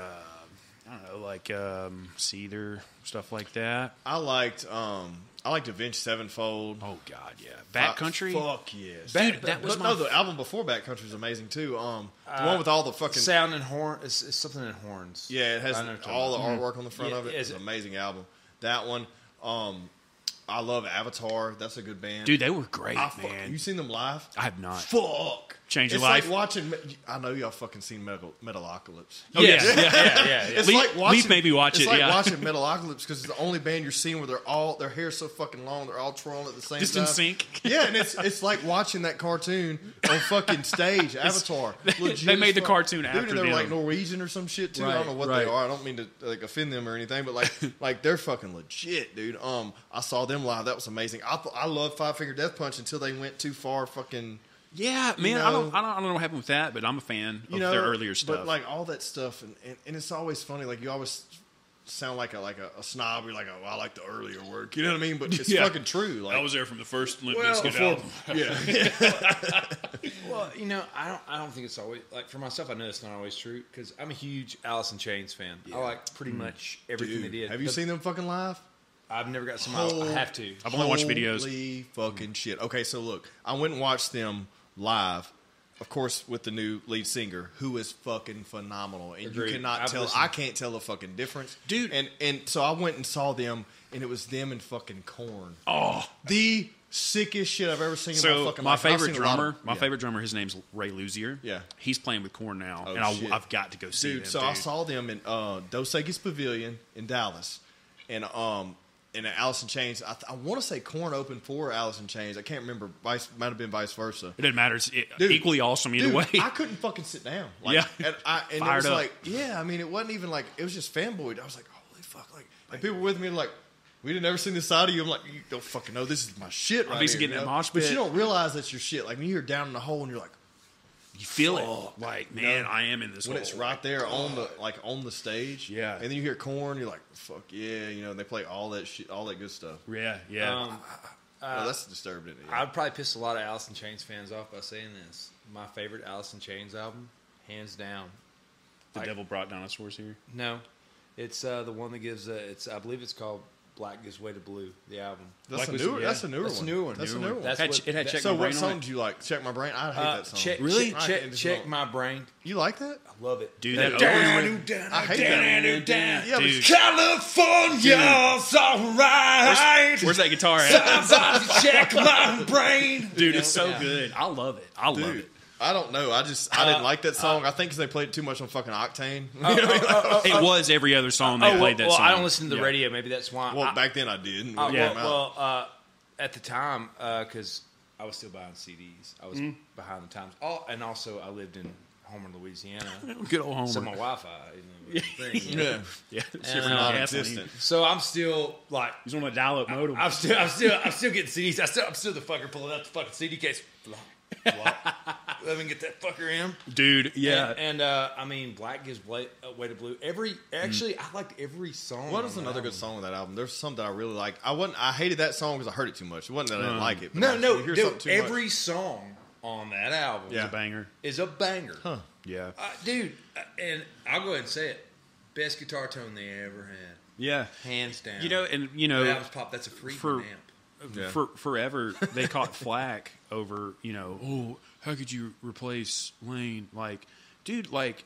Speaker 3: I don't know, like um, Seether stuff like that.
Speaker 1: I liked. Um, I liked Avenged Sevenfold.
Speaker 3: Oh God, yeah, Backcountry.
Speaker 1: Uh, Fuck yes,
Speaker 3: Back- Dude, that was
Speaker 1: but
Speaker 3: my-
Speaker 1: no, the album before Backcountry is amazing too. Um,
Speaker 2: Uh,
Speaker 1: the one with all the fucking
Speaker 2: sound and horn. It's, it's something in horns.
Speaker 1: Yeah, it has
Speaker 2: I know what you're
Speaker 1: all the
Speaker 2: talking
Speaker 1: artwork on the front
Speaker 2: Yeah,
Speaker 1: of it.
Speaker 2: is
Speaker 1: It's an
Speaker 2: it-
Speaker 1: amazing album. That one, um, I love Avatar. That's a good band,
Speaker 3: Dude, they were great,
Speaker 1: I fuck-
Speaker 3: man.
Speaker 1: you seen them live?
Speaker 3: I have not.
Speaker 1: Fuck,
Speaker 3: Change your
Speaker 1: it's
Speaker 3: life?
Speaker 1: Like watching, Me- I know y'all fucking seen Metal Metalocalypse.
Speaker 3: Oh, yeah,
Speaker 2: Yes.
Speaker 3: yeah, yeah, yeah.
Speaker 1: It's
Speaker 3: Leaf-
Speaker 1: like watching,
Speaker 3: Leaf made me watch
Speaker 1: it's
Speaker 3: it,
Speaker 1: like
Speaker 3: yeah.
Speaker 1: watching Metalocalypse because it's the only band you're seeing where they're all their hair's so fucking long, they're all twirling at the same
Speaker 3: Just
Speaker 1: time.
Speaker 3: in sync.
Speaker 1: Yeah, and it's it's like watching that cartoon on fucking stage, Avatar. Legit
Speaker 3: they made
Speaker 1: as
Speaker 3: the
Speaker 1: fuck.
Speaker 3: cartoon
Speaker 1: Dude,
Speaker 3: after
Speaker 1: and they're
Speaker 3: them.
Speaker 1: like Norwegian or some shit too. I
Speaker 3: Right,
Speaker 1: don't know what
Speaker 3: right.
Speaker 1: they are. I don't mean to like offend them or anything, but like like they're fucking legit, dude. Um, I saw them live. That was amazing. I th- I love Five Finger Death Punch until they went too far. Fucking
Speaker 3: Yeah,
Speaker 1: You
Speaker 3: man. I don't
Speaker 1: know-
Speaker 3: I don't I don't know what happened with that, but I'm a fan
Speaker 1: you
Speaker 3: of
Speaker 1: know
Speaker 3: their earlier stuff.
Speaker 1: But like all that stuff, and, and, and it's always funny. Like you always sound like a like a, a snob. You're like, oh, I like the earlier work. You know what I mean? But it's
Speaker 3: Yeah.
Speaker 1: fucking true. Like
Speaker 3: there from the first Limp
Speaker 1: well, before, yeah.
Speaker 2: Well, you know, I don't. I don't think it's always like for myself. I know it's not always true because I'm a huge Alice in Chains fan. I like pretty much everything
Speaker 1: Mm. Dude,
Speaker 2: they did.
Speaker 1: Have you
Speaker 2: The-
Speaker 1: seen them fucking live?
Speaker 2: I've never got some. I- I have to.
Speaker 3: I've only watched videos.
Speaker 1: Holy fucking shit. Okay, so look, I went and watched them live. Of course, with the new lead singer, who is fucking phenomenal, and
Speaker 2: Agreed.
Speaker 1: you cannot
Speaker 2: I've
Speaker 1: tell.
Speaker 2: listened.
Speaker 1: I can't tell the fucking difference,
Speaker 3: Dude.
Speaker 1: And and so I went and saw them, and it was them and fucking corn.
Speaker 3: Oh,
Speaker 1: The sickest shit I've ever seen. in my
Speaker 3: so
Speaker 1: fucking
Speaker 3: my
Speaker 1: life. and I've
Speaker 3: favorite
Speaker 1: seen a lot of-
Speaker 3: drummer, my
Speaker 1: yeah.
Speaker 3: favorite drummer, his name's Ray Luzier.
Speaker 1: Yeah.
Speaker 3: he's playing with Corn now,
Speaker 1: Oh,
Speaker 3: and I,
Speaker 1: shit.
Speaker 3: I've got to go see
Speaker 1: dude.
Speaker 3: them,
Speaker 1: so I saw them in uh, Dos Equis Pavilion in Dallas, and um, and at Alice in Chains. I, th- I want to say Corn opened for Alice in Chains. I can't remember. Vice might have been vice versa.
Speaker 3: It doesn't matter. It's it,
Speaker 1: Dude,
Speaker 3: equally awesome either
Speaker 1: Dude,
Speaker 3: way.
Speaker 1: I couldn't fucking sit down. Like,
Speaker 3: Yeah.
Speaker 1: and, I, and it
Speaker 3: Fired
Speaker 1: was
Speaker 3: up.
Speaker 1: like, yeah. I mean, it wasn't even like it was just fanboyed. I was like, holy fuck! Like, and people with me were like. We didn't ever seen this side of you. I'm like, you don't fucking know. This is my shit. Right
Speaker 3: used to
Speaker 1: here,
Speaker 3: getting
Speaker 1: you
Speaker 3: in
Speaker 1: know?
Speaker 3: a mosh
Speaker 1: but
Speaker 3: pit.
Speaker 1: you don't realize that's your shit. Like when you're down in the hole and you're like,
Speaker 3: you feel
Speaker 1: Fuck,
Speaker 3: it, like
Speaker 1: no.
Speaker 3: man, I am in this.
Speaker 1: when
Speaker 3: hole.
Speaker 1: it's right there on the like on the stage.
Speaker 3: Yeah.
Speaker 1: And then you hear corn, you're like, fuck yeah, you know, and they play all that shit all that good stuff.
Speaker 3: Yeah, yeah.
Speaker 2: Um,
Speaker 1: no, that's disturbing. Yeah.
Speaker 2: I'd probably piss a lot of Alice in Chains fans off by saying this. My favorite Alice in Chains album, hands down.
Speaker 3: the
Speaker 2: I-
Speaker 3: devil brought dinosaurs here.
Speaker 2: No, it's uh, the one that gives. Uh, it's I believe it's called Black Gives Way to Blue. The album.
Speaker 1: that's,
Speaker 3: like
Speaker 1: a
Speaker 3: we
Speaker 1: newer,
Speaker 3: said, yeah.
Speaker 1: that's a newer
Speaker 2: That's a
Speaker 1: one.
Speaker 2: newer one.
Speaker 1: That's
Speaker 2: Newer
Speaker 1: a newer one.
Speaker 2: one. That's
Speaker 3: It had,
Speaker 2: what-
Speaker 3: ch- it had
Speaker 2: that-
Speaker 3: check
Speaker 1: so
Speaker 3: my
Speaker 1: what
Speaker 3: brain on
Speaker 1: song
Speaker 3: it.
Speaker 1: do you like? Check my brain. I hate
Speaker 2: Uh,
Speaker 1: that song.
Speaker 2: Check,
Speaker 3: Really?
Speaker 2: Check,
Speaker 1: I-
Speaker 2: check, check
Speaker 1: it's
Speaker 2: my brain.
Speaker 1: You like that?
Speaker 2: I love it,
Speaker 3: Dude, that
Speaker 2: down,
Speaker 3: opening-
Speaker 2: down,
Speaker 1: I hate that.
Speaker 2: down, down, down.
Speaker 1: Yeah,
Speaker 3: Dude.
Speaker 2: California's alright.
Speaker 3: Where's that guitar at?
Speaker 2: Sometimes you check my brain.
Speaker 3: Dude, it's so
Speaker 2: Yeah.
Speaker 3: good. I love it. I
Speaker 1: but
Speaker 3: love
Speaker 1: dude,
Speaker 3: it.
Speaker 1: I don't know. I just I didn't
Speaker 2: Uh,
Speaker 1: like that song. I think because they played it too much on fucking Octane. Oh,
Speaker 3: It was every other song they
Speaker 2: oh, well,
Speaker 3: played that
Speaker 2: well,
Speaker 3: song.
Speaker 2: I don't listen to the
Speaker 3: Yeah.
Speaker 2: radio. Maybe that's why.
Speaker 1: well,
Speaker 2: I,
Speaker 1: back then I did.
Speaker 2: I-
Speaker 1: When it
Speaker 3: yeah.
Speaker 1: came out.
Speaker 2: uh, well, well, uh, at the time, because I was still buying CDs, I was
Speaker 1: Mm-hmm.
Speaker 2: behind the times. All, and also, I lived in Homer, Louisiana,
Speaker 3: Good old Homer.
Speaker 2: so my Wi-Fi. You know, was a thing, you know.
Speaker 1: yeah,
Speaker 3: yeah,
Speaker 2: And, uh,
Speaker 1: non-existent.
Speaker 2: So I'm still like
Speaker 3: He's on a dial-up modem.
Speaker 2: I'm still, I'm still, I'm still getting CDs. I still, I'm still the fucker pulling out the fucking CD case. Blah, blah. Let me get that fucker in.
Speaker 3: Dude, yeah.
Speaker 2: and, and, uh, I mean, Black gives way, uh, way to blue. Every actually, I liked every song.
Speaker 1: Mm. What
Speaker 2: on
Speaker 1: is
Speaker 2: that
Speaker 1: another
Speaker 2: album.
Speaker 1: good song on that album? There's some that I really like. I wasn't. I hated that song because I heard it too much. It wasn't that I didn't like it. but
Speaker 2: Uh, No,
Speaker 1: like,
Speaker 2: no,
Speaker 1: you hear something
Speaker 2: dude.
Speaker 1: too much-
Speaker 2: Every song on that album
Speaker 1: Yeah.
Speaker 3: banger.
Speaker 2: is a banger,
Speaker 1: Huh.
Speaker 3: Yeah.
Speaker 2: uh, dude. Uh, and I'll go ahead and say it: best guitar tone they ever had,
Speaker 3: Yeah.
Speaker 2: hands down.
Speaker 3: You know, and you
Speaker 2: that
Speaker 3: know,
Speaker 2: album's pop. That's a free
Speaker 3: for-
Speaker 2: amp.
Speaker 1: Yeah.
Speaker 3: for, forever they caught flack over, you know, oh, how could you replace Lane? Like, dude, like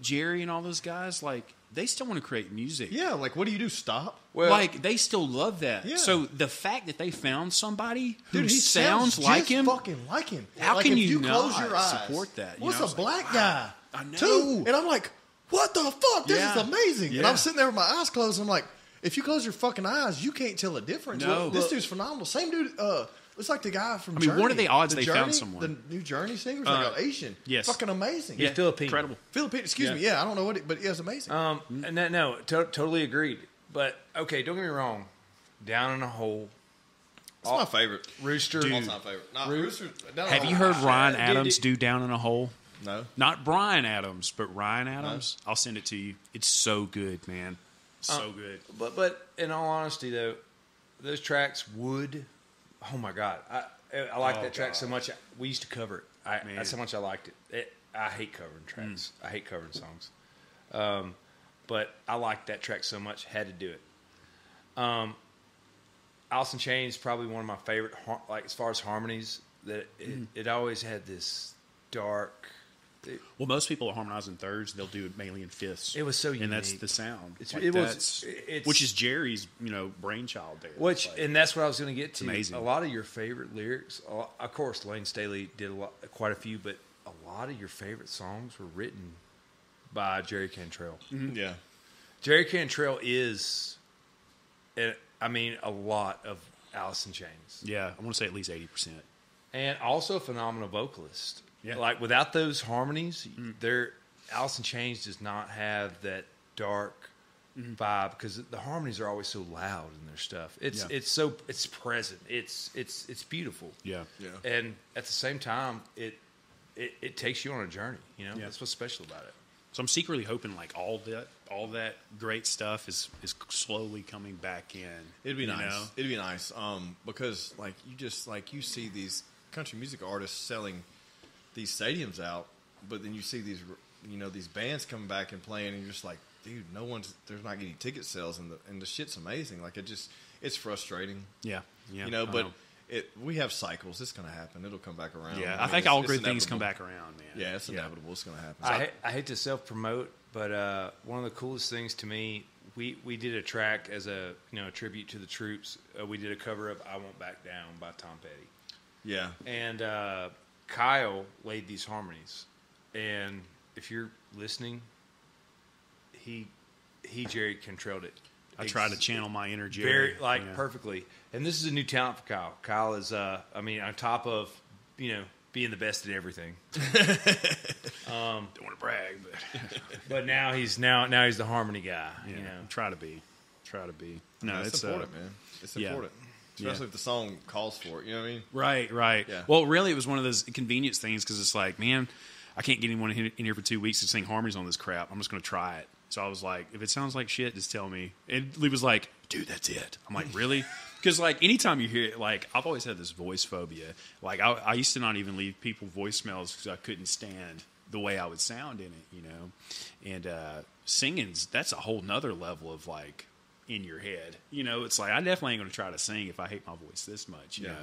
Speaker 3: Jerry and all those guys, like they still want to create music.
Speaker 1: Yeah, like what do you do? Stop.
Speaker 2: Well,
Speaker 3: like they still love that.
Speaker 1: Yeah.
Speaker 3: So the fact that they found somebody who
Speaker 1: Dude, he
Speaker 3: sounds, like
Speaker 1: just
Speaker 3: him,
Speaker 1: Fucking like him.
Speaker 3: How
Speaker 1: Like,
Speaker 3: can
Speaker 1: if
Speaker 3: you
Speaker 1: you close
Speaker 3: not
Speaker 1: your eyes,
Speaker 3: support that? You
Speaker 1: What's
Speaker 3: know,
Speaker 1: a
Speaker 3: it's like,
Speaker 1: black
Speaker 3: "Ah,
Speaker 1: guy?
Speaker 3: I know.
Speaker 1: Too. And I'm like, what the fuck? This
Speaker 3: Yeah.
Speaker 1: is amazing. And
Speaker 3: Yeah.
Speaker 1: I'm sitting there with my eyes closed. And I'm like, if you close your fucking eyes, you can't tell a difference.
Speaker 3: No.
Speaker 1: this
Speaker 3: Well-
Speaker 1: dude's phenomenal. Same dude. Uh, it's like the guy from.
Speaker 3: I mean,
Speaker 1: Journey.
Speaker 3: what are the odds they
Speaker 1: Journey,
Speaker 3: found someone?
Speaker 1: The new Journey singers,
Speaker 3: Uh,
Speaker 1: uh, like Asian.
Speaker 3: yes.
Speaker 1: Fucking amazing.
Speaker 3: yeah,
Speaker 2: Filipino.
Speaker 3: incredible.
Speaker 1: Philippine. Excuse
Speaker 3: Yeah.
Speaker 1: me. Yeah, I don't know what, it, but yeah, it's amazing.
Speaker 2: Um, no, no, to- totally agreed. But okay, don't get me wrong. Down in a hole,
Speaker 1: It's my favorite.
Speaker 2: rooster.
Speaker 1: All time favorite. Nah, Rooster. no,
Speaker 3: Uh, Have
Speaker 1: no,
Speaker 3: you
Speaker 1: no.
Speaker 3: heard Ryan
Speaker 2: Dude,
Speaker 3: Adams
Speaker 2: it-
Speaker 3: do Down in a Hole?
Speaker 1: No.
Speaker 3: Not Brian Adams, but Ryan
Speaker 1: Uh-huh.
Speaker 3: Adams. I'll send it to you. It's so good, man.
Speaker 1: Uh,
Speaker 3: So good.
Speaker 2: But but in all honesty though, those tracks would. Oh my god, I I like
Speaker 3: Oh,
Speaker 2: that track so
Speaker 3: God.
Speaker 2: much. We used to cover it. I,
Speaker 3: Man.
Speaker 2: that's how much I liked it. it I hate covering
Speaker 3: Mm.
Speaker 2: tracks. I hate covering songs. Um, but I liked that track so much, had to do it. Um, Alice in Chains is probably one of my favorite, har- like as far as harmonies. That it,
Speaker 3: Mm.
Speaker 2: it always had this dark. it-
Speaker 3: Well, most people are harmonizing thirds. They'll do it mainly in fifths.
Speaker 2: It was so
Speaker 3: And that's
Speaker 2: unique.
Speaker 3: the sound.
Speaker 2: It's- it was-
Speaker 3: that's-
Speaker 2: it's-
Speaker 3: which is Jerry's, you know, brainchild there.
Speaker 2: Which
Speaker 3: It's like-
Speaker 2: and that's what I was going to get to.
Speaker 3: amazing.
Speaker 2: A lot of your favorite lyrics, a lot- of course, Lane Staley did a lot, quite a few, but a lot of your favorite songs were written by Jerry Cantrell.
Speaker 3: Mm-hmm.
Speaker 1: Yeah.
Speaker 2: Jerry Cantrell is, eh, I mean, a lot of Alice in Chains,
Speaker 3: yeah, I want to say at least eighty percent.
Speaker 2: and also a phenomenal vocalist.
Speaker 3: Yeah. Mm.
Speaker 2: Like without those harmonies, there Alice in Chains does not have that dark
Speaker 3: Mm-hmm.
Speaker 2: vibe because the harmonies are always so loud in their stuff. It's
Speaker 3: Yeah.
Speaker 2: it's so it's present. It's it's it's beautiful.
Speaker 3: Yeah.
Speaker 1: Yeah.
Speaker 2: And at the same time, it it, it takes you on a journey. You know,
Speaker 3: Yeah.
Speaker 2: that's what's special about it.
Speaker 3: So I'm secretly hoping like all that all that great stuff is is slowly coming back in.
Speaker 1: It'd be
Speaker 3: you
Speaker 1: nice.
Speaker 3: know?
Speaker 1: It'd be nice. Um, because like you just like you see these country music artists selling these stadiums out, but then you see these you know these bands coming back and playing, and you're just like, dude, no one's there's not getting ticket sales, and the and the shit's amazing. Like it just it's frustrating.
Speaker 3: Yeah. Yeah.
Speaker 1: you know,
Speaker 3: I
Speaker 1: but it we have cycles. It's gonna happen. It'll come back around.
Speaker 3: yeah, I,
Speaker 1: mean,
Speaker 3: think
Speaker 1: it's-
Speaker 3: all
Speaker 1: it's
Speaker 3: great things come
Speaker 1: inevitable.
Speaker 3: back around, man.
Speaker 1: Yeah, it's inevitable. It's gonna happen.
Speaker 2: I, hate, I hate to self promote, but uh, one of the coolest things to me, we, we did a track as a you know a tribute to the troops. Uh, we did a cover of "I Won't Back Down" by Tom Petty,
Speaker 1: yeah,
Speaker 2: and uh, Kyle laid these harmonies. And if you're listening, he he Jerry controlled it.
Speaker 3: I try to
Speaker 2: Ex-
Speaker 3: channel my inner Jerry.
Speaker 2: very like
Speaker 3: yeah.
Speaker 2: perfectly. And this is a new talent for Kyle. Kyle is, uh, I mean, on top of you know being the best at everything,
Speaker 3: Don't want to brag, but
Speaker 2: but now he's now now he's the harmony guy.
Speaker 3: yeah,
Speaker 2: You know,
Speaker 3: try to be, try to be. No,
Speaker 1: that's
Speaker 3: it's uh,
Speaker 1: important, man. It's
Speaker 3: yeah.
Speaker 1: important, especially if the song calls for it. You know what I mean?
Speaker 3: Right, right.
Speaker 1: Yeah.
Speaker 3: Well, really, it was one of those convenience things because it's like, man, I can't get anyone in in here for two weeks to sing harmonies on this crap. I'm just going to try it. So I was like, if it sounds like shit, just tell me. And Lee was like, dude, that's it. I'm like, really? Because like anytime you hear it, like I've always had this voice phobia. Like I, I used to not even leave people voicemails because I couldn't stand the way I would sound in it, you know. And uh, singing's that's a whole nother level of like in your head. You know, it's like I definitely ain't going to try to sing if I hate my voice this much. You
Speaker 1: Yeah.
Speaker 3: know,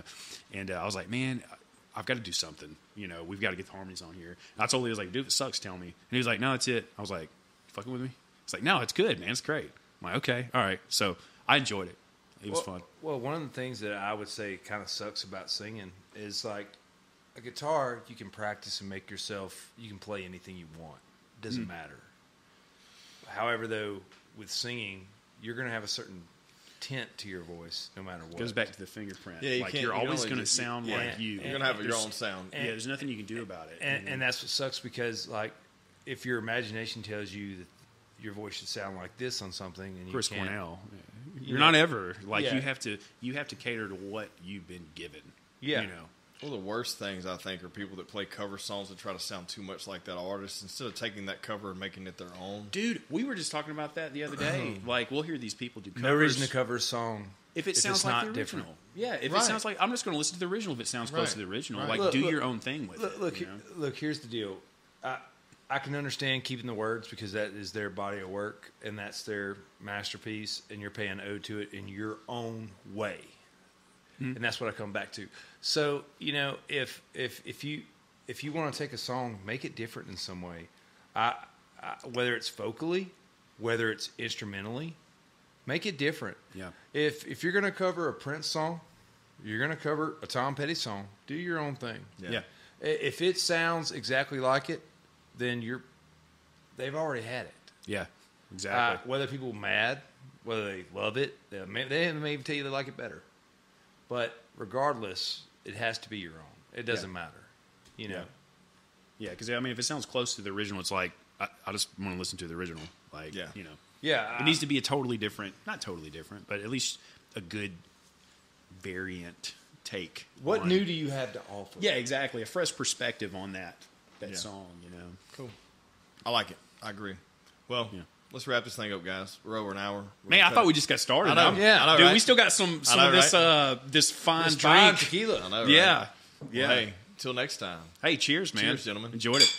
Speaker 3: and uh, I was like, man, I- I've got to do something. You know, we've got to get the harmonies on here. And I told Lee, I was like, dude, if it sucks, tell me. And he was like, no, it's it. I was like, you fucking with me? It's like, no, it's good, man. It's great. I'm like, okay, all right. So I enjoyed it. It was
Speaker 2: well,
Speaker 3: fun.
Speaker 2: Well, one of the things that I would say kind of sucks about singing is like a guitar, you can practice and make yourself, you can play anything you want. It
Speaker 3: Mm.
Speaker 2: doesn't matter. However, though, with singing, you're going to have a certain tint to your voice no matter what.
Speaker 3: Goes back to the fingerprint.
Speaker 1: Yeah, you
Speaker 3: like
Speaker 1: can't-
Speaker 3: you're
Speaker 1: you can
Speaker 3: always
Speaker 1: only
Speaker 3: going to
Speaker 1: just-
Speaker 3: sound
Speaker 2: yeah,
Speaker 3: like you.
Speaker 1: You're gonna have your
Speaker 3: There's-
Speaker 1: own sound.
Speaker 3: yeah, there's nothing you can do about it.
Speaker 2: and,
Speaker 3: you know?
Speaker 2: and that's what sucks because like if your imagination tells you that your voice should sound like this on something and you
Speaker 3: Chris
Speaker 2: can't,
Speaker 3: Cornell. You're
Speaker 2: Yeah.
Speaker 3: not ever like
Speaker 2: Yeah.
Speaker 3: you have to. You have to cater to what you've been given.
Speaker 2: Yeah.
Speaker 3: you know.
Speaker 1: One of the worst things I think are people that play cover songs and try to sound too much like that artist instead of taking that cover and making it their own.
Speaker 3: Dude, we were just talking about that the other day. like, we'll hear these people do covers.
Speaker 2: no reason to cover a song
Speaker 3: if it
Speaker 2: it's
Speaker 3: sounds like
Speaker 2: not
Speaker 3: the original.
Speaker 2: different.
Speaker 3: Yeah, if
Speaker 1: Right.
Speaker 3: it sounds like I'm just going to listen to the original. If it sounds close
Speaker 1: Right.
Speaker 3: to the original,
Speaker 1: Right.
Speaker 3: like
Speaker 2: Look,
Speaker 3: do
Speaker 2: look,
Speaker 3: your own thing with
Speaker 2: look
Speaker 3: it.
Speaker 2: look,
Speaker 3: you know?
Speaker 2: look here's the deal i i can understand keeping the words because that is their body of work and that's their masterpiece and you're paying ode to it in your own way
Speaker 3: Mm-hmm.
Speaker 2: and that's what i come back to so you know if if if you if you want to take a song make it different in some way I, I whether it's vocally whether it's instrumentally make it different
Speaker 3: Yeah.
Speaker 2: if if you're gonna cover a prince song you're gonna cover a tom petty song do your own thing
Speaker 3: yeah.
Speaker 2: I- If it sounds exactly like it, then you're they've already had it.
Speaker 3: Yeah.
Speaker 2: Uh,
Speaker 3: exactly.
Speaker 2: whether people are mad, whether they love it, they may, they may even tell you they like it better. But regardless, it has to be your own. It doesn't matter, you know.
Speaker 3: Yeah. yeah, because I mean, if it sounds close to the original, it's like I, I just want to listen to the original. Like,
Speaker 1: Yeah.
Speaker 3: you know,
Speaker 2: Yeah,
Speaker 3: it needs to be a totally different, not totally different, but at least a good variant take.
Speaker 2: What
Speaker 3: on-
Speaker 2: new do you have to offer?
Speaker 3: Yeah, exactly. A fresh perspective on that that
Speaker 1: Yeah.
Speaker 3: song, you know.
Speaker 1: Cool. I like it. I agree. Well,
Speaker 3: Yeah.
Speaker 1: let's wrap this thing up, guys. We're over an hour. We're
Speaker 3: Man,
Speaker 1: gonna
Speaker 3: I
Speaker 1: cut
Speaker 3: thought
Speaker 1: it.
Speaker 3: we just got started.
Speaker 1: I know.
Speaker 3: now.
Speaker 1: Yeah, I know,
Speaker 3: dude,
Speaker 1: right?
Speaker 3: we still got some some
Speaker 1: I know,
Speaker 3: of this
Speaker 1: right?
Speaker 3: uh this fine
Speaker 2: Just buy
Speaker 3: drink.
Speaker 2: tequila.
Speaker 1: I know. right?
Speaker 3: Yeah, yeah.
Speaker 1: Well, hey, till next time.
Speaker 3: Hey, cheers, man.
Speaker 1: Cheers, gentlemen.
Speaker 3: Enjoyed it.